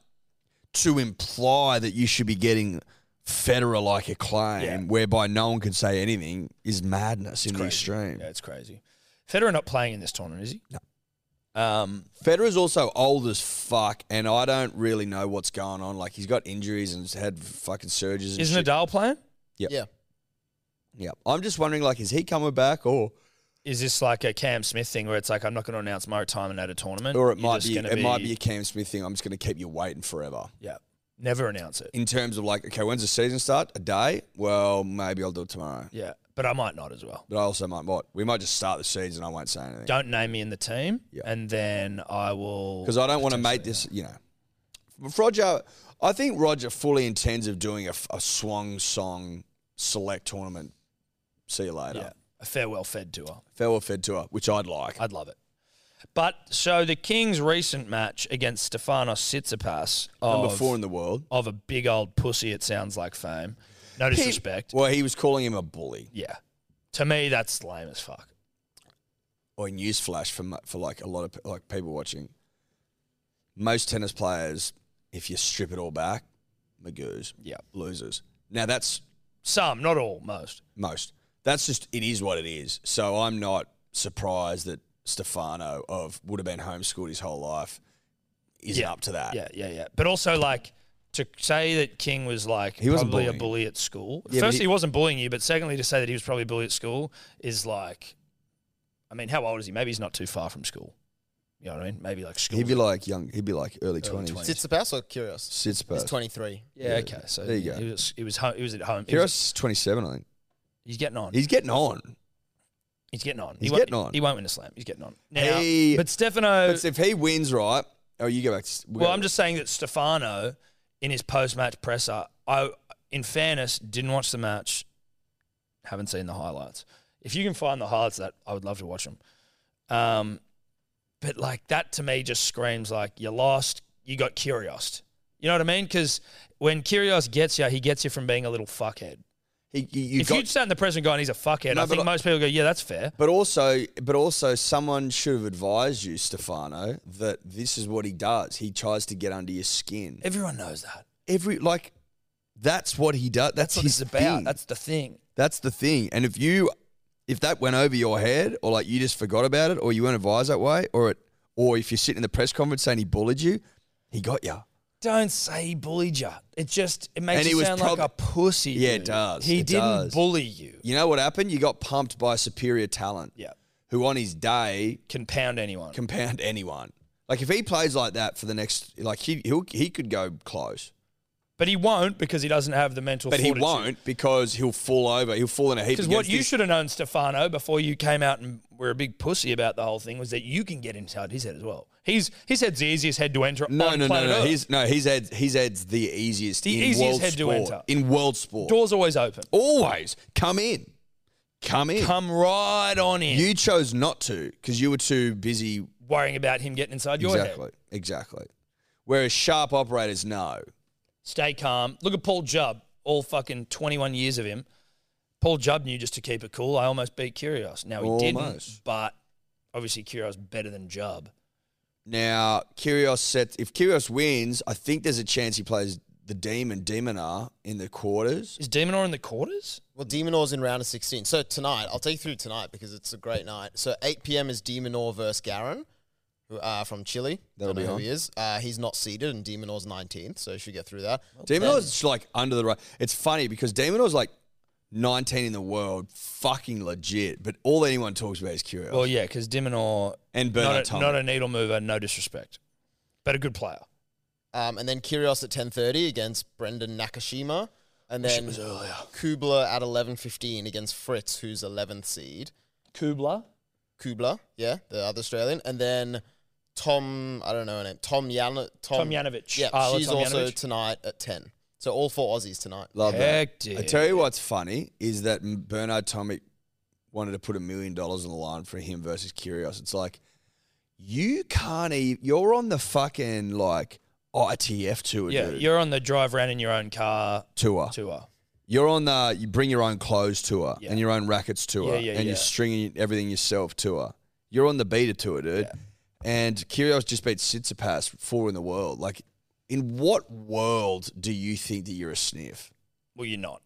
C: to imply that you should be getting Federer like acclaim,
B: Yeah.
C: whereby no one can say anything, is madness in the extreme.
B: Yeah, it's crazy. Federer not playing in this tournament, is he? No. Um,
C: Mm. Federer's also old as fuck, and I don't really know what's going on. Like he's got injuries and has had fucking surgeries. And
B: is
C: shit.
B: Nadal playing?
C: Yep.
D: Yeah.
C: Yeah, I'm just wondering, like, is he coming back or
B: Is this like a Cam Smith thing where it's like I'm not going to announce my retirement at a tournament,
C: or it
B: You're
C: might
B: just
C: be
B: gonna
C: it might be a Cam Smith thing. I'm just going to keep you waiting forever.
B: yeah, never announce it.
C: In terms of like, okay, when's the season start? A day? Well, maybe I'll do it tomorrow.
B: Yeah, but I might not as well.
C: But I also might what we might just start the season. I won't say anything
B: Don't name me in the team,
C: Yeah.
B: and then I will.
C: because I don't want to make this. You know, If Roger. I think Roger fully intends of doing a, a swung song select tournament. See you later.
B: yeah, a farewell Fed tour.
C: Farewell Fed tour, which I'd like.
B: I'd love it. But so the Kings' recent match against Stefanos Tsitsipas of,
C: Number four in the world.
B: of a big old pussy. It sounds like fame. No disrespect.
C: Well, he was calling him a bully.
B: yeah, to me that's lame as fuck.
C: Or newsflash for mo- for like a lot of pe- like people watching. Most tennis players, if you strip it all back, magoos.
B: Yeah.
C: losers. Now that's
B: Some, not all, most.
C: most. That's just it is what it is. So I'm not surprised that Stefano of would have been homeschooled his whole life isn't
B: Yeah.
C: up to that.
B: Yeah, yeah, yeah. But also, like, to say that King was like
C: He wasn't
B: probably
C: bullying.
B: a bully at school.
C: Yeah, but
B: Firstly,
C: he-
B: he, wasn't bullying you, but secondly, to say that he was probably a bully at school is like, I mean, how old is he? Maybe he's not too far from school. You know what I mean? Maybe like school.
C: He'd be like young. He'd be like early twenties.
B: 20s.
D: Tsitsipas or Kyrgios?
C: Sits
D: He's
C: past.
D: 23.
B: yeah, okay. So
C: There you go.
B: He was, he was, home, he was at home. He was-
C: Kyrgios is 27, I think.
B: he's getting on.
C: He's getting on.
B: He's getting on.
C: he's
B: won't-
C: getting on.
B: He won't win a slam. He's getting on. Now,
C: He-
B: but Stefano.
C: But if he wins, right? Oh, you go back. To, we
B: Well,
C: go-
B: I'm just saying that Stefano, in his post-match presser, I, in fairness, didn't watch the match. Haven't seen the highlights. If you can find the highlights, of that I would love to watch them. Um, but like that to me just screams like you lost. You got curiosed. You know what I mean? Because when Curios gets you, he gets you from being a little fuckhead.
C: He, you, you
B: if
C: got,
B: you'd sat in the present guy and he's a fuckhead,
C: No,
B: I
C: but
B: think
C: I-
B: most people go, yeah, that's fair.
C: But also, but also, someone should have advised you, Stefano, that this is what he does. He tries to get under your skin.
B: Everyone knows that.
C: Every like, that's what he does. That's,
B: That's what
C: his
B: it's about.
C: thing.
B: That's the thing.
C: That's the thing. And if you, if that went over your head, or like you just forgot about it, or you weren't advised that way, or it, or if you're sitting in the press conference saying he bullied you, he got you.
B: Don't say he bullied you. It just it makes
C: And he
B: you
C: was
B: sound
C: prob-
B: like a pussy.
C: Yeah, it
B: dude.
C: does.
B: He
C: It
B: didn't
C: does.
B: bully you.
C: You know what happened? You got pumped by superior talent.
B: Yeah.
C: Who on his day
B: Can pound anyone.
C: compound [laughs] anyone. Like if he plays like that for the next, like he he'll, he could go close,
B: but he won't because he doesn't have the mental
C: but he
B: fortitude.
C: won't because he'll fall over. He'll fall in a heap.
B: Because what
C: against
B: you
C: this-
B: should have known, Stefano, before you came out and were a big pussy about the whole thing, was that you can get inside his head as well. He's his head's the easiest head to enter.
C: no
B: on
C: no no
B: planet
C: no
B: Earth.
C: he's no he's had he's had the easiest
B: The
C: in
B: easiest
C: world
B: head to
C: sport,
B: enter.
C: in world sport.
B: doors always open.
C: Always come in, come in.
B: Come right on in.
C: You chose not to because you were too busy.
B: worrying about him getting inside your head.
C: exactly exactly. Whereas sharp operators know.
B: Stay calm. Look at Paul Jubb. All fucking 21 years of him. Paul Jubb knew just to keep it cool. I almost beat Curios. Now he didn't,
C: Almost.
B: but obviously Curios better than Jubb.
C: Now, Kyrgios set. If Kyrgios wins, I think there's a chance he plays the Demon Demonar in the quarters.
B: Is Demonor in the quarters?
D: Well, Demonor in round of 16. So tonight, I'll take you through tonight because it's a great night. So 8 p.m. is Demonor versus Garin who, uh, from Chile.
C: That'll
D: Don't
C: be
D: know
C: on.
D: who he is. Uh, he's not seeded and Demonor's 19th, so he should get through that.
C: Demonor's like under the right. It's funny because Demonor's like 19 in the world, fucking legit. But all anyone talks about is Kyrgios.
B: Well, yeah, because Demonor
C: and Bernard
B: not a,
C: Tomic.
B: not a needle mover, no disrespect, but a good player.
D: Um, and then Kyrgios at 10.30 against Brendan Nakashima. And then Kubler at 11.15 against Fritz, who's 11th seed.
B: Kubler,
D: Kubler, yeah, the other Australian. And then Tom, I don't know her name, Tom Yana,
B: Tom Yanovich.
D: Yeah,
B: Isla
D: she's
B: Tom
D: also
B: Yanovich.
D: tonight at 10. So all four Aussies tonight.
C: Love
B: Hectic.
C: that. I tell you what's funny is that M- Bernard Tomic wanted to put a million dollars on the line for him versus Kyrgios. It's like you can't. Even, you're on the fucking like ITF tour,
B: yeah,
C: dude.
B: you're on the drive around in your own car
C: tour.
B: tour.
C: You're on the you bring your own clothes tour
B: Yeah.
C: and your own rackets tour,
B: Yeah, yeah,
C: and
B: yeah.
C: you're stringing everything yourself tour. You're on the beta tour, dude. And Kyrgios just beat Sitsipas four in the world. Like In what world do you think that you're a sniff?
B: Well, you're not.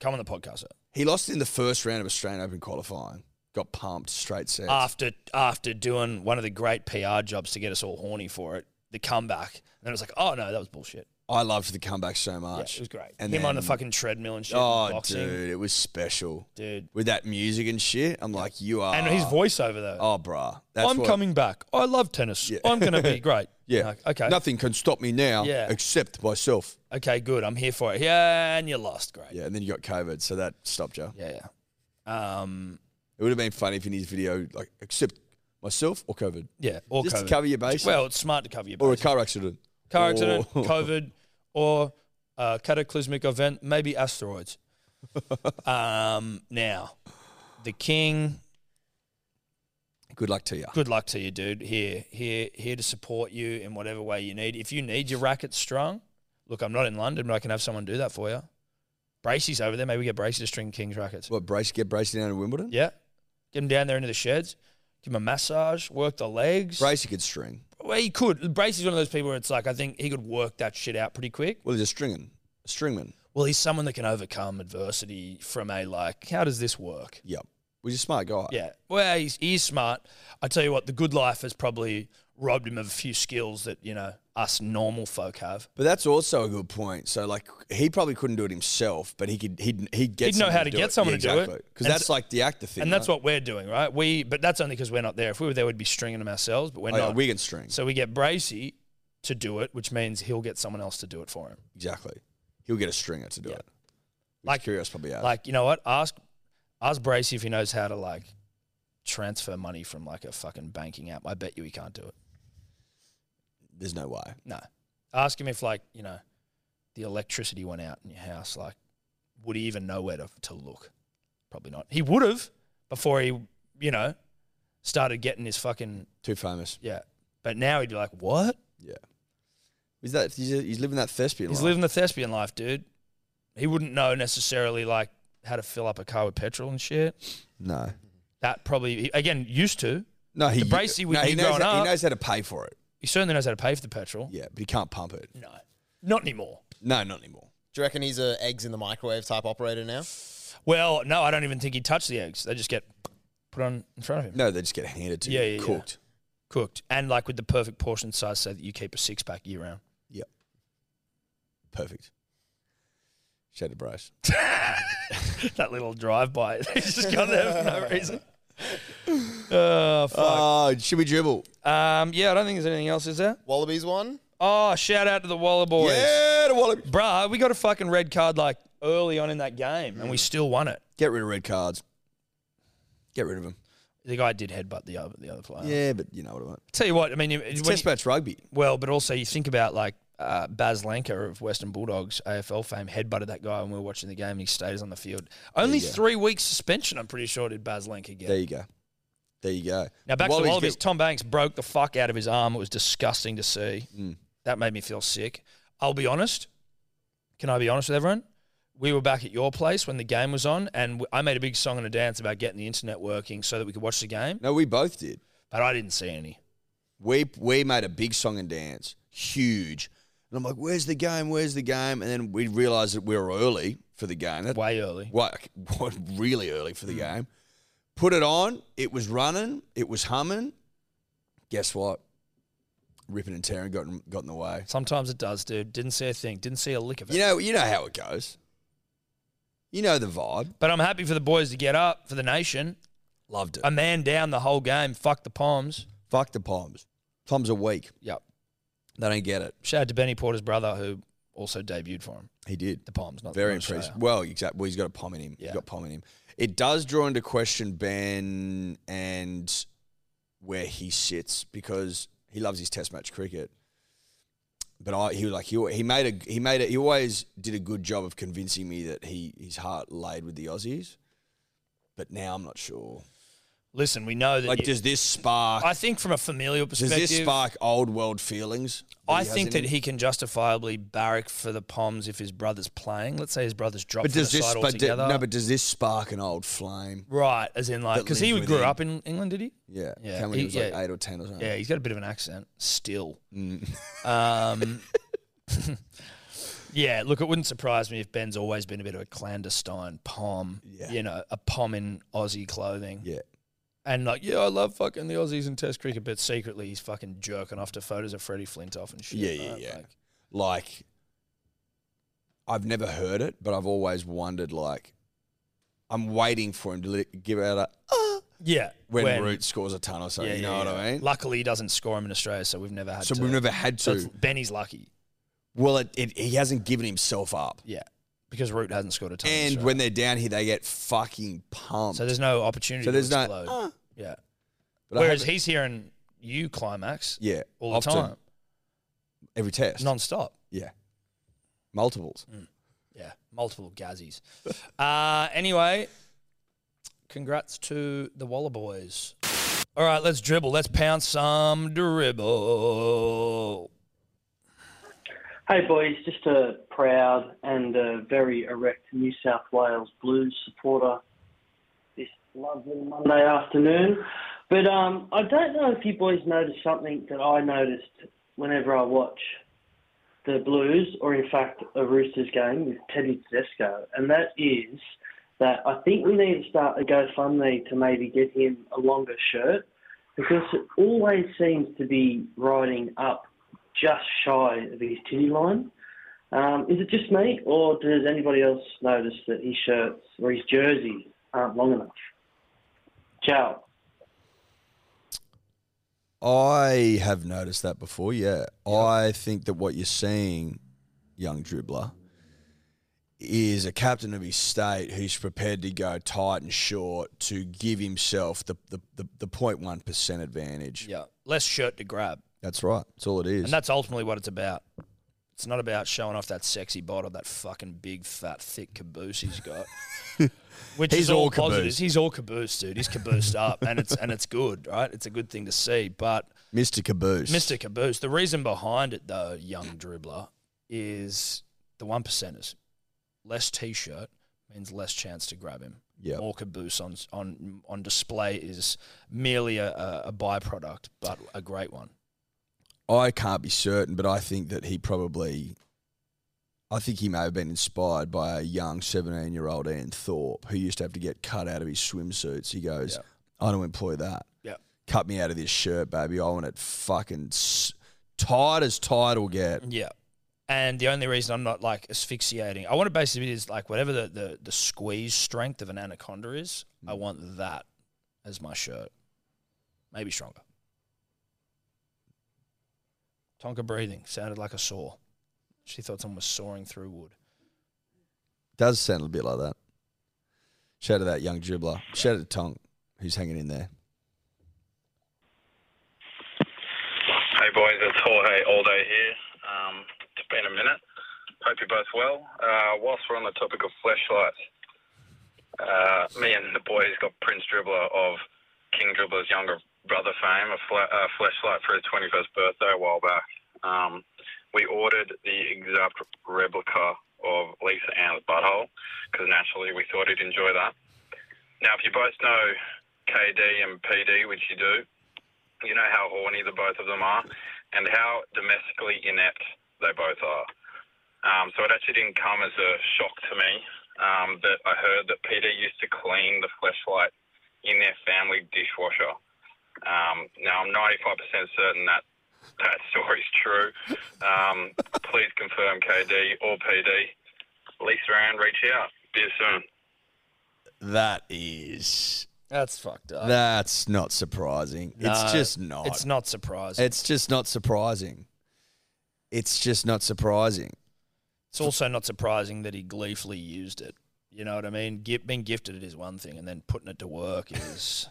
B: Come on the podcast sir.
C: He lost in the first round of Australian Open qualifying. Got pumped straight sets.
B: after after doing one of the great PR jobs to get us all horny for it. The comeback, and then it was like, oh no, that was bullshit.
C: I loved the comeback so
B: Yeah,
C: much.
B: it was great.
C: And
B: Him on the
C: then-
B: fucking treadmill and shit.
C: Oh,
B: and boxing.
C: dude, it was special
B: dude.
C: with that music and shit. I'm like, you are.
B: And his voiceover though.
C: Oh, bruh. That's
B: I'm
C: what-
B: coming back. I love tennis.
C: Yeah.
B: I'm gonna
C: [laughs]
B: be great.
C: Yeah.
B: Like, okay.
C: Nothing can stop me now.
B: Yeah.
C: Except myself.
B: Okay. Good. I'm here for it. Yeah. And you lost. Great.
C: Yeah. And then you got COVID, so that stopped you.
B: Yeah. yeah. Um.
C: It would have been funny if in his video, like, except myself or COVID
B: Yeah. Or
C: Just to
B: COVID.
C: cover your bases.
B: Well, it's smart to cover your
C: or a
B: bases.
C: car accident.
B: Car accident,
C: [laughs] Or-
B: COVID, or a cataclysmic event, maybe asteroids. um. Now, the king.
C: Good luck to you.
B: Good luck to you, dude. Here, here, here to support you in whatever way you need. If you need your racket strung, look, I'm not in London, but I can have someone do that for you. Bracey's over there. Maybe we get Bracey to string King's rackets.
C: What, brace, get braced down in Wimbledon?
B: Yeah. Get him down there into the sheds. Give him a massage. Work the legs.
C: Brace, you could string.
B: Well, he could. Bracey's one of those people where it's like, I think he could work that shit out pretty quick.
C: Well, he's a stringing. A stringman.
B: Well, he's someone that can overcome adversity from a, like, how does this work?
C: Yep. Well, he's a smart guy.
B: Yeah. Well, he's, he's smart. I tell you what, the good life has probably robbed him of a few skills that, you know, us normal folk have.
C: But that's also a good point. So, like, he probably couldn't do it himself, but he could. He'd he'd get.
B: He'd know
C: someone
B: how to
C: do
B: get
C: it.
B: someone to do it.
C: because
B: And
C: that's
B: so-
C: like the actor thing.
B: And that's what we're doing, right? We, but that's only because we're not there. If we were there, we'd be stringing them ourselves, but we're
C: oh, yeah,
B: not.
C: we can string
B: so we get Bracey to do it, which means he'll get someone else to do it for him.
C: exactly. He'll get a stringer to do
B: Yeah.
C: it.
B: Like-
C: Like curious, probably. uh, has.
B: Like, you know what? Ask ask Bracey if he knows how to like transfer money from like a fucking banking app. I bet you he can't do it.
C: there's no way.
B: No. Ask him if like, you know, the electricity went out in your house, like would he even know where to, to look? Probably not. He would have before he, you know, started getting his fucking
C: Too famous.
B: yeah. But now he'd be like, What?
C: Yeah. Is that he's, he's living that thespian
B: He's
C: life.
B: living the thespian life, dude. He wouldn't know necessarily like how to fill up a car with petrol and shit.
C: no.
B: That probably he- again used to.
C: No, he.
B: The Bracey we
C: no, he
B: knew
C: knows
B: growing
C: how,
B: up.
C: He knows how to pay for it.
B: He certainly knows how to pay for the petrol.
C: Yeah, but he can't pump it.
B: No, not anymore.
C: No, not anymore.
D: Do you reckon he's a eggs in the microwave type operator now?
B: Well, no, I don't even think he touched the eggs. They just get put on in front of him,
C: No, they just get handed to
B: Yeah,
C: you,
B: yeah, yeah.
C: cooked.
B: cooked, and like with the perfect portion size so that you keep a six pack year round.
C: Perfect. Shout to Brace.
B: [laughs] that little drive by, [laughs] they just got there
C: [laughs]
B: for no reason. Oh fuck.
C: Oh, should we dribble?
B: um, yeah, I don't think there's anything else, is there?
D: Wallabies won.
B: Oh, shout out to the Waller boys.
C: Yeah, the Wallaby.
B: Bruh, we got a fucking red card like early on in that game and we still won it.
C: Get rid of red cards. Get rid of them.
B: The guy did headbutt the other the other player.
C: Yeah, but you know what I mean.
B: Tell you what, I mean, you-
C: It's
B: when
C: test
B: you-
C: match rugby.
B: well, but also you think about like uh, Baz Lanker of Western Bulldogs AFL fame headbutted that guy when we were watching the game and he stays on the field. Only
C: you go.
B: three weeks suspension, I'm pretty sure, did Baz Lanker get.
C: There you go. There you go.
B: now back to
C: Wallabies
B: all of his.
C: get-
B: Tom Banks broke the fuck out of his arm. It was disgusting to see.
C: Mm.
B: That made me feel sick. I'll be honest. Can I be honest with everyone? We were back at your place when the game was on, and w- I made a big song and a dance about getting the internet working so that we could watch the game.
C: No, we both did.
B: But I didn't see any.
C: We we made a big song and dance, huge. And I'm like, "Where's the game? Where's the game?" And then we realized that we were early for the game. That,
B: Way early.
C: [laughs] what, what really early for the game. Put it on. It was running. It was humming. Guess what? Ripping and tearing got in, got in the way.
B: Sometimes it does, dude. Didn't see a thing. Didn't see a lick of it.
C: You know, you know how it goes. You know the vibe.
B: but I'm happy for the boys to get up for the nation.
C: Loved it.
B: A man down the whole game. Fuck the Palms.
C: Fuck the Poms. Poms are weak.
B: Yep.
C: They don't get it.
B: Shout out to Benny Porter's brother who also debuted for him.
C: He did.
B: The Palms, not
C: Very
B: not
C: impressive.
B: Australia.
C: Well, exactly. Well, he's got a pom in him.
B: Yeah.
C: He's got pom in him. It does draw into question Ben and where he sits because he loves his Test match cricket. But I, he was like he, he made a he made a, he always did a good job of convincing me that he his heart laid with the Aussies. But now I'm not sure.
B: Listen, we know that.
C: Like,
B: you-
C: does this spark?
B: I think from a familial
C: does
B: perspective,
C: this spark old world feelings? that
B: I
C: has
B: think
C: in
B: that
C: him?
B: he can justifiably barrack for the Poms if his brother's playing. Let's say his brother's dropped
C: But
B: from
C: does
B: the
C: this?
B: side
C: But do-
B: altogether.
C: no. But does this spark an old flame?
B: right, as in like
C: that
B: because he
C: lives
B: grew
C: within. Uh.
B: up in England, did he?
C: Yeah.
B: Yeah,
C: Cameron
B: he-
C: was like
B: yeah.
C: eight or ten or something.
B: Yeah, he's got a bit of an accent still. [laughs] Um, [laughs] yeah, look, it wouldn't surprise me if Ben's always been a bit of a clandestine pom.
C: Yeah.
B: You know, a pom in Aussie clothing.
C: Yeah.
B: And like, yeah, I love fucking the Aussies and Test cricket, but secretly he's fucking jerking off to photos of Freddie Flintoff and shit.
C: Yeah, yeah,
B: right?
C: yeah.
B: Like,
C: Like, I've never heard it, but I've always wondered. Like, I'm waiting for him to li- give out a
B: yeah.
C: when, Root scores a ton or something.
B: yeah,
C: you know
B: yeah,
C: what
B: yeah.
C: I mean?
B: Luckily, he doesn't score him in Australia, so we've never had
C: so
B: to.
C: we've never had
B: so it's-
C: to.
B: Benny's lucky.
C: Well, it, it he hasn't given himself up.
B: Yeah. Because Root hasn't scored a ton. in
C: And
B: Australia.
C: when they're down here, they get fucking pumped.
B: So there's no opportunity
C: So there's
B: to
C: no,
B: explode.
C: "Uh."
B: yeah.
C: But I
B: Whereas
C: haven't-
B: he's hearing you climax
C: yeah,
B: all the
C: often.
B: time,
C: every test,
B: non-stop.
C: yeah, multiples.
B: Yeah, multiple gazzies. [laughs] uh, anyway, congrats to the Waller boys. All right, let's dribble. Let's pound some dribble.
G: Hey boys, just a proud and a very erect New South Wales Blues supporter this lovely Monday afternoon. But um, I don't know if you boys noticed something that I noticed whenever I watch the Blues, or in fact a Roosters game with Teddy Tedesco, and that is that I think we need to start a GoFundMe to maybe get him a longer shirt because it always seems to be riding up just shy of his titty line. Um, is it just me, or does anybody else notice that his shirts or his jerseys aren't long enough? Ciao.
C: I have noticed that before. Yeah, I think that what you're seeing, young dribbler, is a captain of his state who's prepared to go tight and short to give himself the the the, the 0.1 percent advantage.
B: Yeah, less shirt to grab,
C: That's right. That's all it is.
B: and that's ultimately what it's about. It's not about showing off that sexy bottle, that fucking big, fat, thick caboose he's got. Which
C: He's
B: is all,
C: all caboose.
B: positives. He's all caboose, dude. He's caboosed up, and it's and it's good, right? It's a good thing to see, but.
C: Mr. Caboose.
B: Mr. Caboose. The reason behind it, though, young dribbler, is the one percenters. Less t-shirt means less chance to grab him.
C: Yep.
B: More caboose on on on display is merely a, a, a byproduct, but a great one.
C: I can't be certain, but I think that he probably, I think he may have been inspired by a young 17 year old Ian Thorpe who used to have to get cut out of his swimsuits. He goes,
B: Yeah.
C: I don't employ that.
B: Yeah.
C: Cut me out of this shirt, baby. I want it fucking s- tight as tight will get.
B: Yeah. And the only reason I'm not like asphyxiating, I want to basically is like whatever the, the, the squeeze strength of an anaconda is, I want that as my shirt. Maybe stronger. Tonka breathing sounded like a saw. She thought someone was sawing through wood.
C: Does sound a bit like that. Shout out to that young dribbler. Shout out to Tonk, who's hanging in there.
H: Hey boys, it's Jorge Aldo here. Um, it's been a minute. Hope you're both well. Uh, whilst we're on the topic of flashlights, uh, me and the boys got Prince Dribbler of King Dribbler's younger brother fame a, fla- a flashlight for his 21st birthday a while back. Um, we ordered the exact replica of Lisa Ann's butthole because naturally we thought he'd enjoy that. Now, if you both know KD and PD, which you do, you know how horny the both of them are and how domestically inept they both are. Um, so it actually didn't come as a shock to me um, that I heard that Peter used to clean the fleshlight in their family dishwasher. Um, now, I'm 95% certain that that [laughs] story's true. Um, please confirm, KD or PD. Lisa Ann, reach out. Be soon.
C: That is.
B: That's fucked up.
C: That's not surprising.
B: No,
C: it's just not.
B: It's not surprising.
C: It's just not surprising. It's just not surprising.
B: It's also not surprising that he gleefully used it. You know what I mean? Gi- being gifted it is one thing, and then putting it to work is.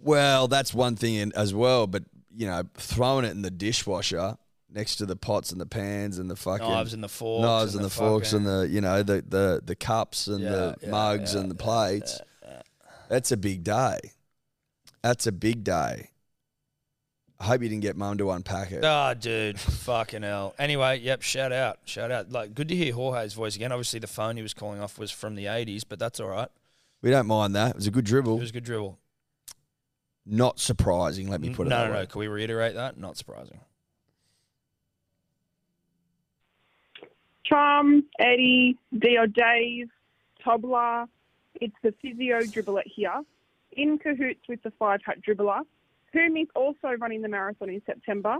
C: Well, that's one thing in, as well, but you know, throwing it in the dishwasher next to the pots and the pans and the fucking
B: Knives and the forks
C: knives
B: and
C: and the
B: the
C: forks and
B: fucking-
C: the you know the the the cups and
B: Yeah,
C: the
B: yeah,
C: mugs and the plates. That's a big day. That's a big day. I hope you didn't get mum to unpack it.
B: Ah, dude, fucking hell. Anyway, yep, shout out, shout out. Like, good to hear Jorge's voice again. Obviously, the phone he was calling off was from the '80s, but that's all right.
C: We don't mind that. It was a good
B: It
C: dribble.
B: was a good dribble.
C: Not surprising, let me put it
B: Mm, no,
C: that
B: no,
C: way.
B: no. Can we reiterate that? Not surprising.
I: Trum, Eddie, D.O. Dave, Tobler. It's the physio dribbler here, in cahoots with the five hut dribbler, whom is also running the marathon in September.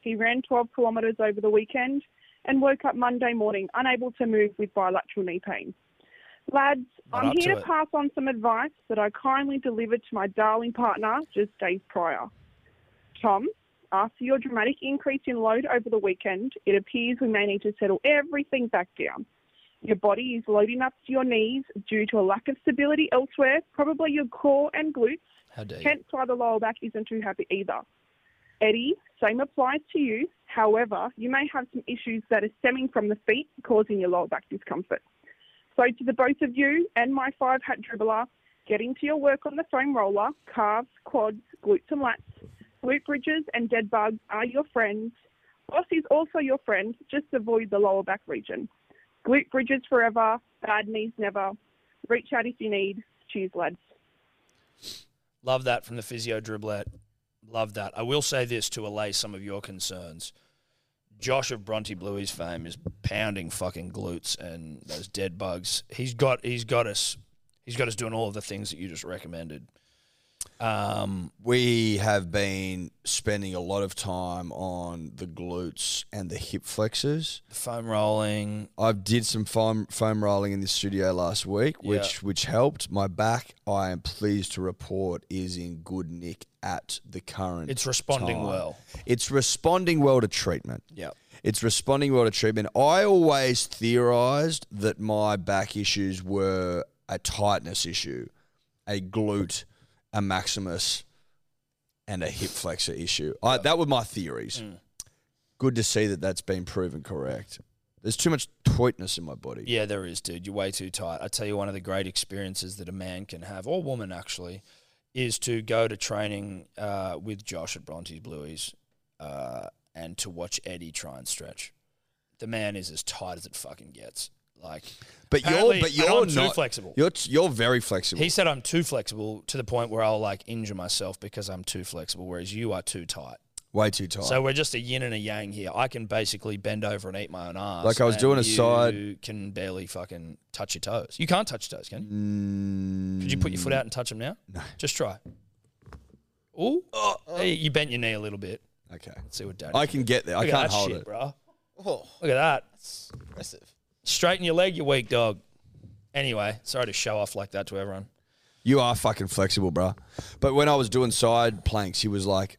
I: He ran 12 kilometres over the weekend and woke up Monday morning unable to move with bilateral knee pain. Lads,
B: Not up
I: I'm
B: to
I: here to
B: it.
I: pass on some advice that I kindly delivered to my darling partner just days prior. Tom, after your dramatic increase in load over the weekend, it appears we may need to settle everything back down. Your body is loading up to your knees due to a lack of stability elsewhere, probably your core and glutes,
B: How dare you?
I: hence why the lower back isn't too happy either. Eddie, same applies to you. However, you may have some issues that are stemming from the feet causing your lower back discomfort. So, to the both of you and my five hat dribbler, get into your work on the foam roller, calves, quads, glutes, and lats. Glute bridges and dead bugs are your friends. Boss is also your friend, just avoid the lower back region. Glute bridges forever, bad knees never. Reach out if you need. Cheers, lads.
B: Love that from the physio dribblet. Love that. I will say this to allay some of your concerns. Josh of Bronte Bluey's fame is pounding fucking glutes and those dead bugs. He's got he's got us he's got us doing all of the things that you just recommended. Um,
C: We have been spending a lot of time on the glutes and the hip flexors.
B: foam rolling.
C: I did some foam, foam rolling in the studio last week, which which helped. My back, I am pleased to report, is in good nick at the current.
B: It's responding
C: time.
B: well.
C: It's responding well to treatment.
B: Yep.
C: It's responding well to treatment. I always theorized that my back issues were a tightness issue, a glute, a maximus, and a hip flexor issue. I, that were my theories.
B: Mm.
C: Good to see that that's been proven correct. There's too much tightness in my body.
B: Yeah, there is, dude. You're way too tight. I tell you, one of the great experiences that a man can have, or woman actually, is to go to training uh, with Josh at Bronte's Blueies uh, and to watch Eddie try and stretch. The man is as tight as it fucking gets. Like,
C: But you're
B: apparently-
C: but
B: and
C: you're
B: I'm too
C: not
B: flexible.
C: You're t- you're very flexible.
B: he said I'm too flexible to the point where I'll like injure myself because I'm too flexible, whereas you are too tight.
C: Way too tight.
B: So we're just a yin and a yang here. I can basically bend over and eat my own ass.
C: Like I was doing a
B: You
C: side-
B: can barely fucking touch your toes. You can't touch your toes, can you?
C: Mm.
B: Could you put your foot out and touch them now? No. Just try. Ooh. Oh, hey, you bent your knee a little bit.
C: okay.
B: Let's see what daddy.
C: Uh, I can get there. I
B: Look at
C: can't
B: that
C: hold
B: shit,
C: it.
B: bro.
D: Oh,
B: Look at that.
D: that's impressive.
B: Straighten your leg, you weak dog. Anyway, sorry to show off like that to everyone.
C: You are fucking flexible, bro. But when I was doing side planks, he was like,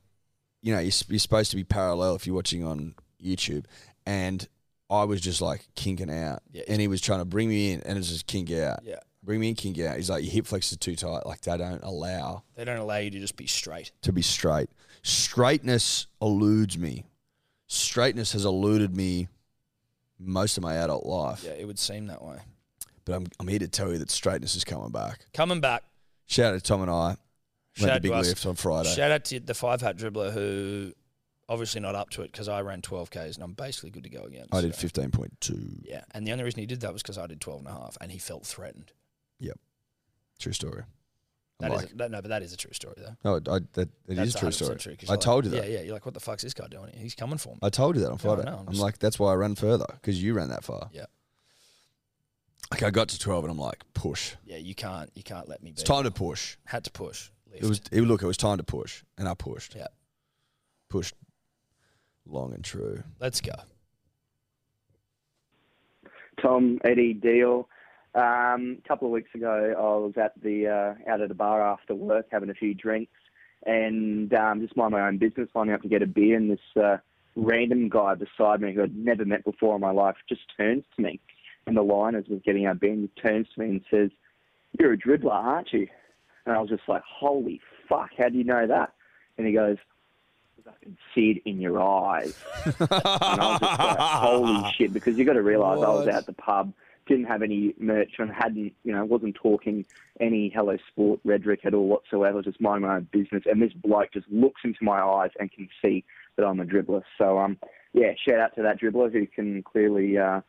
C: you know, you're, s- you're supposed to be parallel if you're watching on YouTube. And I was just like kinking out.
B: Yeah.
C: And he was trying to bring me in and it was just kink out.
B: Yeah.
C: Bring me in, kink out. He's like, your hip flexors are too tight. Like, they don't allow
B: They don't allow you to just be straight.
C: to be straight. Straightness eludes me. Straightness has eluded me most of my adult life.
B: Yeah, it would seem that way.
C: But I'm, I'm here to tell you that straightness is coming back.
B: Coming back.
C: Shout out to Tom and I.
B: Shout
C: Went
B: out
C: to
B: to
C: Big
B: us.
C: Lift on Friday.
B: Shout out to the five hat dribbler who obviously not up to it because I ran 12Ks and I'm basically good to go again.
C: I did
B: so-
C: 15.2.
B: Yeah. And the only reason he did that was because I did 12 and a half and he felt threatened.
C: True story.
B: That
C: I'm
B: is
C: like,
B: a- that- no, but that is a true story though.
C: no, I, that, it is
B: That's
C: a true
B: 100%
C: story.
B: 'cause
C: I
B: you're like-
C: told you that.
B: Yeah, yeah. You're like, what the fuck's this guy doing? here? He's
C: [laughs]
B: coming for me.
C: I told you that on
B: Yeah, I
C: Friday.
B: know, I'm
C: I'm,
B: just-
C: like, that's why I ran further because you ran that far.
B: Yeah.
C: Okay, I got to 12 and I'm like, push.
B: Yeah, you can't. You can't let me.
C: It's
B: be.
C: time to push.
B: Had to push. Lift.
C: It was, it, look, it was time to push. And I pushed.
B: Yeah.
C: Pushed long and
B: [laughs]
C: true. [laughs]
B: Let's go.
G: Tom, Eddie, Deal. Um, a couple of weeks ago, I was at the uh, out at a bar after work having a few drinks, and um, just mind my own business, lining up to get a beer. And this uh, random guy beside me, who I'd never met before in my life, just turns to me, and the line as we're getting our beer, and he turns to me and says, "You're a dribbler, aren't you?" And I was just like, "Holy fuck! How do you know that?" And he goes, "Because I can see it in
J: [laughs]
G: your eyes." And I was just like, holy shit, because you got to realise I was
C: What?
G: out at the pub
J: didn't have any merch and hadn't, you know, wasn't talking any Hello Sport rhetoric at all whatsoever, just minding my own business. And this bloke just looks into my eyes and can see that I'm a dribbler. So, um, yeah, shout out to that dribbler who can clearly uh,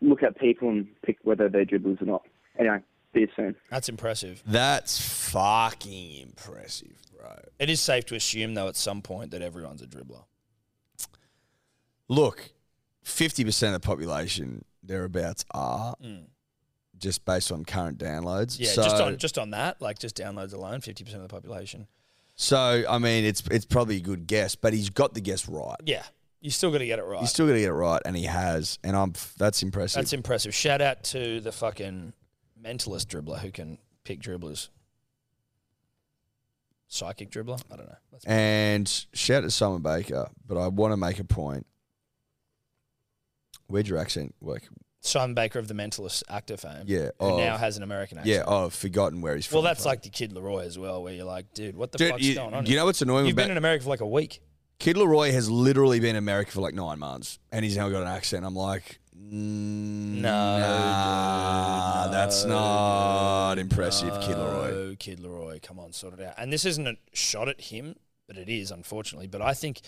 J: look at people and pick whether they're dribblers or not. Anyway, see you soon.
B: That's impressive.
C: That's fucking impressive, bro.
B: It is safe to assume, though, at some point that everyone's a dribbler.
C: Look, fifty percent of the population thereabouts are
B: Mm.
C: just based on current downloads.
B: Yeah,
C: so,
B: just on just on that, like just downloads alone, fifty percent of the population.
C: so I mean, it's it's probably a good guess, but he's got the guess right.
B: Yeah, you still got to get it right.
C: He's still gonna get it right, and he has, and I'm f- that's impressive.
B: That's impressive. Shout out to the fucking mentalist dribbler who can pick dribblers. Psychic dribbler? I don't know. That's
C: and shout out to Simon Baker, but I want to make a point. Where'd your accent work?
B: Simon Baker of the Mentalist actor fame.
C: Yeah, Oh.
B: Who
C: of-
B: now has an American accent.
C: Yeah, oh, I've forgotten where he's from.
B: Well, that's like the Kid Leroy as well, where you're like, dude, what the
C: Dude,
B: fuck's
C: you,
B: going on?
C: you
B: here?
C: know what's annoying
B: You've
C: about
B: been in America for like a week.
C: Kid Leroy has literally been in America for like nine months, and he's now got an accent. I'm like, no, nah,
B: dude,
C: that's
B: no,
C: not
B: dude,
C: impressive, Kid Leroy.
B: No, Kid Leroy, come on, sort it out. And this isn't a shot at him, but it is, unfortunately. But I think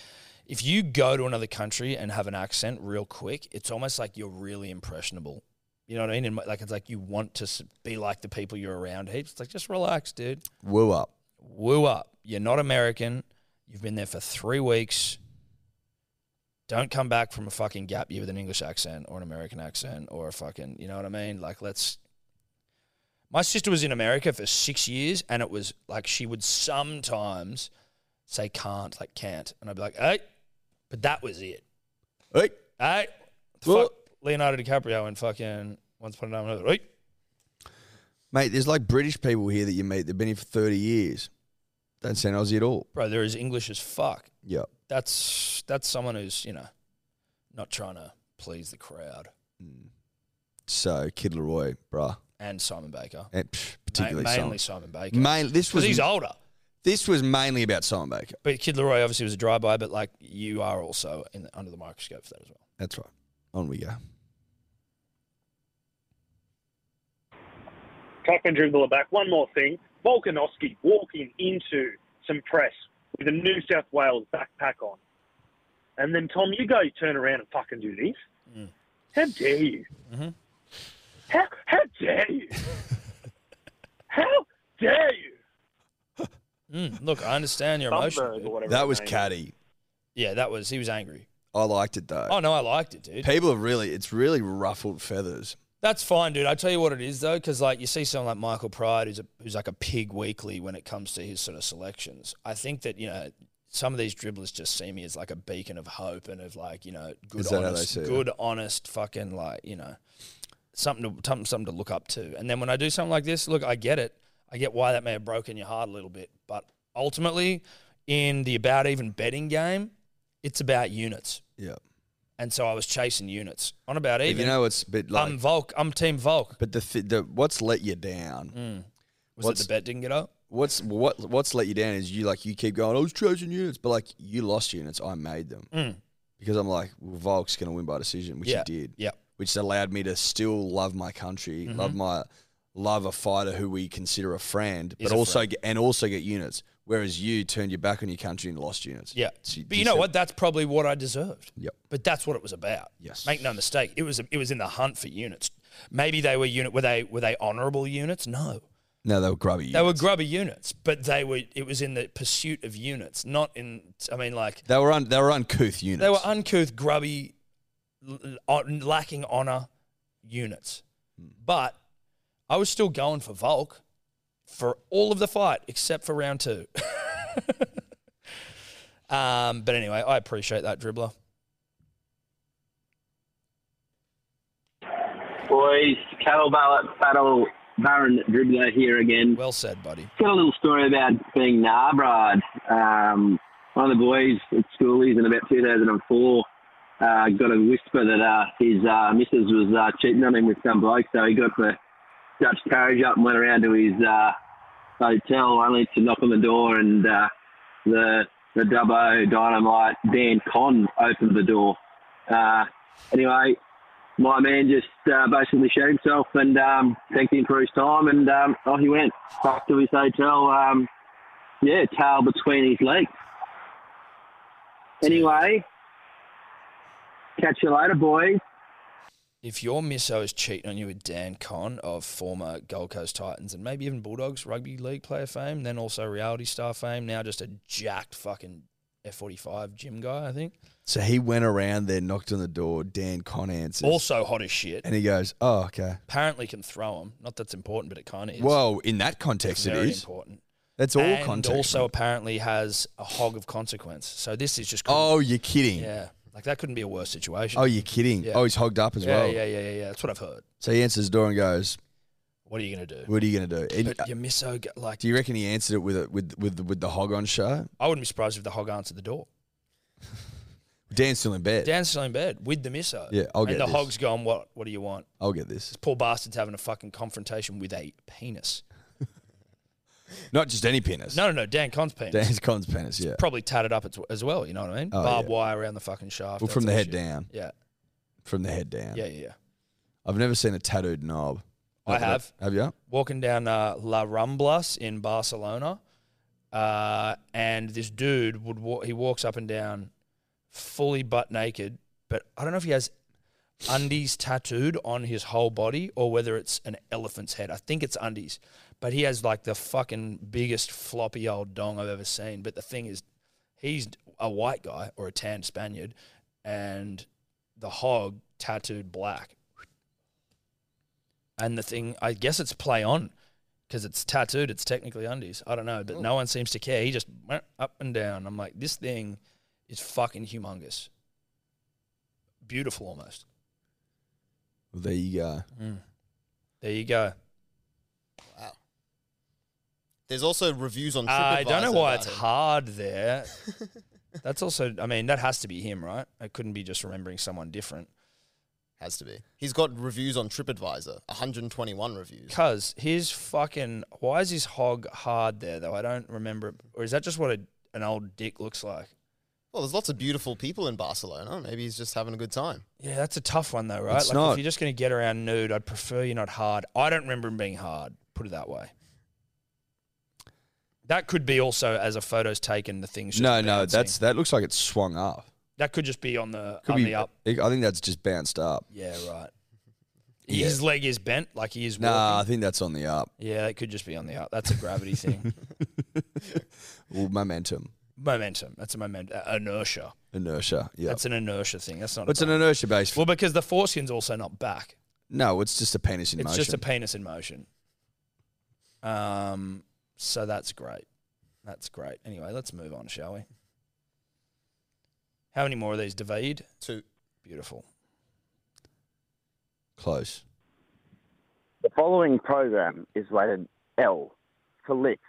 B: if you go to another country and have an accent real quick, it's almost like you're really impressionable. You know what I mean? And like it's like you want to s- be like the people you're around heaps. It's like just relax, dude.
C: Woo up.
B: Woo up. You're not American. You've been there for three weeks. Don't come back from a fucking gap year with an English accent or an American accent or a fucking, you know what I mean? Like, let's. My sister was in America for six years and it was like she would sometimes say can't, like can't. And I'd be like, hey, but that was it.
C: Hey,
B: Hey, the
C: Well-
B: fuck Leonardo DiCaprio and fucking Once Upon a Time in Hollywood. Hey,
C: mate, there's like British people here that you meet. They've been here for thirty years. Don't sound Aussie at all.
B: bro, they're as English as fuck.
C: Yeah,
B: that's that's someone who's you know not trying to please the crowd
C: so Kid Leroy, bruh,
B: and Simon Baker,
C: and, psh,
B: Ma-
C: particularly
B: mainly
C: Simon.
B: Simon Baker,
C: Main, this
B: because
C: was
B: he's older.
C: this was mainly about Simon Baker.
B: But Kid Leroy obviously was a drive-by, but like you are also in the, under the microscope for that as well.
C: That's right. On we go.
G: Cock and dribbler back. One more thing. Volkanovski walking into some press with a New South Wales backpack on. And then, Tom, you go turn around and fucking do this.
C: Mm.
G: How dare you?
C: Mm-hmm.
G: How, how dare
C: [laughs]
G: you? how dare you?
B: Mm, look, I understand your
G: Thunberg or
B: emotion.
G: whatever
C: That
G: his
C: was
G: name
C: catty.
B: Yeah, that was he was angry.
C: I liked it though.
B: Oh no, I liked it, dude.
C: People have really, it's really ruffled feathers.
B: That's fine, dude. I tell you what it is though, because like you see someone like Michael Pride, who's a, who's like a pig weekly when it comes to his sort of selections. I think that you know some of these dribblers just see me as like a beacon of hope and of like you know good,
C: Is that how they
B: honest,
C: see it?
B: good, honest, fucking like you know something to something, something to look up to. And then when I do something like this, look, I get it. I get why that may have broken your heart a little bit, but ultimately, in the about even betting game, it's about units.
C: Yeah.
B: And so I was chasing units on about
C: But
B: even.
C: you know, it's a bit like.
B: I'm Volk. I'm Team Volk.
C: but the, th- the what's let you down?
B: Mm. Was
C: What's-
B: it the bet didn't get up?
C: What's what what's let you down is you like you keep going. I was chosen units, but like you lost units. I made them
B: Mm.
C: because I'm like well, Volk's going to win by decision, which
B: yeah.
C: he did,
B: Yeah. Mm-hmm.
C: which allowed me to still love my country, love my love a fighter who we consider a friend,
B: Is
C: but
B: a
C: also
B: friend.
C: Get, and also get units. Whereas you turned your back on your country and lost units.
B: Yeah.
C: So
B: But you know
C: just-
B: what? That's probably what I deserved.
C: Yep.
B: But that's what it was about.
C: Yes.
B: Make no mistake. It was it was in the hunt for units. Maybe they were unit were they were they honorable units? No.
C: No, they were grubby.
B: They were
C: units.
B: grubby units, but they were it was in the pursuit of units, not in I mean like
C: They were un, they were uncouth units.
B: they were uncouth, grubby, l- l- on- lacking honor units. But I was still going for Volk for all of the fight except for round two. [laughs] um, but anyway, I appreciate that dribbler.
G: Boys, cattle ballot battle Baron Dribbler here again.
B: Well said, buddy.
G: Got a little story about being Narbrad. Um, one of the boys at school, he's in about 2004, uh, got a whisper that uh, his uh, missus was uh, cheating on him with some bloke, so he got the Dutch carriage up and went around to his uh, hotel only to knock on the door and uh, the the Dubbo Dynamite Dan Con opened the door. Uh, anyway,
K: my man just uh, basically showed himself and um, thanked him for his time, and um, off he went back to his hotel. Um, yeah, tail between his legs. Anyway, catch you later, boys.
B: If your misso is cheating on you with Dan Conn of former Gold Coast Titans and maybe even Bulldogs rugby league player fame, then also reality star fame, now just a jacked fucking F45 gym guy, I think.
C: So he went around there, knocked on the door. Dan Con answers.
B: Also hot as shit.
C: And he goes, "Oh, okay."
B: Apparently can throw him. Not that's important, but it kind of is.
C: Well, in that context, it
B: Very
C: is.
B: important.
C: That's all
B: and
C: context,
B: also
C: mate.
B: apparently has a hog of consequence. So this is just.
C: Oh, you're kidding.
B: Yeah. Like that couldn't be a worse situation.
C: Oh, you're kidding.
B: Yeah.
C: Oh, he's hogged up as
B: Yeah,
C: well.
B: Yeah, yeah, yeah, yeah. That's what I've heard.
C: So he answers the door and goes,
B: What are you going to do?
C: "What are you going to do?" And, uh,
B: But your misso, go- like,
C: do you reckon he answered it with a, with with with the hog on show?
B: I wouldn't be surprised if the hog answered the door.
C: Dan's still in bed.
B: Dan's still in bed with the misso.
C: Yeah, I'll get
B: And the
C: this.
B: hog's gone, what What do you want?
C: I'll get this.
B: This poor bastard's having a fucking confrontation with a penis.
C: Not just any penis.
B: No, no, no. Dan Con's penis.
C: Dan's Con's penis. Yeah.
B: Probably tatted up as- as well, you know what I mean?
C: Oh,
B: Barbed
C: yeah.
B: wire around the fucking shaft.
C: Well,
B: that
C: from the
B: sort of
C: head
B: shit.
C: down.
B: Yeah.
C: From the head down.
B: Yeah, yeah, yeah.
C: I've never seen a tattooed knob.
B: I
C: Not that
B: have.
C: Have you?
B: walking down uh, La Ramblas in Barcelona, uh, and this dude would wa- he walks up and down, fully butt naked. But I don't know if he has undies tattooed on his whole body or whether it's an elephant's head. I think it's undies, but he has like the fucking biggest floppy old dong I've ever seen. But the thing is, he's a white guy or a tan Spaniard, and the hog tattooed black. And the thing, I guess it's play on because it's tattooed. It's technically undies. I don't know, but no one seems to care. He just went up and down. I'm like, this thing is fucking humongous. Beautiful almost.
C: Well, there you go.
B: There you go.
D: There's also reviews on TripAdvisor.
B: I don't know why it's
D: about him.
B: hard there. That's also, I mean, that has to be him, right? It couldn't be just remembering someone different.
D: Has to be. He's got reviews on TripAdvisor, 121 reviews.
B: Cuz his fucking, why is his hog hard there though? I don't remember. it. Or is that just what a, an old dick looks like?
D: Well, there's lots of beautiful people in Barcelona. Maybe he's just having a good time.
B: Yeah, that's a tough one though, right?
D: It's
B: like
D: not.
B: if you're just going to get around nude, I'd prefer you're not hard. I don't remember him being hard. Put it that way. That could be also as a photo's taken, the things. Just
C: No, no,
B: bouncing.
C: that's that looks like it's swung up.
B: that could just be on the
C: Could
B: on
C: be.
B: the up.
C: I think that's just bounced up.
B: Yeah, right. His leg is bent, like he is.
C: Nah, I
B: walking.
C: think that's on the
B: [laughs]
C: up.
B: Yeah, it could just be on the up. That's a
C: [laughs]
B: gravity thing.
C: Well, momentum,
B: Momentum. That's a momentum. Uh, inertia.
C: inertia. Yeah.
B: That's an inertia thing. That's not.
C: It's
B: a
C: an inertia based.
B: well, because the foreskin's also not back.
C: No, it's just a penis in
B: it's
C: motion.
B: just a penis in motion. Um, so that's great. That's great. Anyway, let's move on, shall we? How many more of these, David?
D: Two.
B: Beautiful.
C: Close.
L: The following program is rated L for licks.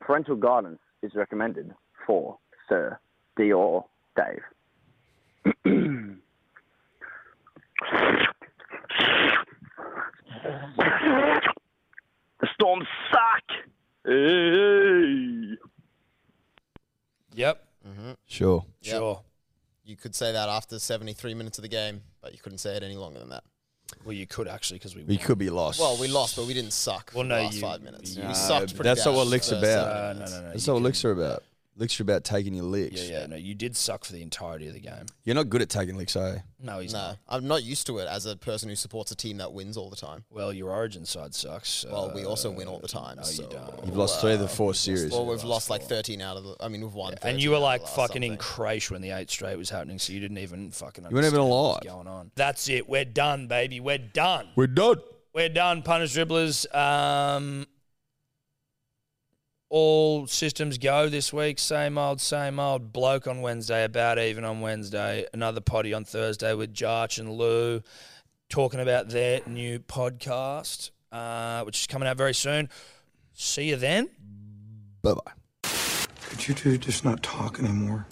L: Parental guidance is recommended for Sir Dior
K: [clears throat]
L: Dave.
K: The storm suck. Hey.
B: Yep.
D: Mm-hmm.
C: Sure.
B: Sure.
D: You could say that after 73 minutes of the game, but you couldn't say it any longer than that.
B: Well, you could actually because we
C: We could be lost.
D: Well, we lost, but we didn't suck
B: Well,
D: for
B: no,
D: the last
B: you-
D: five minutes.
B: you- Uh,
D: we sucked pretty
C: That's
D: bad
C: not what
D: for
C: licks
D: the
C: are
D: first
C: about.
D: seven
B: No, no, no.
C: That's not what licks are about. Licks are about taking your licks.
B: Yeah, yeah. No, you did suck for the entirety of the game.
C: You're not good at taking licks, eh? are you?
B: No, he's
D: minutes. No,
B: not.
D: I'm not used to it as a person who supports a team that wins all the time.
B: Well, your origin side sucks.
D: Well, we also
B: uh,
D: win all the time.
B: No,
D: so.
B: you don't.
C: You've lost three of the
B: uh,
C: four series.
D: Well, we've lost like 13 out of the. I mean, we've won.
B: And
D: 13
B: you were
D: out of
B: like
D: the last
B: fucking in
D: something.
B: crash when the eight straight was happening, so you didn't even fucking.
C: You weren't even
B: understand what was
C: alive.
B: Going on. That's it. We're done, baby. We're done.
C: We're done.
B: We're done, punters, dribblers. Um, all systems go this week. Same old, same old. Bloke on Wednesday, about even on Wednesday. Another potty on Thursday with Jarch and Lou talking about their new podcast, uh, which is coming out very soon. See you then.
C: Bye bye.
M: Could you two just not talk anymore?